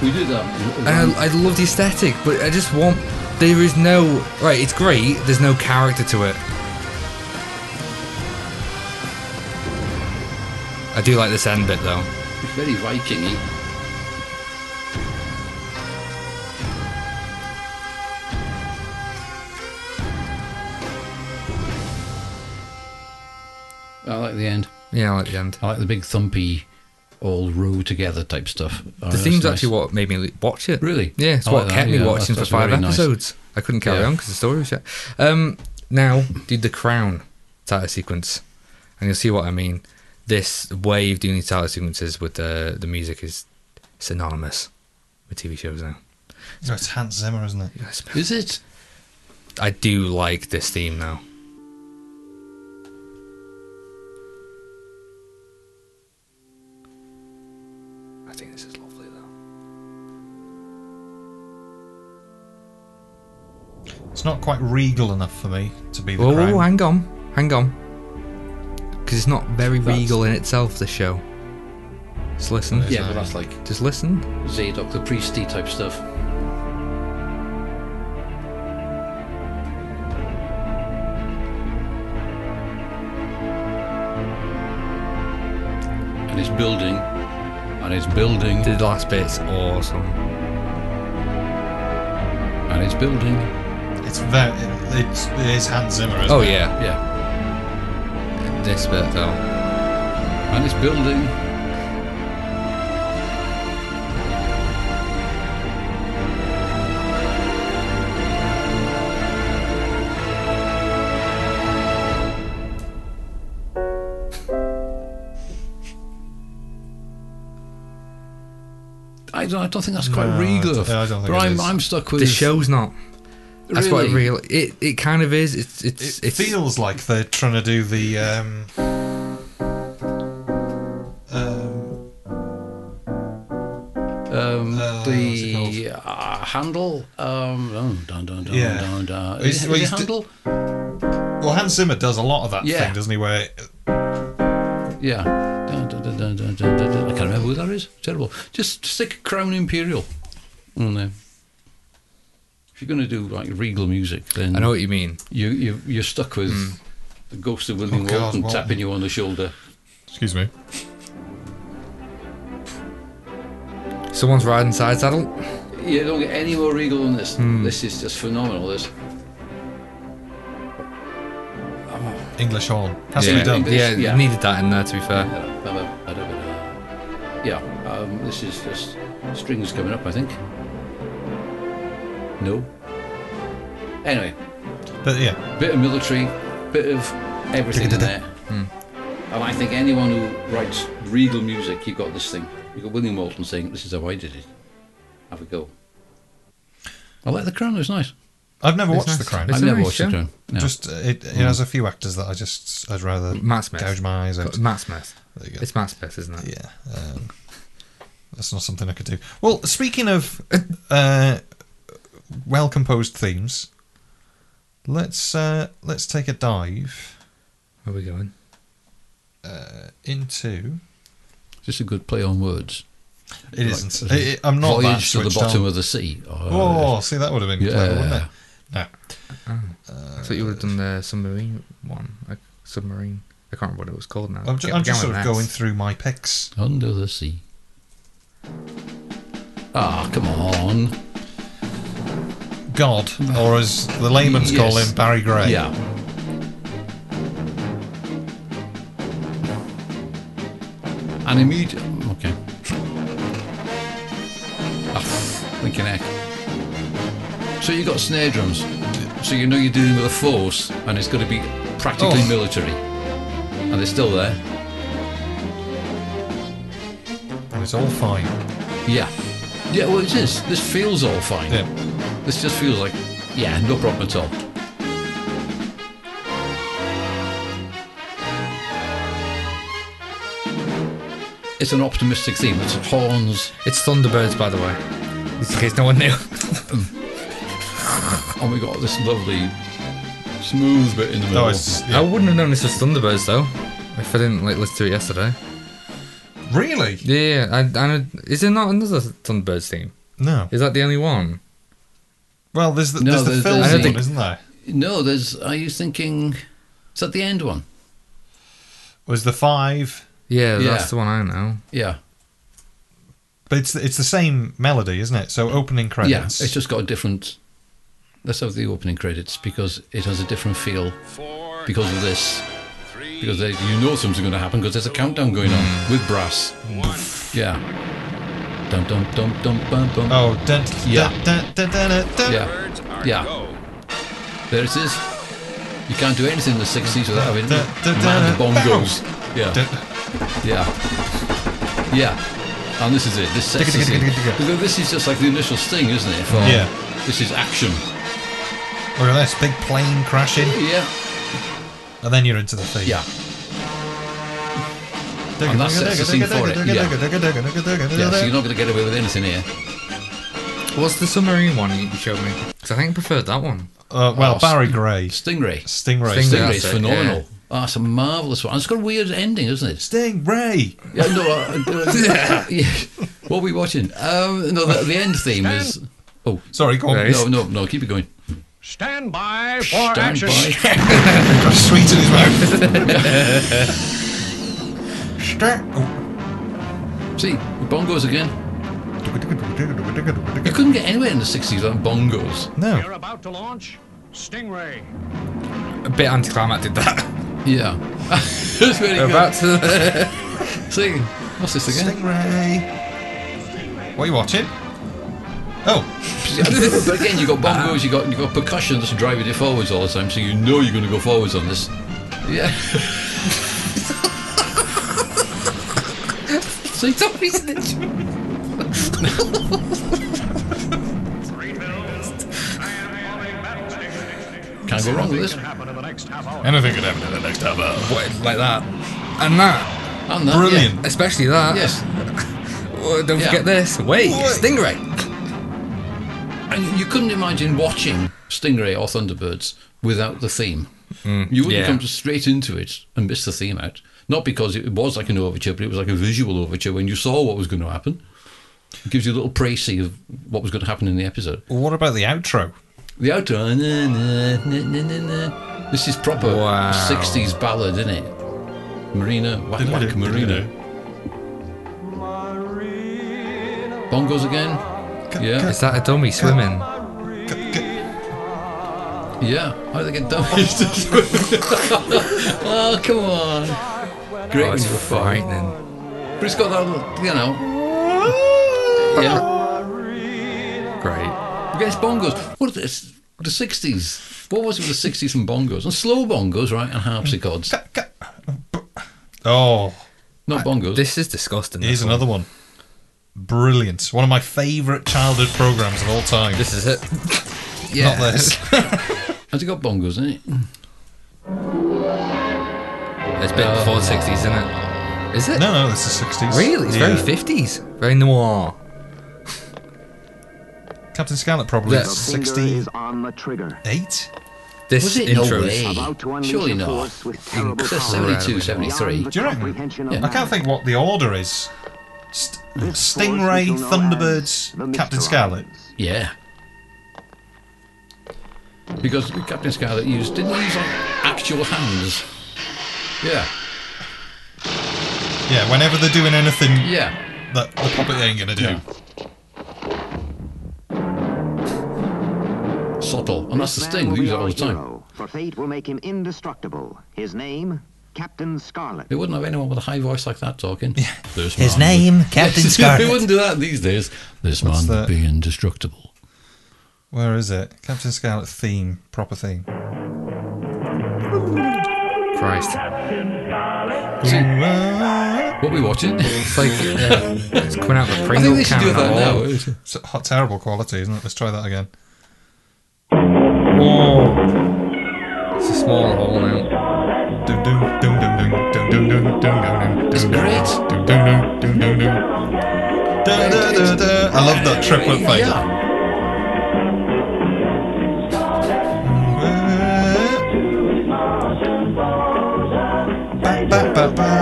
Speaker 3: We did that.
Speaker 1: Um,
Speaker 2: And Um, I, I love the aesthetic, but I just want there is no right. It's great. There's no character to it. I do like this end bit though.
Speaker 3: It's very Vikingy. I like the end.
Speaker 2: Yeah, I like the end.
Speaker 3: I like the big thumpy, all row together type stuff. Oh,
Speaker 2: The theme's actually what made me li- watch it.
Speaker 3: Really?
Speaker 2: Yeah, it's
Speaker 3: I
Speaker 2: what
Speaker 3: like
Speaker 2: kept
Speaker 3: that,
Speaker 2: me
Speaker 3: yeah,
Speaker 2: watching
Speaker 3: that's-
Speaker 2: for five
Speaker 3: that's very nice.
Speaker 2: episodes. I couldn't carry
Speaker 3: Yeah.
Speaker 2: on because the story was shit. Um, now, dude, the Crown title sequence, and you'll see what I mean. This way of doing these title sequences with uh, the the music is synonymous with TV shows now.
Speaker 1: No, it's Hans Zimmer, isn't it?
Speaker 3: Is it?
Speaker 2: I do like this theme now. I think this is lovely though.
Speaker 1: It's not quite regal enough for me to be the
Speaker 2: Oh,
Speaker 1: crown.
Speaker 2: hang on, hang on, because it's not very
Speaker 3: That's-
Speaker 2: regal in itself. This show. Just listen.
Speaker 3: Yeah, but that's like
Speaker 2: Just listen.
Speaker 3: Zadok the priesty type stuff. And it's building. And it's building.
Speaker 2: The last bit's awesome.
Speaker 3: And it's building.
Speaker 1: It's very. It's, it is Hans Zimmer, isn't
Speaker 2: Oh
Speaker 1: it?
Speaker 2: yeah,
Speaker 3: Yeah.
Speaker 2: this bit though.
Speaker 3: And it's building. I don't, I don't think that's quite
Speaker 1: No, I
Speaker 3: regal.
Speaker 1: don't- I don't think
Speaker 3: but
Speaker 1: it
Speaker 3: I'm,
Speaker 1: is.
Speaker 3: I'm stuck with
Speaker 2: The show's not. That's what it
Speaker 3: Really?
Speaker 2: really. It it kind of is. It's it's
Speaker 1: It
Speaker 2: it's
Speaker 1: feels like they're trying to do the. Um, um,
Speaker 3: um,
Speaker 1: Uh, what's
Speaker 3: the
Speaker 1: it
Speaker 3: uh, handle. Um, oh, dun, dun, dun,
Speaker 1: Yeah.
Speaker 3: dun, dun.
Speaker 1: He's-
Speaker 3: Is,
Speaker 1: well,
Speaker 3: is
Speaker 1: he's
Speaker 3: it
Speaker 1: d-
Speaker 3: handle?
Speaker 1: well, Hans Zimmer does a lot of that
Speaker 3: Yeah.
Speaker 1: thing, doesn't he? Where
Speaker 3: Yeah. Dun, dun, dun, dun, dun, dun, dun, dun. I can't remember who that is. Terrible. Just stick Crown Imperial on there. If you're going to do like regal music, then
Speaker 2: I know what you mean.
Speaker 3: you, you you're stuck with the ghost of William
Speaker 1: Oh, God,
Speaker 3: Walton
Speaker 1: Walton.
Speaker 3: tapping you on the shoulder.
Speaker 1: excuse me,
Speaker 2: Someone's riding side saddle.
Speaker 3: You don't get any more regal than this. This is just phenomenal. This.
Speaker 1: English horn. Has to
Speaker 2: yeah.
Speaker 1: be done.
Speaker 3: English,
Speaker 2: Yeah,
Speaker 3: yeah.
Speaker 2: needed that in there to be fair.
Speaker 3: Yeah, um, this is just strings coming up, I think. No. Anyway,
Speaker 1: But yeah,
Speaker 3: bit of military, bit of everything in there.
Speaker 1: Hmm.
Speaker 3: And I think anyone who writes regal music, you got this thing. You got William Walton saying, "This is how I did it." Have a go. I like the Crown. It was nice.
Speaker 1: I've never watched
Speaker 2: nice.
Speaker 1: The Crown.
Speaker 2: It's
Speaker 3: I've
Speaker 2: a
Speaker 3: never
Speaker 2: nice
Speaker 3: watched
Speaker 2: show.
Speaker 3: the Crown. No.
Speaker 1: Just uh, it, it has a few actors that I just I'd rather
Speaker 2: Matt Smith.
Speaker 1: gouge my eyes out.
Speaker 2: Matt Smith.
Speaker 1: There you go.
Speaker 2: It's Matt Smith, isn't it?
Speaker 1: Yeah, um, that's not something I could do. Well, speaking of uh, well composed themes, let's uh, let's take a dive
Speaker 2: Where are we going?
Speaker 1: into.
Speaker 3: just a good play on words.
Speaker 1: It isn't.
Speaker 3: Like,
Speaker 1: I- I- I'm not that
Speaker 3: voyage to the
Speaker 1: switched
Speaker 3: bottom
Speaker 1: on.
Speaker 3: of the sea. Oh,
Speaker 1: Oh, see, that would have been clever, wouldn't it? No.
Speaker 2: I thought you would have done the submarine one. Like submarine. I can't remember what it was called now.
Speaker 1: I'm, ju-
Speaker 2: Began
Speaker 1: I'm just
Speaker 2: with
Speaker 1: sort of
Speaker 2: an S.
Speaker 1: going through my picks.
Speaker 3: Oh, under the sea. Ah, come on.
Speaker 1: God, or as the layman's call
Speaker 3: Yes.
Speaker 1: him, Barry Gray.
Speaker 3: Yeah. And immediate. Okay. Ah, thinking heck. So you got snare drums. So you know you're dealing with a force, and it's going to be practically
Speaker 1: Oh.
Speaker 3: military. And they're still there.
Speaker 1: And it's all fine.
Speaker 3: Yeah. Yeah, well, it is. This feels all fine.
Speaker 1: Yeah.
Speaker 3: This just feels like, yeah, no problem at all. It's an optimistic theme. It's horns.
Speaker 2: It's Thunderbirds, by the way. Just in case no one knew.
Speaker 3: and we got this lovely, smooth bit in the middle.
Speaker 1: No, it's
Speaker 2: I
Speaker 1: yeah.
Speaker 2: wouldn't have known this was Thunderbirds though, if I didn't like listen to it yesterday.
Speaker 1: really
Speaker 2: Yeah, I, I, is there not another Thunderbirds theme?
Speaker 1: no.
Speaker 2: Is that the only one?
Speaker 1: Well, there's the,
Speaker 3: No,
Speaker 1: there's the
Speaker 3: there's-
Speaker 1: film
Speaker 3: there's
Speaker 1: one,
Speaker 2: the-
Speaker 1: isn't there?
Speaker 3: no, there's. Are you thinking? Is that the end one?
Speaker 1: Was the five?
Speaker 2: Yeah,
Speaker 3: Yeah.
Speaker 2: that's the one I know.
Speaker 3: Yeah.
Speaker 1: But it's it's the same melody, isn't it? So opening
Speaker 3: Yeah.
Speaker 1: credits.
Speaker 3: It's just got a different. Let's have the opening credits because it has a different feel because of this. Because they, you know something's going to happen because there's a countdown going
Speaker 1: Mm.
Speaker 3: on with brass. Yeah. Dum dum dum dum dum dum.
Speaker 1: oh, dun, dun,
Speaker 3: Yeah.
Speaker 1: dun, dun, dun, dun, dun.
Speaker 3: yeah. Yeah. There it is. You can't do anything in the 60s without having
Speaker 1: Da- da- da-
Speaker 3: mad
Speaker 1: da-
Speaker 3: bongos. Yeah.
Speaker 1: Dun.
Speaker 3: Yeah. Yeah. And this is it. This sets us in. Because this is just like the initial sting, isn't it? For
Speaker 1: Yeah.
Speaker 3: This is action.
Speaker 1: Look at this big plane crashing,
Speaker 3: Yeah.
Speaker 1: and then you're into the theme.
Speaker 3: Yeah. And that sets the scene for it, yeah. Yeah. So you're not going to get away with anything here.
Speaker 2: What's the submarine one you showed me? 'Cause I think I preferred that one.
Speaker 1: Uh, well,
Speaker 3: Oh,
Speaker 1: Barry Gray,
Speaker 3: Stingray.
Speaker 1: Stingray,
Speaker 2: Sting-
Speaker 1: Sting-
Speaker 3: Stingray
Speaker 2: That's
Speaker 3: is
Speaker 2: it,
Speaker 3: phenomenal.
Speaker 2: yeah.
Speaker 3: Oh, it's a marvellous one. It's got a weird ending, isn't it?
Speaker 1: Stingray.
Speaker 3: Yeah, no, uh, uh, yeah. What are we watching? Um, no, the, the end theme is. Oh,
Speaker 1: Sorry, go on.
Speaker 2: Right.
Speaker 3: no, no, no, keep it going.
Speaker 6: Stand by
Speaker 3: Stand by.
Speaker 1: Got sweet in his mouth. Sting- oh.
Speaker 3: See, bongos again. You couldn't get anywhere in the 60s without bongos.
Speaker 1: No,
Speaker 6: about to launch Stingray.
Speaker 2: A bit anticlimactic that.
Speaker 3: Yeah. That's very good.
Speaker 2: About to.
Speaker 3: See, what's this again?
Speaker 1: Stingray. What are you watching? Oh,
Speaker 3: but again, you got bongos, you got you got percussion that's driving it forwards all the time, so you know you're going to go forwards on this. Yeah. See, can't go wrong with this.
Speaker 1: anything could happen in the next half hour.
Speaker 2: What, like that. And that.
Speaker 3: And that, yeah.
Speaker 1: Brilliant.
Speaker 2: Especially that.
Speaker 3: Yes,
Speaker 2: Oh, don't
Speaker 3: Yeah.
Speaker 2: forget this. Wait,
Speaker 1: Wait.
Speaker 2: Stingray.
Speaker 3: and you couldn't imagine watching Stingray or Thunderbirds without the theme. you wouldn't
Speaker 2: yeah.
Speaker 3: come straight into it and miss the theme out. Not because it was like an overture, but it was like a visual overture when you saw what was going to happen. It gives you a little précis of what was going to happen in the episode.
Speaker 1: What about the outro?
Speaker 3: The outro, na, na, na, na, na, na. this is proper
Speaker 2: Wow.
Speaker 3: 60s ballad, isn't it? Marina, whack, whack, Marina. Bongos again? Yeah.
Speaker 2: Is that a dummy swimming?
Speaker 3: Yeah, how do they get damaged? oh, come on. Great
Speaker 2: Oh, it's
Speaker 3: when you're five.
Speaker 2: frightening.
Speaker 3: But it's got that, little, you know. Yeah.
Speaker 2: Great.
Speaker 3: Yes, bongos. What is the 60s? What was it with the 60s and bongos? And slow bongos, right? And harpsichords.
Speaker 1: Oh,
Speaker 3: Not bongos.
Speaker 2: This is disgusting.
Speaker 1: here's
Speaker 2: this
Speaker 1: another one. Brilliant. One of my favourite childhood programmes of all time.
Speaker 2: This is it.
Speaker 1: Not this.
Speaker 3: Has it got bongos in it?
Speaker 2: It's a bit
Speaker 3: Oh.
Speaker 2: before the 60s, isn't it? Is it?
Speaker 1: no, no, this is 60s.
Speaker 2: Really? It's
Speaker 1: Yeah.
Speaker 2: very 50s. Very noir.
Speaker 1: Captain Scarlet probably
Speaker 2: Yeah.
Speaker 1: is
Speaker 10: Finger
Speaker 1: 68.
Speaker 10: is on the trigger.
Speaker 2: This
Speaker 3: Was it?
Speaker 2: intro
Speaker 3: No
Speaker 2: is
Speaker 3: way.
Speaker 10: About to unleash
Speaker 3: Surely
Speaker 10: a
Speaker 3: not.
Speaker 10: force with terrible
Speaker 3: That's
Speaker 10: power.
Speaker 3: 72,
Speaker 10: beyond
Speaker 3: 73.
Speaker 10: the
Speaker 1: Do you reckon?
Speaker 10: comprehension of
Speaker 3: Yeah.
Speaker 1: I
Speaker 10: man.
Speaker 1: can't think what the order is. St- Stingray,
Speaker 10: force we shall know as the
Speaker 1: Thunderbirds, Captain
Speaker 10: Mr.
Speaker 1: Scarlet.
Speaker 3: Yeah. Because Captain Scarlet used didn't he use like actual hands. Yeah.
Speaker 1: Yeah, whenever they're doing anything
Speaker 3: Yeah.
Speaker 1: that the puppet ain't gonna do.
Speaker 3: Yeah. Subtle. And that's the
Speaker 10: Man
Speaker 3: sting.
Speaker 10: will
Speaker 3: They
Speaker 10: be
Speaker 3: use it
Speaker 10: our
Speaker 3: all the time.
Speaker 10: hero, For fate will make him indestructible. His name, Captain Scarlet.
Speaker 3: They wouldn't have anyone with a high voice like that talking. This
Speaker 4: His
Speaker 3: man would-
Speaker 4: name, Captain
Speaker 3: they
Speaker 4: Scarlet.
Speaker 3: wouldn't do that these days. This
Speaker 1: What's
Speaker 3: man
Speaker 1: that?
Speaker 3: would be indestructible.
Speaker 1: Where is it? Captain Scarlet theme, proper theme.
Speaker 2: Christ.
Speaker 3: What we watching?
Speaker 2: It's like, yeah, it's coming out of a
Speaker 3: I
Speaker 2: Pringle
Speaker 3: think they should
Speaker 2: can.
Speaker 3: do that
Speaker 2: or-
Speaker 3: now. It's-
Speaker 1: It's a hot, terrible quality, isn't it? Let's try that again.
Speaker 2: It's a small hole now.
Speaker 1: Dun dun dun dun dun dun dun dun dun dun dun
Speaker 3: It's
Speaker 1: dun
Speaker 3: great.
Speaker 1: dun dun dun dun dun dun. Da, da, da, da. I love that triplet thing.
Speaker 3: Yeah.
Speaker 1: Ba, ba, ba, ba.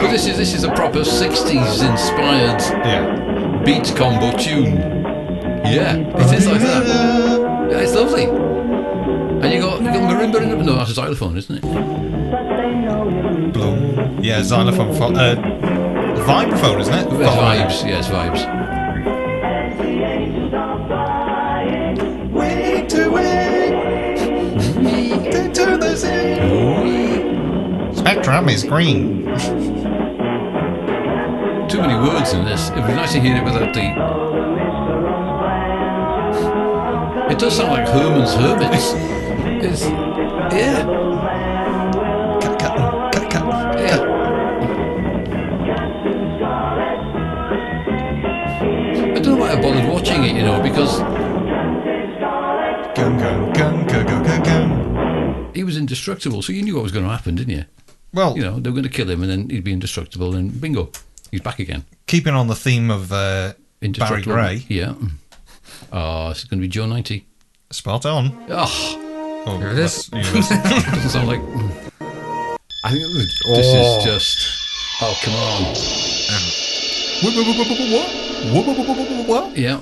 Speaker 3: But this is this is a proper sixties inspired
Speaker 1: Yeah.
Speaker 3: beat combo tune. Yeah, it um, is like that. Yeah, it's lovely. And you got you got marimba in the no, that's a xylophone, isn't it?
Speaker 1: Bloom. Yeah, xylophone. Fo- uh, vibraphone, isn't it?
Speaker 3: It's
Speaker 1: Vibe.
Speaker 3: vibes, yeah, it's vibes.
Speaker 1: Wait to wait. To do the same. Spectrum is green.
Speaker 3: Too many words in this. It would be nice to hear it without the. It does sound like Herman's Hermits. It's yeah,
Speaker 1: Cut, cut, cut, cut.
Speaker 3: yeah. I don't know why I bothered watching it, you know, because
Speaker 1: Gun, gun, gun, gun, gun, gun, gun.
Speaker 3: he was indestructible, so you knew what was going to happen, didn't you?
Speaker 1: Well,
Speaker 3: you know, they were going to kill him and then he'd be indestructible and bingo, he's back again.
Speaker 1: keeping on the theme of uh, Barry
Speaker 3: Indestructible.
Speaker 1: Gray,
Speaker 3: Yeah. Oh, it's going to be Joe 90.
Speaker 1: spot on.
Speaker 3: Oh,
Speaker 1: Oh,
Speaker 2: Here it is.
Speaker 1: that's- you listen.
Speaker 3: doesn't sound like. I think this
Speaker 2: Oh.
Speaker 3: is just. Oh, come on.
Speaker 1: Whoop, whoop, whoop, whoop, whoop, whoop. Whoop, whoop, whoop, whoop, whoop, whoop.
Speaker 3: Yeah.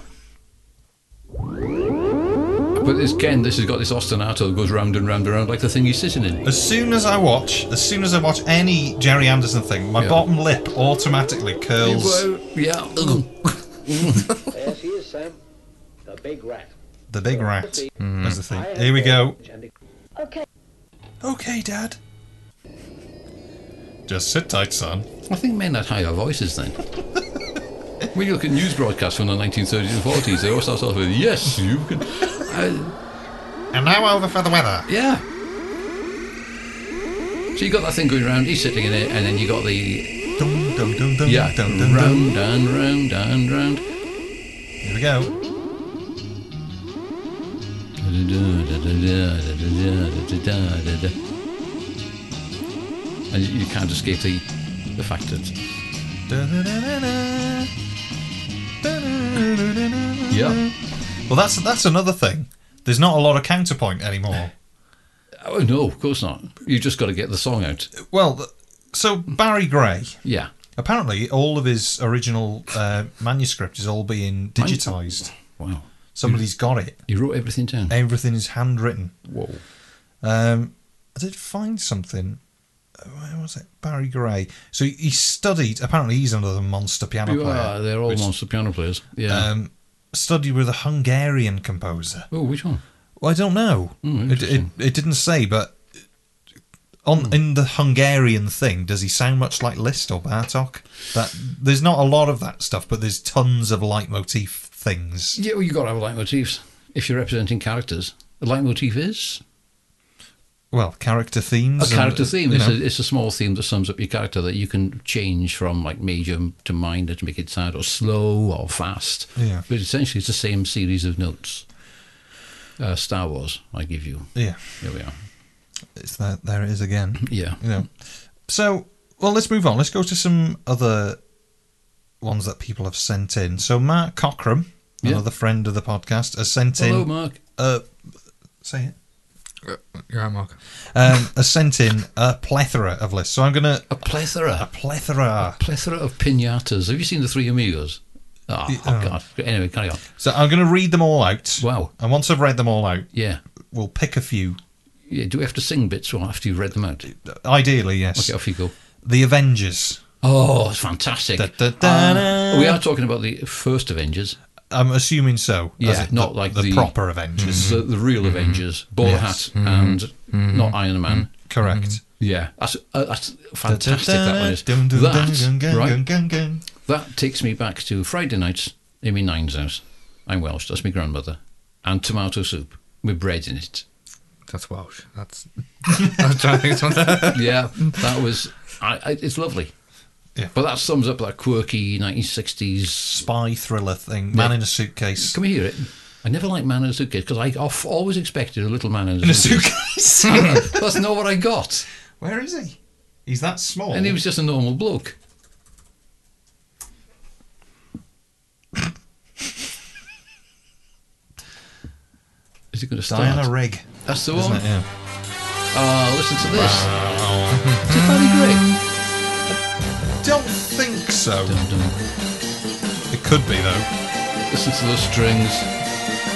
Speaker 3: But this Ken, this has got this ostinato that goes round and round and round like the thing he's sitting in.
Speaker 1: As soon as I watch, as soon as I watch any Jerry Anderson thing, my
Speaker 3: Yeah.
Speaker 1: bottom lip automatically curls
Speaker 3: Yeah. ugh.
Speaker 11: Yes, he is, Sam. The big rat.
Speaker 1: the big rat. That's the thing. Here we go.
Speaker 7: Okay.
Speaker 1: Okay, Dad. Just sit tight, son.
Speaker 3: I think men had higher voices then. when you look at news broadcasts from the 1930s and 40s, they all start off with, yes, you can. I,
Speaker 1: And now over for the weather.
Speaker 3: yeah. So you got that thing going round, he's sitting in it, and then you got the.
Speaker 1: Dum, dum, dum, dum,
Speaker 3: Yeah,
Speaker 1: dum, dum, dum.
Speaker 3: round and round and round.
Speaker 1: Here we go.
Speaker 3: And you can't escape the, the fact that.
Speaker 1: Da-da-da-da-da. Da-da-da-da-da.
Speaker 3: Yeah.
Speaker 1: Well, that's that's another thing. There's not a lot of counterpoint anymore.
Speaker 3: Oh, no, of course not. You've just got to get the song out.
Speaker 1: Well, th- so Barry Gray.
Speaker 3: Yeah.
Speaker 1: Apparently, all of his original uh, manuscript is all being digitized.
Speaker 3: Wow.
Speaker 1: Somebody's got it.
Speaker 3: You wrote everything down.
Speaker 1: Everything is handwritten.
Speaker 3: Whoa.
Speaker 1: Um, I did find something. Uh, Where was it? Barry Gray. So he- he studied. Apparently, he's another monster piano
Speaker 3: You
Speaker 1: player.
Speaker 3: are. They're all
Speaker 1: which-
Speaker 3: Uh, monster piano players. Yeah.
Speaker 1: Um, studied with a Hungarian composer.
Speaker 3: oh, which one?
Speaker 1: Well, I don't know.
Speaker 3: Hmm,
Speaker 1: it, it, it didn't say, but on
Speaker 3: Hmm.
Speaker 1: in the Hungarian thing, does he sound much like Liszt or Bartok? That there's not a lot of that stuff, but there's tons of leitmotif things.
Speaker 3: Yeah, well, you got to have leitmotifs if you're representing characters. A leitmotif is
Speaker 1: Well, character themes.
Speaker 3: a
Speaker 1: and,
Speaker 3: character
Speaker 1: uh,
Speaker 3: theme.
Speaker 1: you
Speaker 3: It's,
Speaker 1: know.
Speaker 3: a, it's a small theme that sums up your character that you can change from like major to minor to make it sound or slow or fast.
Speaker 1: Yeah.
Speaker 3: But essentially, it's the same series of notes. Uh, Star Wars, I give you.
Speaker 1: Yeah.
Speaker 3: Here we are.
Speaker 1: It's that there it is again.
Speaker 3: Yeah.
Speaker 1: You know. So well let's move on. Let's go to some other ones that people have sent in. So Mark Cockram,
Speaker 3: Yeah.
Speaker 1: another friend of the podcast, has sent
Speaker 3: Hello,
Speaker 1: in
Speaker 3: Mark.
Speaker 1: uh say it.
Speaker 2: Uh, You're right, Mark.
Speaker 1: Um, has sent in a plethora of lists. So I'm gonna
Speaker 3: A plethora.
Speaker 1: a plethora.
Speaker 3: plethora of pinatas. Have you seen the Three Amigos? Oh,
Speaker 1: Yeah.
Speaker 3: oh, God. Anyway, carry on.
Speaker 1: So I'm gonna read them all out.
Speaker 3: Wow.
Speaker 1: And once I've read them all out,
Speaker 3: Yeah.
Speaker 1: we'll pick a few.
Speaker 3: Yeah. Do we have to sing bits or after you've read them out?
Speaker 1: Ideally, yes.
Speaker 3: Okay, off you go.
Speaker 1: The Avengers.
Speaker 3: Oh, it's fantastic.
Speaker 1: Da, da, da,
Speaker 3: Uh,
Speaker 1: da.
Speaker 3: we are talking about the first Avengers,
Speaker 1: I'm assuming so. as
Speaker 3: Yeah,
Speaker 1: in
Speaker 3: not
Speaker 1: the,
Speaker 3: like
Speaker 1: the,
Speaker 3: the- Mm-hmm.
Speaker 1: proper Avengers. Mm-hmm.
Speaker 3: the, the real Avengers, bowler
Speaker 1: Yes. Mm-hmm.
Speaker 3: hat and not Iron Man.
Speaker 1: Correct.
Speaker 3: Mm-hmm. Yeah, that's, uh, that's fantastic. that one is.
Speaker 1: Dun, dun, dun, dun,
Speaker 3: That,
Speaker 1: dun,
Speaker 3: right,
Speaker 1: dun, dun.
Speaker 3: that takes me back to Friday nights in my nine's house. I'm Welsh, that's my grandmother. And tomato soup with bread in it.
Speaker 2: That's Welsh. That's. I was trying to think of something.
Speaker 3: yeah, that was. I, I, it's lovely.
Speaker 1: Yeah.
Speaker 3: But that sums up that quirky 1960s.
Speaker 1: Spy thriller thing. Man
Speaker 3: Yeah.
Speaker 1: in a suitcase.
Speaker 3: Can we hear it? I never liked Man in a Suitcase because I off, always expected a little man in a
Speaker 1: In a
Speaker 3: suitcase.
Speaker 1: suitcase.
Speaker 3: That's not what I got.
Speaker 1: Where is he? He's that small.
Speaker 3: And he was just a normal bloke. Is it going to start?
Speaker 1: Diana Rigg.
Speaker 3: That's the
Speaker 1: Isn't
Speaker 3: one.
Speaker 1: it? Yeah.
Speaker 3: Ah, listen to this. Is it Barry Gray?
Speaker 1: Don't think so.
Speaker 3: Dun, dun.
Speaker 1: It could be though.
Speaker 3: Listen to those strings.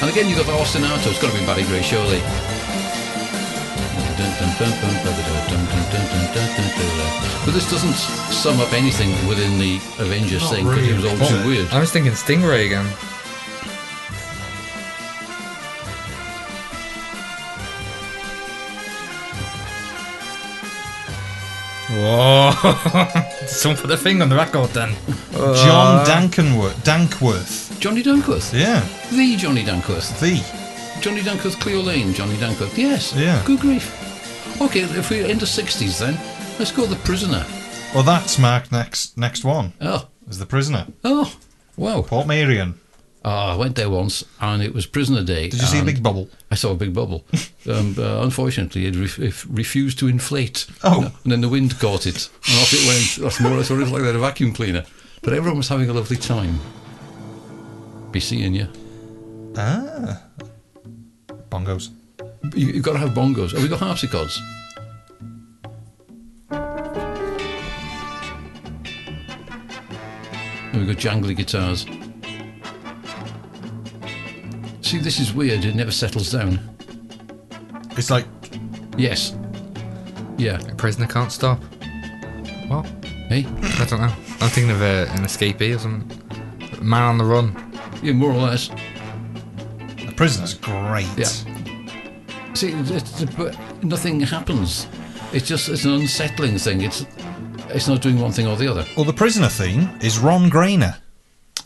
Speaker 3: And again, you've got the ostinato. It's got to be Barry Gray, surely. But this doesn't sum up anything within the Avengers thing because it was all too weird.
Speaker 2: I was thinking Stingray again. Whoa! Someone put their finger on the record then.
Speaker 1: John Dankenworth. Dankworth.
Speaker 3: Johnny Dunkworth.
Speaker 1: Yeah.
Speaker 3: The Johnny Dunkworth.
Speaker 1: The.
Speaker 3: Johnny Dunkworth, Cleo Lane, Johnny Dunkworth. Yes.
Speaker 1: Yeah.
Speaker 3: Good grief. Okay, if we're into 60s then, let's go The Prisoner.
Speaker 1: Well, that's Mark next next one.
Speaker 3: Oh.
Speaker 1: Is the prisoner.
Speaker 3: Oh. Wow.
Speaker 1: Port Marion.
Speaker 3: Ah, I went there once and it was Prisoner Day.
Speaker 1: Did you see a
Speaker 3: and
Speaker 1: big bubble?
Speaker 3: I saw a big bubble. um, uh, unfortunately, it, ref it refused to inflate.
Speaker 1: Oh.
Speaker 3: And then the wind caught it and off it went. That's more or less what it was like they had a vacuum cleaner. But everyone was having a lovely time. Be seeing you.
Speaker 1: Ah. Bongos.
Speaker 3: you you've got to have bongos. Have we got harpsichords? And we've got jangly guitars. See, this is weird. It never settles down.
Speaker 1: It's like
Speaker 3: Yes. Yeah.
Speaker 2: Prisoner can't stop. What?
Speaker 3: Hey?
Speaker 2: I don't know. I'm thinking of uh, an escapee or something. Man on the run.
Speaker 3: Yeah, more or less.
Speaker 1: the prisoner's great.
Speaker 3: Yeah. See, it's, it's- but nothing happens. It's just it's an unsettling thing. It's it's not doing one thing or the other.
Speaker 1: Well, the prisoner theme is Ron Grainer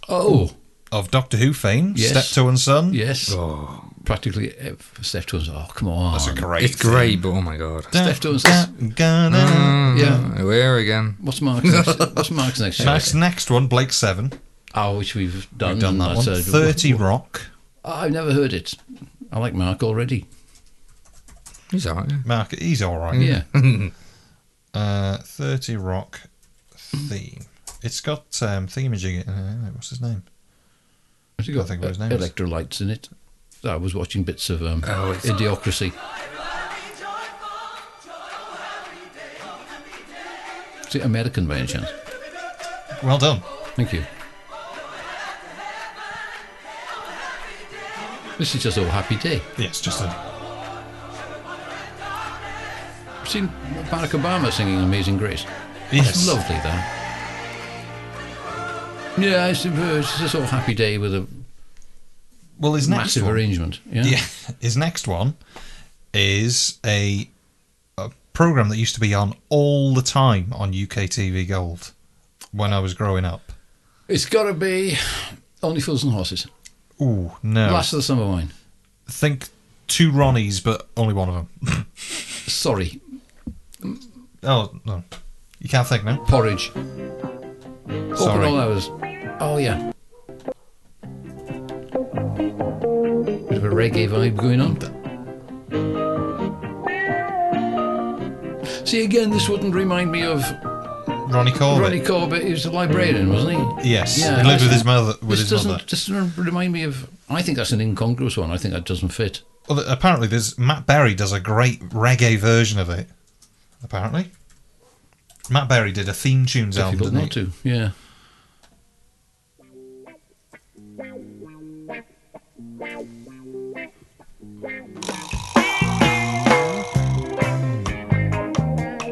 Speaker 3: Oh,
Speaker 1: of Doctor Who fame,
Speaker 3: Yes.
Speaker 1: Steptoe and Son.
Speaker 3: yes.
Speaker 2: Oh,
Speaker 3: Practically, Steph Tunes. Oh, come on.
Speaker 1: That's a great.
Speaker 2: it's great, but oh my god.
Speaker 3: Steptoe Mm.
Speaker 1: Dun, dun, dun.
Speaker 3: Yeah.
Speaker 2: Where again?
Speaker 3: What's Mark's next? What's Mark's next? show?
Speaker 1: Next, next one, Blake Seven.
Speaker 3: Oh, which we've done.
Speaker 1: We've done that one.
Speaker 3: That's, uh,
Speaker 1: Thirty Rock.
Speaker 3: Ah, I've never heard it. I like Mark already.
Speaker 2: He's alright. yeah.
Speaker 1: Mark, he's all right.
Speaker 3: Yeah.
Speaker 1: Uh, Thirty Rock theme. It's got um, thingamajig. Uh, what's his name?
Speaker 3: What's he got?
Speaker 1: I think what his name is.
Speaker 3: E-, Electrolytes in it. I was watching bits of um,
Speaker 2: Oh, it's-
Speaker 3: Idiocracy. Is it American by any chance?
Speaker 1: Well done.
Speaker 3: Thank you. This is just a happy day.
Speaker 1: Yes, just a.
Speaker 3: I've seen Barack Obama singing Amazing Grace.
Speaker 1: Yes.
Speaker 3: That's lovely, though. Yeah, it's, it's just a sort of happy day with a
Speaker 1: Well, his next
Speaker 3: massive
Speaker 1: one-
Speaker 3: arrangement. Yeah.
Speaker 1: His next one is a, a program that used to be on all the time on UK TV Gold when I was growing up.
Speaker 3: It's got to be Only Fools and Horses.
Speaker 1: Ooh, no.
Speaker 3: Last of the Summer Wine.
Speaker 1: Think two Ronnies, but only one of them.
Speaker 3: Sorry.
Speaker 1: Oh, no. You can't think now.
Speaker 3: Porridge. Open
Speaker 1: Sorry.
Speaker 3: all hours. Oh, yeah. Bit of a reggae vibe going on. See, again, this wouldn't remind me of
Speaker 1: Ronnie Corbett.
Speaker 3: Ronnie Corbett. He was a librarian, wasn't he?
Speaker 1: Yes, he lived with his mother- with
Speaker 3: this
Speaker 1: his
Speaker 3: doesn't,
Speaker 1: mother.
Speaker 3: This doesn't remind me of. I think that's an incongruous one. I think that doesn't fit.
Speaker 1: Well, th- apparently, there's Matt Berry does a great reggae version of it. Apparently, Matt Berry did a theme tunes album.
Speaker 3: Difficult
Speaker 1: Didn't
Speaker 3: not
Speaker 1: he?
Speaker 3: to. Yeah. That's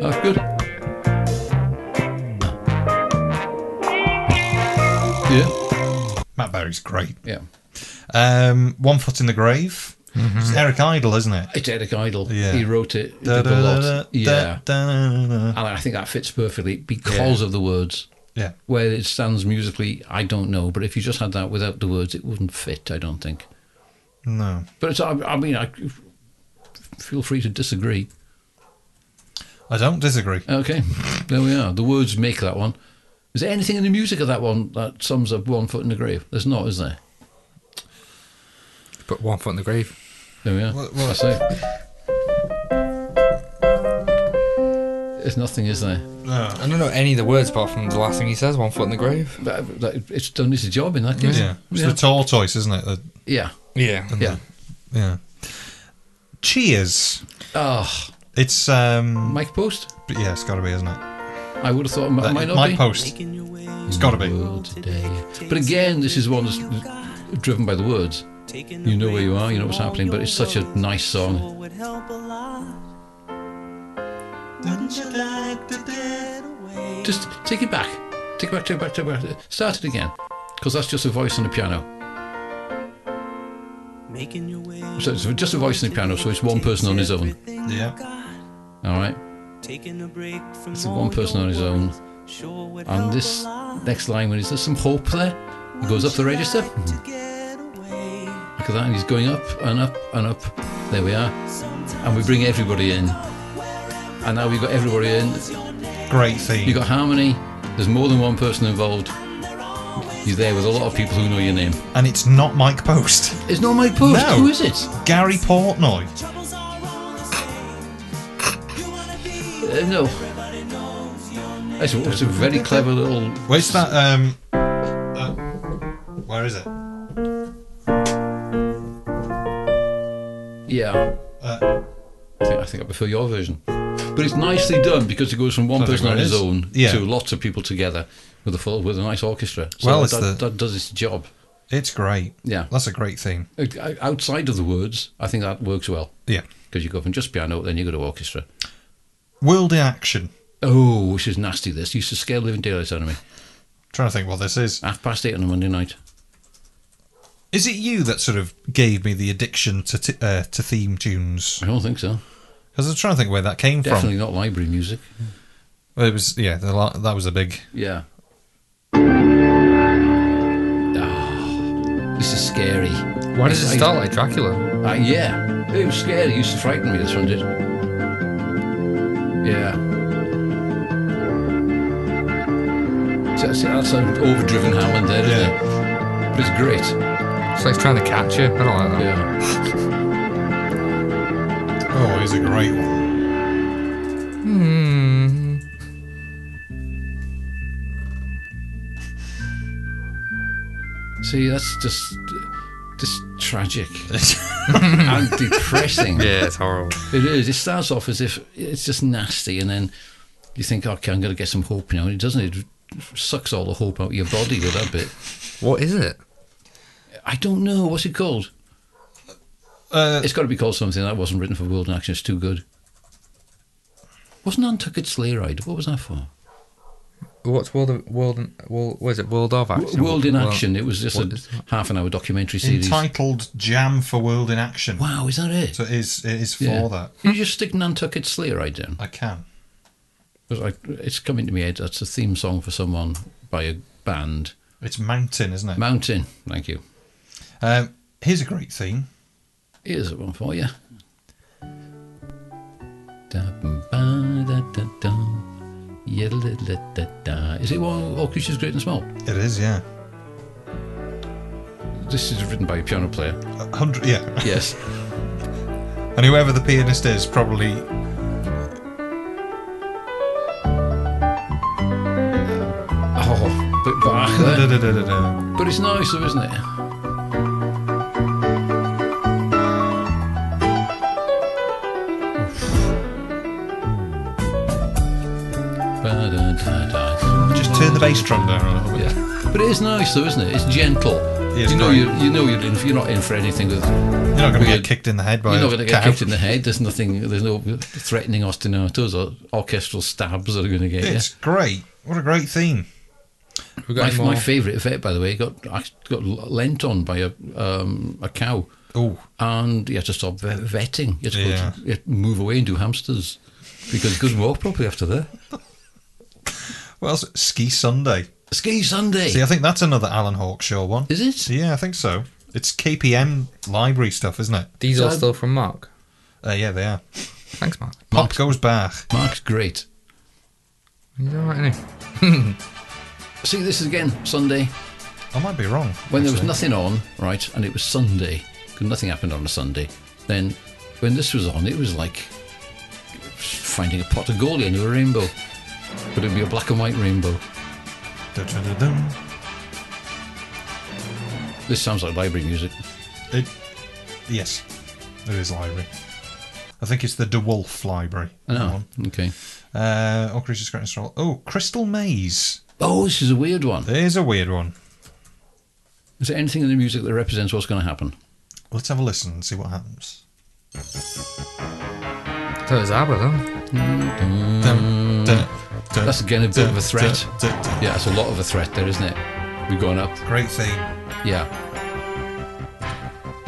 Speaker 3: Oh, good. Yeah.
Speaker 1: Matt Berry's great.
Speaker 3: Yeah.
Speaker 1: Um, One foot in the grave. It's Eric Idle, isn't it?
Speaker 3: It's Eric Idle.
Speaker 1: Yeah.
Speaker 3: He wrote it. Mm-hmm. He
Speaker 1: Da,
Speaker 3: did a
Speaker 1: da, da,
Speaker 3: lot.
Speaker 1: da,
Speaker 3: yeah.
Speaker 1: da, da, da, da.
Speaker 3: And I think that fits perfectly because of the words.
Speaker 1: Yeah.
Speaker 3: Where it stands musically, I don't know. But if you just had that without the words, it wouldn't fit, I don't think.
Speaker 1: No,
Speaker 3: But it's, I, I mean, I, feel free to disagree.
Speaker 1: I don't disagree.
Speaker 3: Okay, there we are. The words make that one. Is there anything in the music of that one that sums up One Foot in the Grave? There's not, is there?
Speaker 2: Put one foot in the grave.
Speaker 3: There we are.
Speaker 1: Well- well-
Speaker 3: That's it. There's nothing, is there?
Speaker 1: No.
Speaker 2: I don't know any of the words apart from the last thing he says, one foot in the grave.
Speaker 3: That, that, it's done its job in that case.
Speaker 1: Yeah, it's
Speaker 3: Yeah.
Speaker 1: the tortoise, isn't it? The-
Speaker 3: Yeah.
Speaker 2: Yeah.
Speaker 1: and
Speaker 3: Yeah.
Speaker 1: the- yeah. Cheers.
Speaker 3: Oh,
Speaker 1: It's um.
Speaker 3: Mike Post.
Speaker 1: Yeah, it's got to be, isn't it?
Speaker 3: I would have thought it might,
Speaker 1: That-
Speaker 3: might not
Speaker 1: Mike
Speaker 3: be.
Speaker 1: Post. It's got to be.
Speaker 3: World today. But again, this is one that's driven by the words. You know where you are, you know what's happening, but it's such a nice song. Just take it back. Take it back, take it back, take it back. Start it again. Because that's just a voice on the piano.
Speaker 5: Making your way.
Speaker 3: So it's just a voice on the piano, so it's one person on his own.
Speaker 1: Yeah.
Speaker 3: Alright?
Speaker 5: Taking a break from
Speaker 3: It's one person on his own. And this next line when he says some hope there, he goes up the register. Look at that, and he's going up and up and up. There we are. And we bring everybody in. And now we've got everybody in.
Speaker 1: Great theme.
Speaker 3: You've got harmony, there's more than one person involved. You're there with a lot of people who know your name.
Speaker 1: and it's not Mike Post.
Speaker 3: It's not Mike Post,
Speaker 1: No.
Speaker 3: who is it?
Speaker 1: Gary Portnoy.
Speaker 3: Uh, no. It's a, it's a very clever little.
Speaker 1: Where's that? Um, uh, where is it?
Speaker 3: Yeah.
Speaker 1: Uh,
Speaker 3: I think, I think I prefer your version. But it's nicely done because it goes from one
Speaker 1: Sounds like
Speaker 3: person on
Speaker 1: what it
Speaker 3: his
Speaker 1: is.
Speaker 3: own
Speaker 1: Yeah.
Speaker 3: to lots of people together with a full, with a nice orchestra. So
Speaker 1: Well,
Speaker 3: that,
Speaker 1: it's the-
Speaker 3: that does its job.
Speaker 1: it's great.
Speaker 3: Yeah.
Speaker 1: That's a great theme.
Speaker 3: Out- Outside of the words, I think that works well
Speaker 1: Yeah.
Speaker 3: because you go from just piano, then you go to orchestra.
Speaker 1: World in Action.
Speaker 3: Oh, which is nasty. This used to scare living daylights out of me.
Speaker 1: Trying to think what this is.
Speaker 3: Half past eight on a Monday night.
Speaker 1: Is it you that sort of gave me the addiction to t- uh, to theme tunes?
Speaker 3: I don't think so.
Speaker 1: Because I was trying to think where that came
Speaker 3: Definitely not library music.
Speaker 1: from. Well, It was yeah, the, la- that was a big.
Speaker 3: Yeah. Ah, this is scary.
Speaker 2: Why does
Speaker 3: I-
Speaker 2: it start like Dracula?
Speaker 3: Uh, yeah, it was scary. It used to frighten me. This one did. Yeah. So that's, that's an overdriven Hammond there, isn't it? But it's great.
Speaker 2: It's like he's trying to catch you. I don't like that.
Speaker 3: Yeah.
Speaker 1: Oh, it's a great one.
Speaker 3: See, that's just just tragic and depressing.
Speaker 2: Yeah, it's horrible.
Speaker 3: It is. It starts off as if it's just nasty, and then you think, okay, I'm going to get some hope now. And it doesn't. It sucks all the hope out of your body with that bit.
Speaker 2: What is it?
Speaker 3: I don't know. What's it called?
Speaker 1: Uh,
Speaker 3: It's got to be called something that wasn't written for World in Action. It's too good. Wasn't Nantucket Sleigh Ride? What was that for?
Speaker 2: What's World of, World in- World? What is it? World of Action.
Speaker 3: World in Action. It was just
Speaker 2: World-
Speaker 3: a half an hour documentary series.
Speaker 1: Entitled Jam for World in Action.
Speaker 3: Wow, is that it?
Speaker 1: So it is, it is for
Speaker 3: Yeah.
Speaker 1: that.
Speaker 3: Can you just stick Nantucket Slayer right down?
Speaker 1: I can.
Speaker 3: 'Cause I, it's coming to me. head. That's a theme song for someone by a band.
Speaker 1: It's Mountain, isn't it?
Speaker 3: Mountain. Thank you.
Speaker 1: Um, here's a great theme.
Speaker 3: Here's one for you. Da, ba, da, da, da. Yeah, da, da, da, da. Is it one All Creatures Great and Small?
Speaker 1: It is, yeah.
Speaker 3: This is written by a piano player.
Speaker 1: A hundred, yeah.
Speaker 3: Yes.
Speaker 1: And whoever the pianist is, probably.
Speaker 3: Oh, bit Bach there.
Speaker 1: Da-da-da-da-da.
Speaker 3: But it's nice though, isn't it? Ba-da-da-da.
Speaker 1: Just turn the bass drum down a little bit.
Speaker 3: Yeah. But it is nice though, isn't it? It's gentle.
Speaker 1: Yes,
Speaker 3: you know,
Speaker 1: right.
Speaker 3: you, you know, you're in, you're not in for anything with.
Speaker 1: You're not going to
Speaker 3: weird-
Speaker 1: get kicked in the head by
Speaker 3: You're not
Speaker 1: a
Speaker 3: going to get
Speaker 1: cow.
Speaker 3: kicked in the head. There's nothing. There's no threatening ostinatos or orchestral stabs that are going to get you.
Speaker 1: It's great. What a great theme.
Speaker 2: We've
Speaker 3: My,
Speaker 2: got more.
Speaker 3: my favourite effect, by the way, got I got lent on by a um, a cow.
Speaker 1: Oh.
Speaker 3: and you had to stop vet- vetting. You had to, go
Speaker 1: Yeah.
Speaker 3: to you had to move away and do hamsters because you couldn't walk properly after that.
Speaker 1: What else? Ski Sunday.
Speaker 3: Ski Sunday.
Speaker 1: See, I think that's another Alan Hawkshaw one.
Speaker 3: Is it?
Speaker 1: Yeah, I think so. It's KPM library stuff, isn't it?
Speaker 2: These are
Speaker 3: So-
Speaker 2: still from Mark.
Speaker 1: Uh, yeah, they are.
Speaker 2: Thanks, Mark.
Speaker 1: Pop
Speaker 3: Mark's-
Speaker 1: goes Bach.
Speaker 3: Mark's great.
Speaker 2: He's all right, isn't he?
Speaker 3: See this is again Sunday
Speaker 1: I might be wrong.
Speaker 3: when there was
Speaker 1: actually.
Speaker 3: nothing on, right? And it was Sunday because nothing happened on a Sunday. Then when this was on, it was like finding a pot of gold in a rainbow, but it'd be a black and white rainbow.
Speaker 1: Dun-dun-dun-dun.
Speaker 3: This sounds like library music.
Speaker 1: It, yes, there is library. I think it's the DeWolf Library. that
Speaker 3: Oh,
Speaker 1: one.
Speaker 3: okay.
Speaker 1: Uh, all creatures great and small. Oh, Crystal Maze.
Speaker 3: Oh, this is a weird one.
Speaker 1: There's a weird one.
Speaker 3: Is there anything in the music that represents what's going to happen?
Speaker 1: Let's have a listen and see what happens.
Speaker 2: So it's ABBA, though.
Speaker 1: Dun, dun, dun,
Speaker 3: Mm. That's again a bit
Speaker 1: dun,
Speaker 3: of a threat.
Speaker 1: dun, dun, dun.
Speaker 3: Yeah, that's a lot of a threat there, isn't it? We've gone up.
Speaker 1: Great theme.
Speaker 3: Yeah.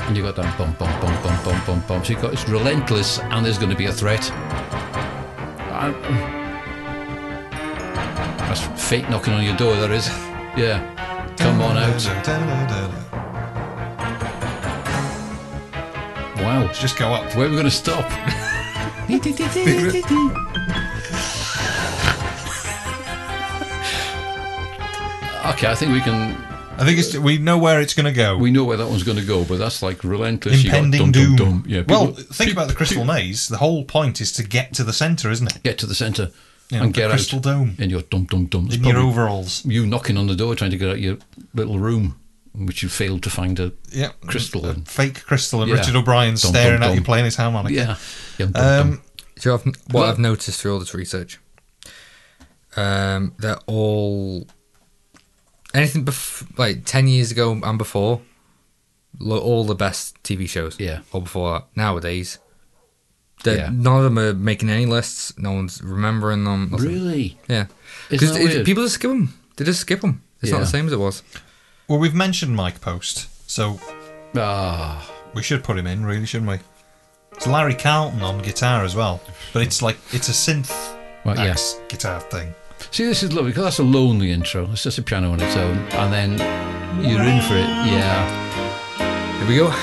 Speaker 3: And you got that bum bum bum bum bum bum bum. So you got it's relentless and there's going to be a threat. I- that's fate knocking on your door. That is. Yeah. Come on out.
Speaker 1: Dun-dun-dun-dun-dun.
Speaker 3: Wow.
Speaker 1: Just go up.
Speaker 3: Where are we going to stop? okay, I think we can
Speaker 1: I think it's we know where it's going to go.
Speaker 3: We know where that one's going to go, but that's like relentless. You got
Speaker 1: Impending
Speaker 3: dum,
Speaker 1: doom.
Speaker 3: dum, dum. Yeah,
Speaker 1: well,
Speaker 3: people-
Speaker 1: think about the crystal maze. The whole point is to get to the centre, isn't it?
Speaker 3: Get to the centre
Speaker 1: Yeah,
Speaker 3: and
Speaker 1: the
Speaker 3: get
Speaker 1: crystal
Speaker 3: out
Speaker 1: dome.
Speaker 3: in your dum dum dum. It's
Speaker 1: In your
Speaker 3: probably
Speaker 1: overalls.
Speaker 3: You knocking on the door trying to get out your little room, which you failed to find a
Speaker 1: Yeah.
Speaker 3: crystal
Speaker 1: A
Speaker 3: in.
Speaker 1: fake crystal and
Speaker 3: Yeah.
Speaker 1: Richard O'Brien
Speaker 3: Dum,
Speaker 1: staring at
Speaker 3: dum,
Speaker 1: you
Speaker 3: dum.
Speaker 1: playing his harmonica.
Speaker 3: Yeah. Yum, dum, dum.
Speaker 1: Um,
Speaker 2: Do you know what I've- what
Speaker 3: Well-
Speaker 2: I've noticed through all this research? Um, they're all anything bef- like ten years ago and before. lo- All the best TV shows,
Speaker 3: Yeah.
Speaker 2: or before that. Nowadays, they're-
Speaker 3: Yeah.
Speaker 2: none of them are making any lists. No one's remembering them. nothing.
Speaker 3: really?
Speaker 2: Yeah,
Speaker 3: Isn't
Speaker 2: because
Speaker 3: that weird?
Speaker 2: people just skip them. They just skip them. It's not
Speaker 3: Yeah.
Speaker 2: the same as it was.
Speaker 1: Well, we've mentioned Mike Post, so
Speaker 3: Ah,
Speaker 1: we should put him in, really, shouldn't we? It's Larry Carlton on guitar as well, but it's like it's a synth
Speaker 3: Right, Uh, yeah.
Speaker 1: bass guitar thing.
Speaker 3: see, this is lovely because that's a lonely intro. It's just a piano on its own, and then you're in for it. Yeah.
Speaker 2: Here we go.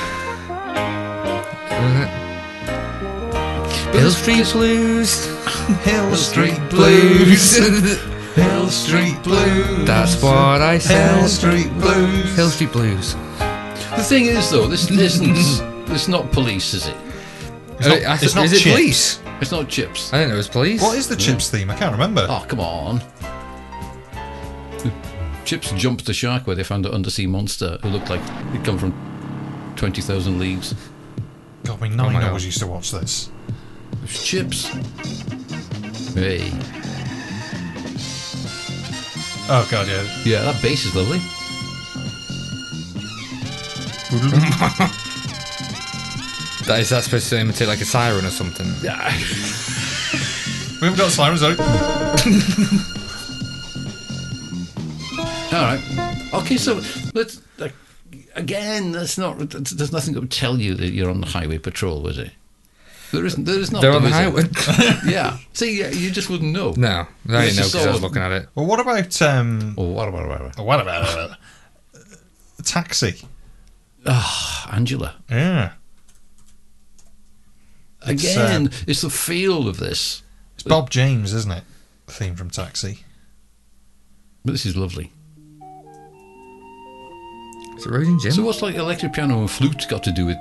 Speaker 2: Bill Street Blues.
Speaker 1: Hill
Speaker 2: Street Blues.
Speaker 1: Hill Street Blues.
Speaker 2: That's what I said.
Speaker 1: Hill Street Blues.
Speaker 2: Hill Street Blues.
Speaker 3: The thing is, though, this isn't. It's not police, is it?
Speaker 1: It's not,
Speaker 2: Uh, I th-
Speaker 1: it's not
Speaker 2: is it
Speaker 1: Chips.
Speaker 2: police?
Speaker 3: It's not chips.
Speaker 2: I didn't know it was police.
Speaker 1: What is the Chips theme? I can't remember.
Speaker 3: Oh, come on. Chips jumped the shark where they found an undersea monster who looked like he'd come from 20,000 leagues.
Speaker 1: God,
Speaker 3: Oh
Speaker 1: my nine
Speaker 2: my God.
Speaker 1: always used to watch this.
Speaker 3: It was Chips. Hey.
Speaker 1: Oh God, yeah.
Speaker 3: Yeah, that bass is lovely.
Speaker 2: that? Is that supposed to imitate like a siren or something?
Speaker 3: Yeah.
Speaker 1: We haven't got sirens, though.
Speaker 3: All right. Okay, so let's like, again. That's not. that's- There's nothing that would tell you that you're on the highway patrol, was it? There isn't. There is not.
Speaker 2: They're on the
Speaker 3: highway. yeah. See, yeah, you just wouldn't know.
Speaker 2: No, I didn't know
Speaker 3: It's just
Speaker 2: because I was
Speaker 3: all-
Speaker 2: looking at it.
Speaker 1: Well, what about um?
Speaker 3: Oh, what about what?
Speaker 1: What about uh, taxi?
Speaker 3: Ah, Angela.
Speaker 1: Yeah. It's,
Speaker 3: Again,
Speaker 1: uh,
Speaker 3: it's, the feel of this.
Speaker 1: It's Bob James, isn't it? The theme from Taxi.
Speaker 3: But this is lovely.
Speaker 2: Is it Rosing Jim?
Speaker 3: So what's like electric piano and flute got to do with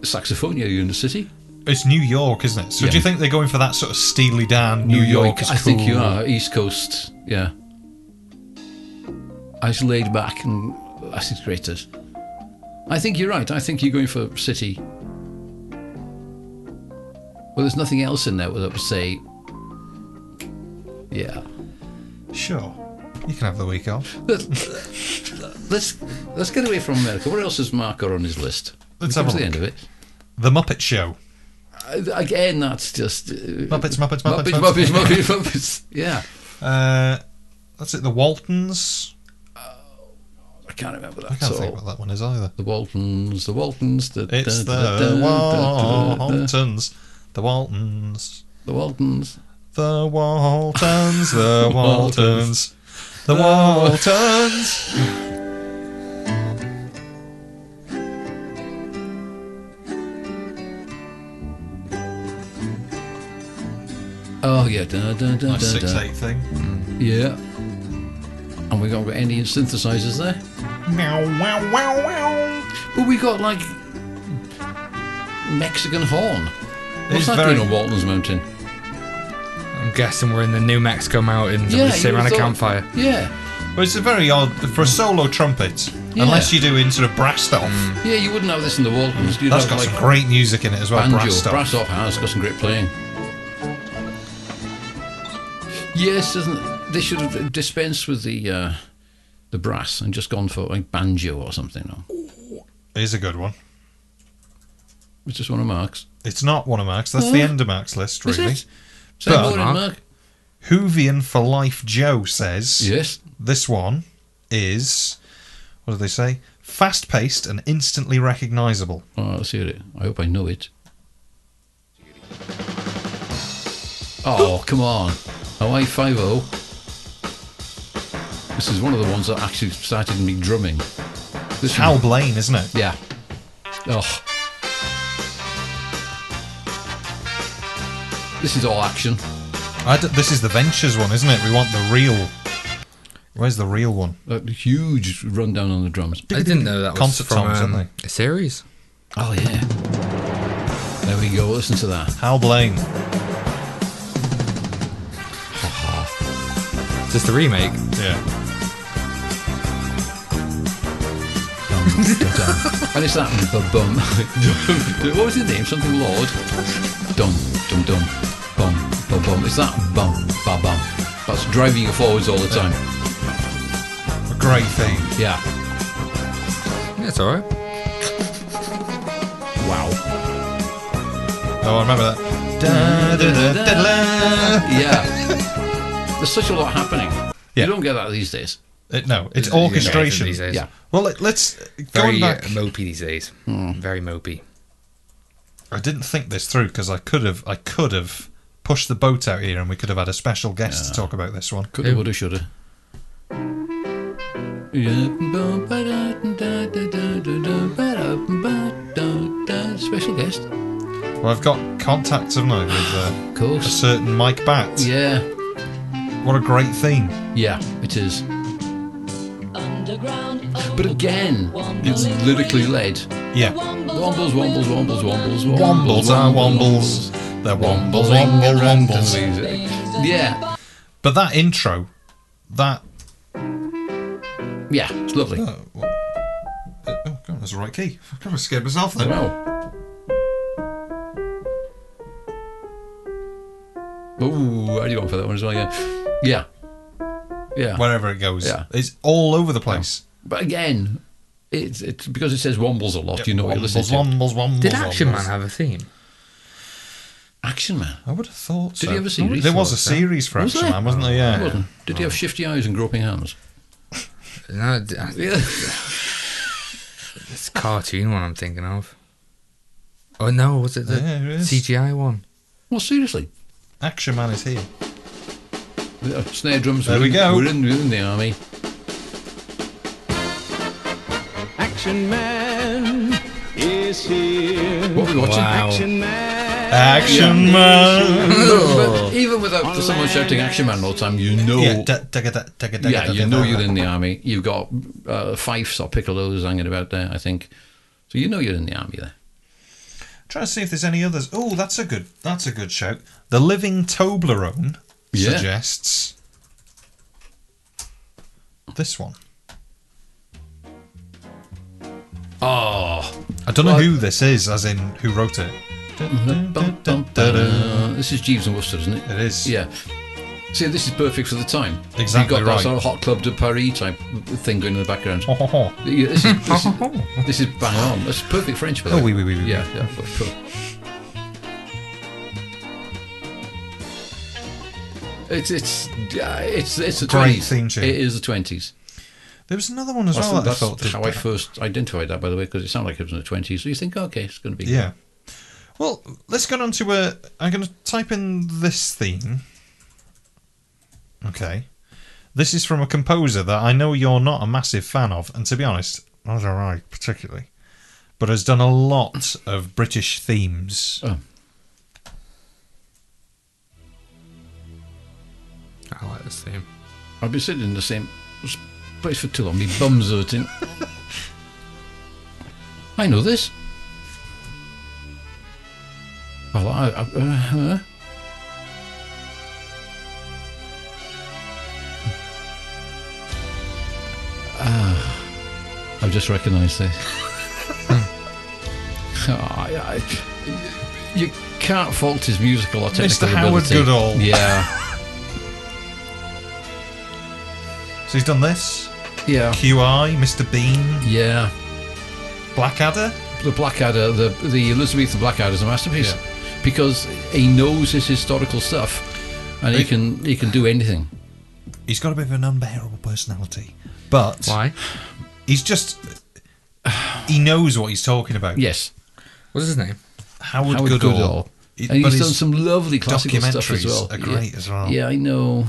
Speaker 3: saxophonia in the city?
Speaker 1: It's New York, isn't it? So
Speaker 3: Yeah.
Speaker 1: do you think they're going for that sort of steely Dan New, York? is
Speaker 3: I think you
Speaker 1: cool?
Speaker 3: are East Coast. Yeah. I just laid back and I said, "Greatest." I think you're right. I think you're going for city. Well, there's nothing else in there that would say. Yeah.
Speaker 1: Sure. You can have the week off.
Speaker 3: Let's let's, let's get away from America. What else has Mark got on his list?
Speaker 1: Let's
Speaker 3: Here
Speaker 1: have a
Speaker 3: comes the
Speaker 1: look.
Speaker 3: end of it.
Speaker 1: The Muppet Show.
Speaker 3: Uh, Again, that's just uh,
Speaker 1: Muppets, Muppets, Muppets,
Speaker 3: Muppets, Muppets, Muppets, Muppets. Yeah,
Speaker 1: Uh, that's it. The Waltons.
Speaker 3: I can't remember that.
Speaker 1: I can't
Speaker 3: so,
Speaker 1: think what that one is either.
Speaker 3: the Waltons, the Waltons, the
Speaker 1: It's
Speaker 3: da- da- da-
Speaker 1: the
Speaker 3: da- da- da-
Speaker 1: Waltons. The Waltons. The
Speaker 3: the Waltons.
Speaker 1: Waltons. The Waltons.
Speaker 3: Waltons.
Speaker 1: The Waltons.
Speaker 3: Oh yeah, da, da, da,
Speaker 1: Nice
Speaker 3: da,
Speaker 1: six
Speaker 3: da.
Speaker 1: eight thing.
Speaker 3: yeah. And we got any synthesizers there,
Speaker 1: Meow wow wow wow.
Speaker 3: but we got like Mexican horn. What's
Speaker 1: is
Speaker 3: that
Speaker 1: very-
Speaker 3: doing on Waltons Mountain?
Speaker 2: I'm guessing we're in the New Mexico mountains and we're
Speaker 3: you
Speaker 2: sitting around a
Speaker 3: thought-
Speaker 2: campfire.
Speaker 3: Yeah,
Speaker 1: Well, it's a very odd for a solo trumpet,
Speaker 3: Yeah.
Speaker 1: unless you're doing sort of brass stuff.
Speaker 3: yeah, you wouldn't have this in the Waltons. You'd
Speaker 1: That's
Speaker 3: have,
Speaker 1: got
Speaker 3: like,
Speaker 1: some great music in it as well.
Speaker 3: banjo,
Speaker 1: brass stuff.
Speaker 3: brass off has got some great playing. Yes, doesn't they should have dispensed with the uh, the brass and just gone for like banjo or something. Or
Speaker 1: It is a good one.
Speaker 3: it's just one of Mark's.
Speaker 1: It's not one of Mark's. That's the
Speaker 3: Huh?
Speaker 1: end of Mark's list,
Speaker 3: Is
Speaker 1: really.
Speaker 3: it? Say
Speaker 1: But-
Speaker 3: more than
Speaker 2: Mark?
Speaker 3: Mark.
Speaker 1: Hoovian for Life Joe says
Speaker 3: Yes.
Speaker 1: this one is what do they say? Fast paced and instantly recognisable.
Speaker 3: Oh, let's hear it. I hope I know it. Oh, come on. Hawaii 5 0. This is one of the ones that actually started me drumming. This one-
Speaker 1: Hal Blaine, isn't it?
Speaker 3: Yeah. Oh. This is all action.
Speaker 1: I d- this is the Ventures one, isn't it? We want the real. Where's the real one?
Speaker 3: A huge rundown on the drums.
Speaker 2: I didn't know that was
Speaker 1: Concert
Speaker 2: from
Speaker 1: songs,
Speaker 2: um,
Speaker 1: aren't
Speaker 2: a series.
Speaker 3: Oh, yeah. There we go. Listen to that.
Speaker 1: Hal Blaine.
Speaker 2: Is this the remake?
Speaker 1: Yeah.
Speaker 3: And it's that bum. what was his name? Something Lord. Dum dum dum bum bum bum. It's that bum ba bum. That's driving you forwards all the time.
Speaker 1: A great theme.
Speaker 3: Yeah.
Speaker 2: Yeah, it's alright.
Speaker 3: Wow.
Speaker 1: Oh, I remember that. Da, da, da, da, da.
Speaker 3: Yeah. There's such a lot happening.
Speaker 1: Yeah.
Speaker 3: You don't get that these days.
Speaker 1: It, Uh, no, it's
Speaker 2: Yeah,
Speaker 1: orchestration.
Speaker 2: these days.
Speaker 3: Yeah.
Speaker 1: Well, let, let's
Speaker 2: Very
Speaker 1: going
Speaker 2: uh,
Speaker 1: back.
Speaker 2: mopey these days. Very mopey.
Speaker 1: I didn't think this through because I could have. I could have pushed the boat out here, and we could have had a special guest to talk about this one.
Speaker 3: Coulda, woulda, shoulda. Special guest,
Speaker 1: Well, I've got contacts, haven't I, with
Speaker 3: of
Speaker 1: uh, a
Speaker 3: course.
Speaker 1: certain Mike Batt.
Speaker 3: Yeah,
Speaker 1: What a great theme.
Speaker 3: yeah, it is. But again, it's lyrically led.
Speaker 1: Yeah.
Speaker 3: Wombles, wombles, wombles, wombles,
Speaker 1: Wombles are wombles. They're wombles, wombles, wombles.
Speaker 3: wombles. Yeah,
Speaker 1: But that intro, that
Speaker 3: yeah, it's lovely.
Speaker 1: Uh, what- uh, oh, God, that's the right key. I kind of scared myself then.
Speaker 3: Wow. Ooh, I do one for that one as well. Yeah, yeah, yeah.
Speaker 1: Wherever it goes,
Speaker 3: Yeah.
Speaker 1: it's all over the place.
Speaker 3: But again, it's, it's because it says Wombles a lot. You know what you're
Speaker 1: wombles,
Speaker 3: listening to.
Speaker 1: wombles, wombles,
Speaker 2: Did Action
Speaker 1: wombles.
Speaker 2: Man have a theme?
Speaker 3: Action Man.
Speaker 1: I would have thought so.
Speaker 3: Did he have a series?
Speaker 1: There was a
Speaker 2: for it,
Speaker 1: series for
Speaker 3: Was
Speaker 1: Action
Speaker 3: there?
Speaker 1: Man, wasn't there? Yeah.
Speaker 3: Wasn't. Did he have shifty eyes and groping hands?
Speaker 2: No, d- I- it's cartoon one I'm thinking of. Oh no, was it the
Speaker 1: Yeah, it is.
Speaker 2: CGI one?
Speaker 3: Well, seriously.
Speaker 1: Action Man is here.
Speaker 3: Uh, snare drums.
Speaker 1: There
Speaker 3: we're
Speaker 1: we
Speaker 3: in-
Speaker 1: go.
Speaker 3: We're in, we're in the army.
Speaker 12: Action Man is here.
Speaker 3: What are we watching? Wow.
Speaker 12: Action Man.
Speaker 1: Action Man.
Speaker 3: but even without someone shouting "Action Man" all the time, you know.
Speaker 1: Yeah, da- da- da- da- da-
Speaker 3: yeah,
Speaker 1: da-
Speaker 3: you
Speaker 1: da-
Speaker 3: know
Speaker 1: da-
Speaker 3: you're in the army. You've got uh, fifes or piccolos hanging about there, I think. So you know you're in the army there.
Speaker 1: Trying to see if there's any others. Oh, that's a good. That's a good shout. The Living Toblerone
Speaker 3: Yeah.
Speaker 1: suggests this one.
Speaker 3: Oh,
Speaker 1: I don't know who this is, as in who wrote it.
Speaker 3: Mm-hmm. Uh, this is Jeeves and Worcester, isn't it?
Speaker 1: It is.
Speaker 3: Yeah. See, this is perfect for the time.
Speaker 1: Exactly
Speaker 3: You've got
Speaker 1: right. Oh.
Speaker 3: that sort of hot club de Paris type thing going in the background.
Speaker 1: Ho, ho, ho.
Speaker 3: Yeah, this, is, this, is, this is bang on. That's perfect French, by the
Speaker 1: Oh,
Speaker 3: way.
Speaker 1: oui, oui, oui, oui,
Speaker 3: Yeah, yeah. but cool. It's it's uh, it's it's the
Speaker 1: Great
Speaker 3: 20s.
Speaker 1: theme tune.
Speaker 3: It is the twenties.
Speaker 1: There was another one as
Speaker 3: That's,
Speaker 1: well. that I
Speaker 3: that's
Speaker 1: thought did
Speaker 3: how I
Speaker 1: that.
Speaker 3: first identified that, by the way, because it sounded like it was in the twenties. So you think, okay, it's going to be
Speaker 1: Yeah. Well, let's get on to a. I'm going to type in this theme. Okay. This is from a composer that I know you're not a massive fan of, and to be honest, not all right particularly, but has done a lot of British themes.
Speaker 3: Oh.
Speaker 2: I like this theme.
Speaker 3: I've been sitting in the same place for too long. My bum's hurting. I know this. Well, I, I, uh, huh? Ah, I've just recognised this. Oh, I, I, you can't fault his musical or
Speaker 1: Mr.
Speaker 3: technical
Speaker 1: Howard
Speaker 3: ability.
Speaker 1: Goodall.
Speaker 3: Yeah,
Speaker 1: So he's done this
Speaker 3: yeah.
Speaker 1: QI, Mr. Bean,
Speaker 3: Yeah,
Speaker 1: Blackadder.
Speaker 3: the Blackadder, the the Elizabethan Blackadder is a masterpiece because he knows his historical stuff, and he
Speaker 1: It-
Speaker 3: can he can do anything.
Speaker 1: He's got a bit of an unbearable personality, but
Speaker 2: Why?
Speaker 1: he's just. He knows what he's talking about.
Speaker 3: Yes,
Speaker 2: What's his name?
Speaker 1: Howard,
Speaker 3: Howard
Speaker 1: Goodall.
Speaker 3: Goodall.
Speaker 1: He-
Speaker 3: and
Speaker 1: but
Speaker 3: he's done
Speaker 1: his
Speaker 3: some lovely classical stuff as
Speaker 1: documentaries
Speaker 3: well.
Speaker 1: are great
Speaker 3: yeah.
Speaker 1: as well.
Speaker 3: Yeah, I know.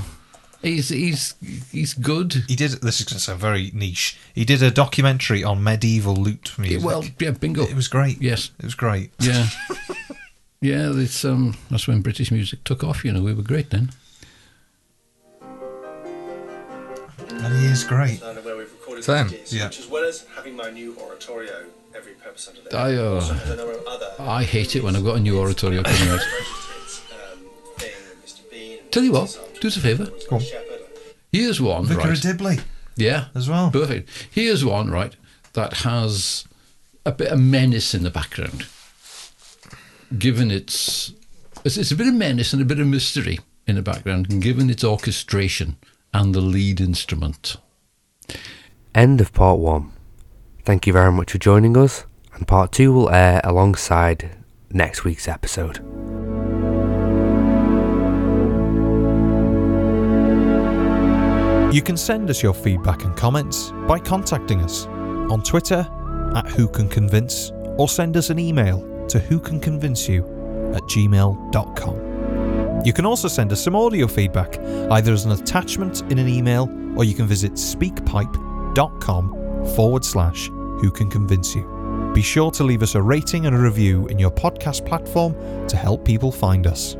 Speaker 3: He's he's he's good.
Speaker 1: He did. This is going to sound very niche. He did a documentary on medieval lute music.
Speaker 3: Well, yeah, bingo.
Speaker 1: it was great.
Speaker 3: Yes.
Speaker 1: It was great.
Speaker 3: Yeah. yeah, it's um that's when British music took off, you know, we were great then.
Speaker 1: And he is great.
Speaker 13: London where we've recorded
Speaker 2: Same.
Speaker 13: these gigs,
Speaker 1: Yeah.
Speaker 13: which as well as having my new oratorio every pub Sunday,
Speaker 3: I, uh,
Speaker 13: also has a number of other
Speaker 3: I hate it when I've got a new oratorio coming out.
Speaker 13: um, thing, Mr. Bean,
Speaker 3: Tell you what, do us a favour.
Speaker 1: Cool.
Speaker 13: Shepherd,
Speaker 3: Here's one.
Speaker 1: Vicar
Speaker 3: right.
Speaker 1: of Dibley
Speaker 3: Yeah,
Speaker 1: as well.
Speaker 3: perfect. Here's one right that has a bit of menace in the background, given its it's, it's a bit of menace and a bit of mystery in the background, and given its orchestration and the lead instrument.
Speaker 14: End of part one. Thank you very much for joining us, and part two will air alongside next week's episode.
Speaker 1: You can send us your feedback and comments by contacting us on Twitter at Who Can Convince or send us an email to Who Can Convince You at gmail.com. You can also send us some audio feedback either as an attachment in an email or you can visit speakpipe.com forward slash Who Can Convince You. Be sure to leave us a rating and a review in your podcast platform to help people find us.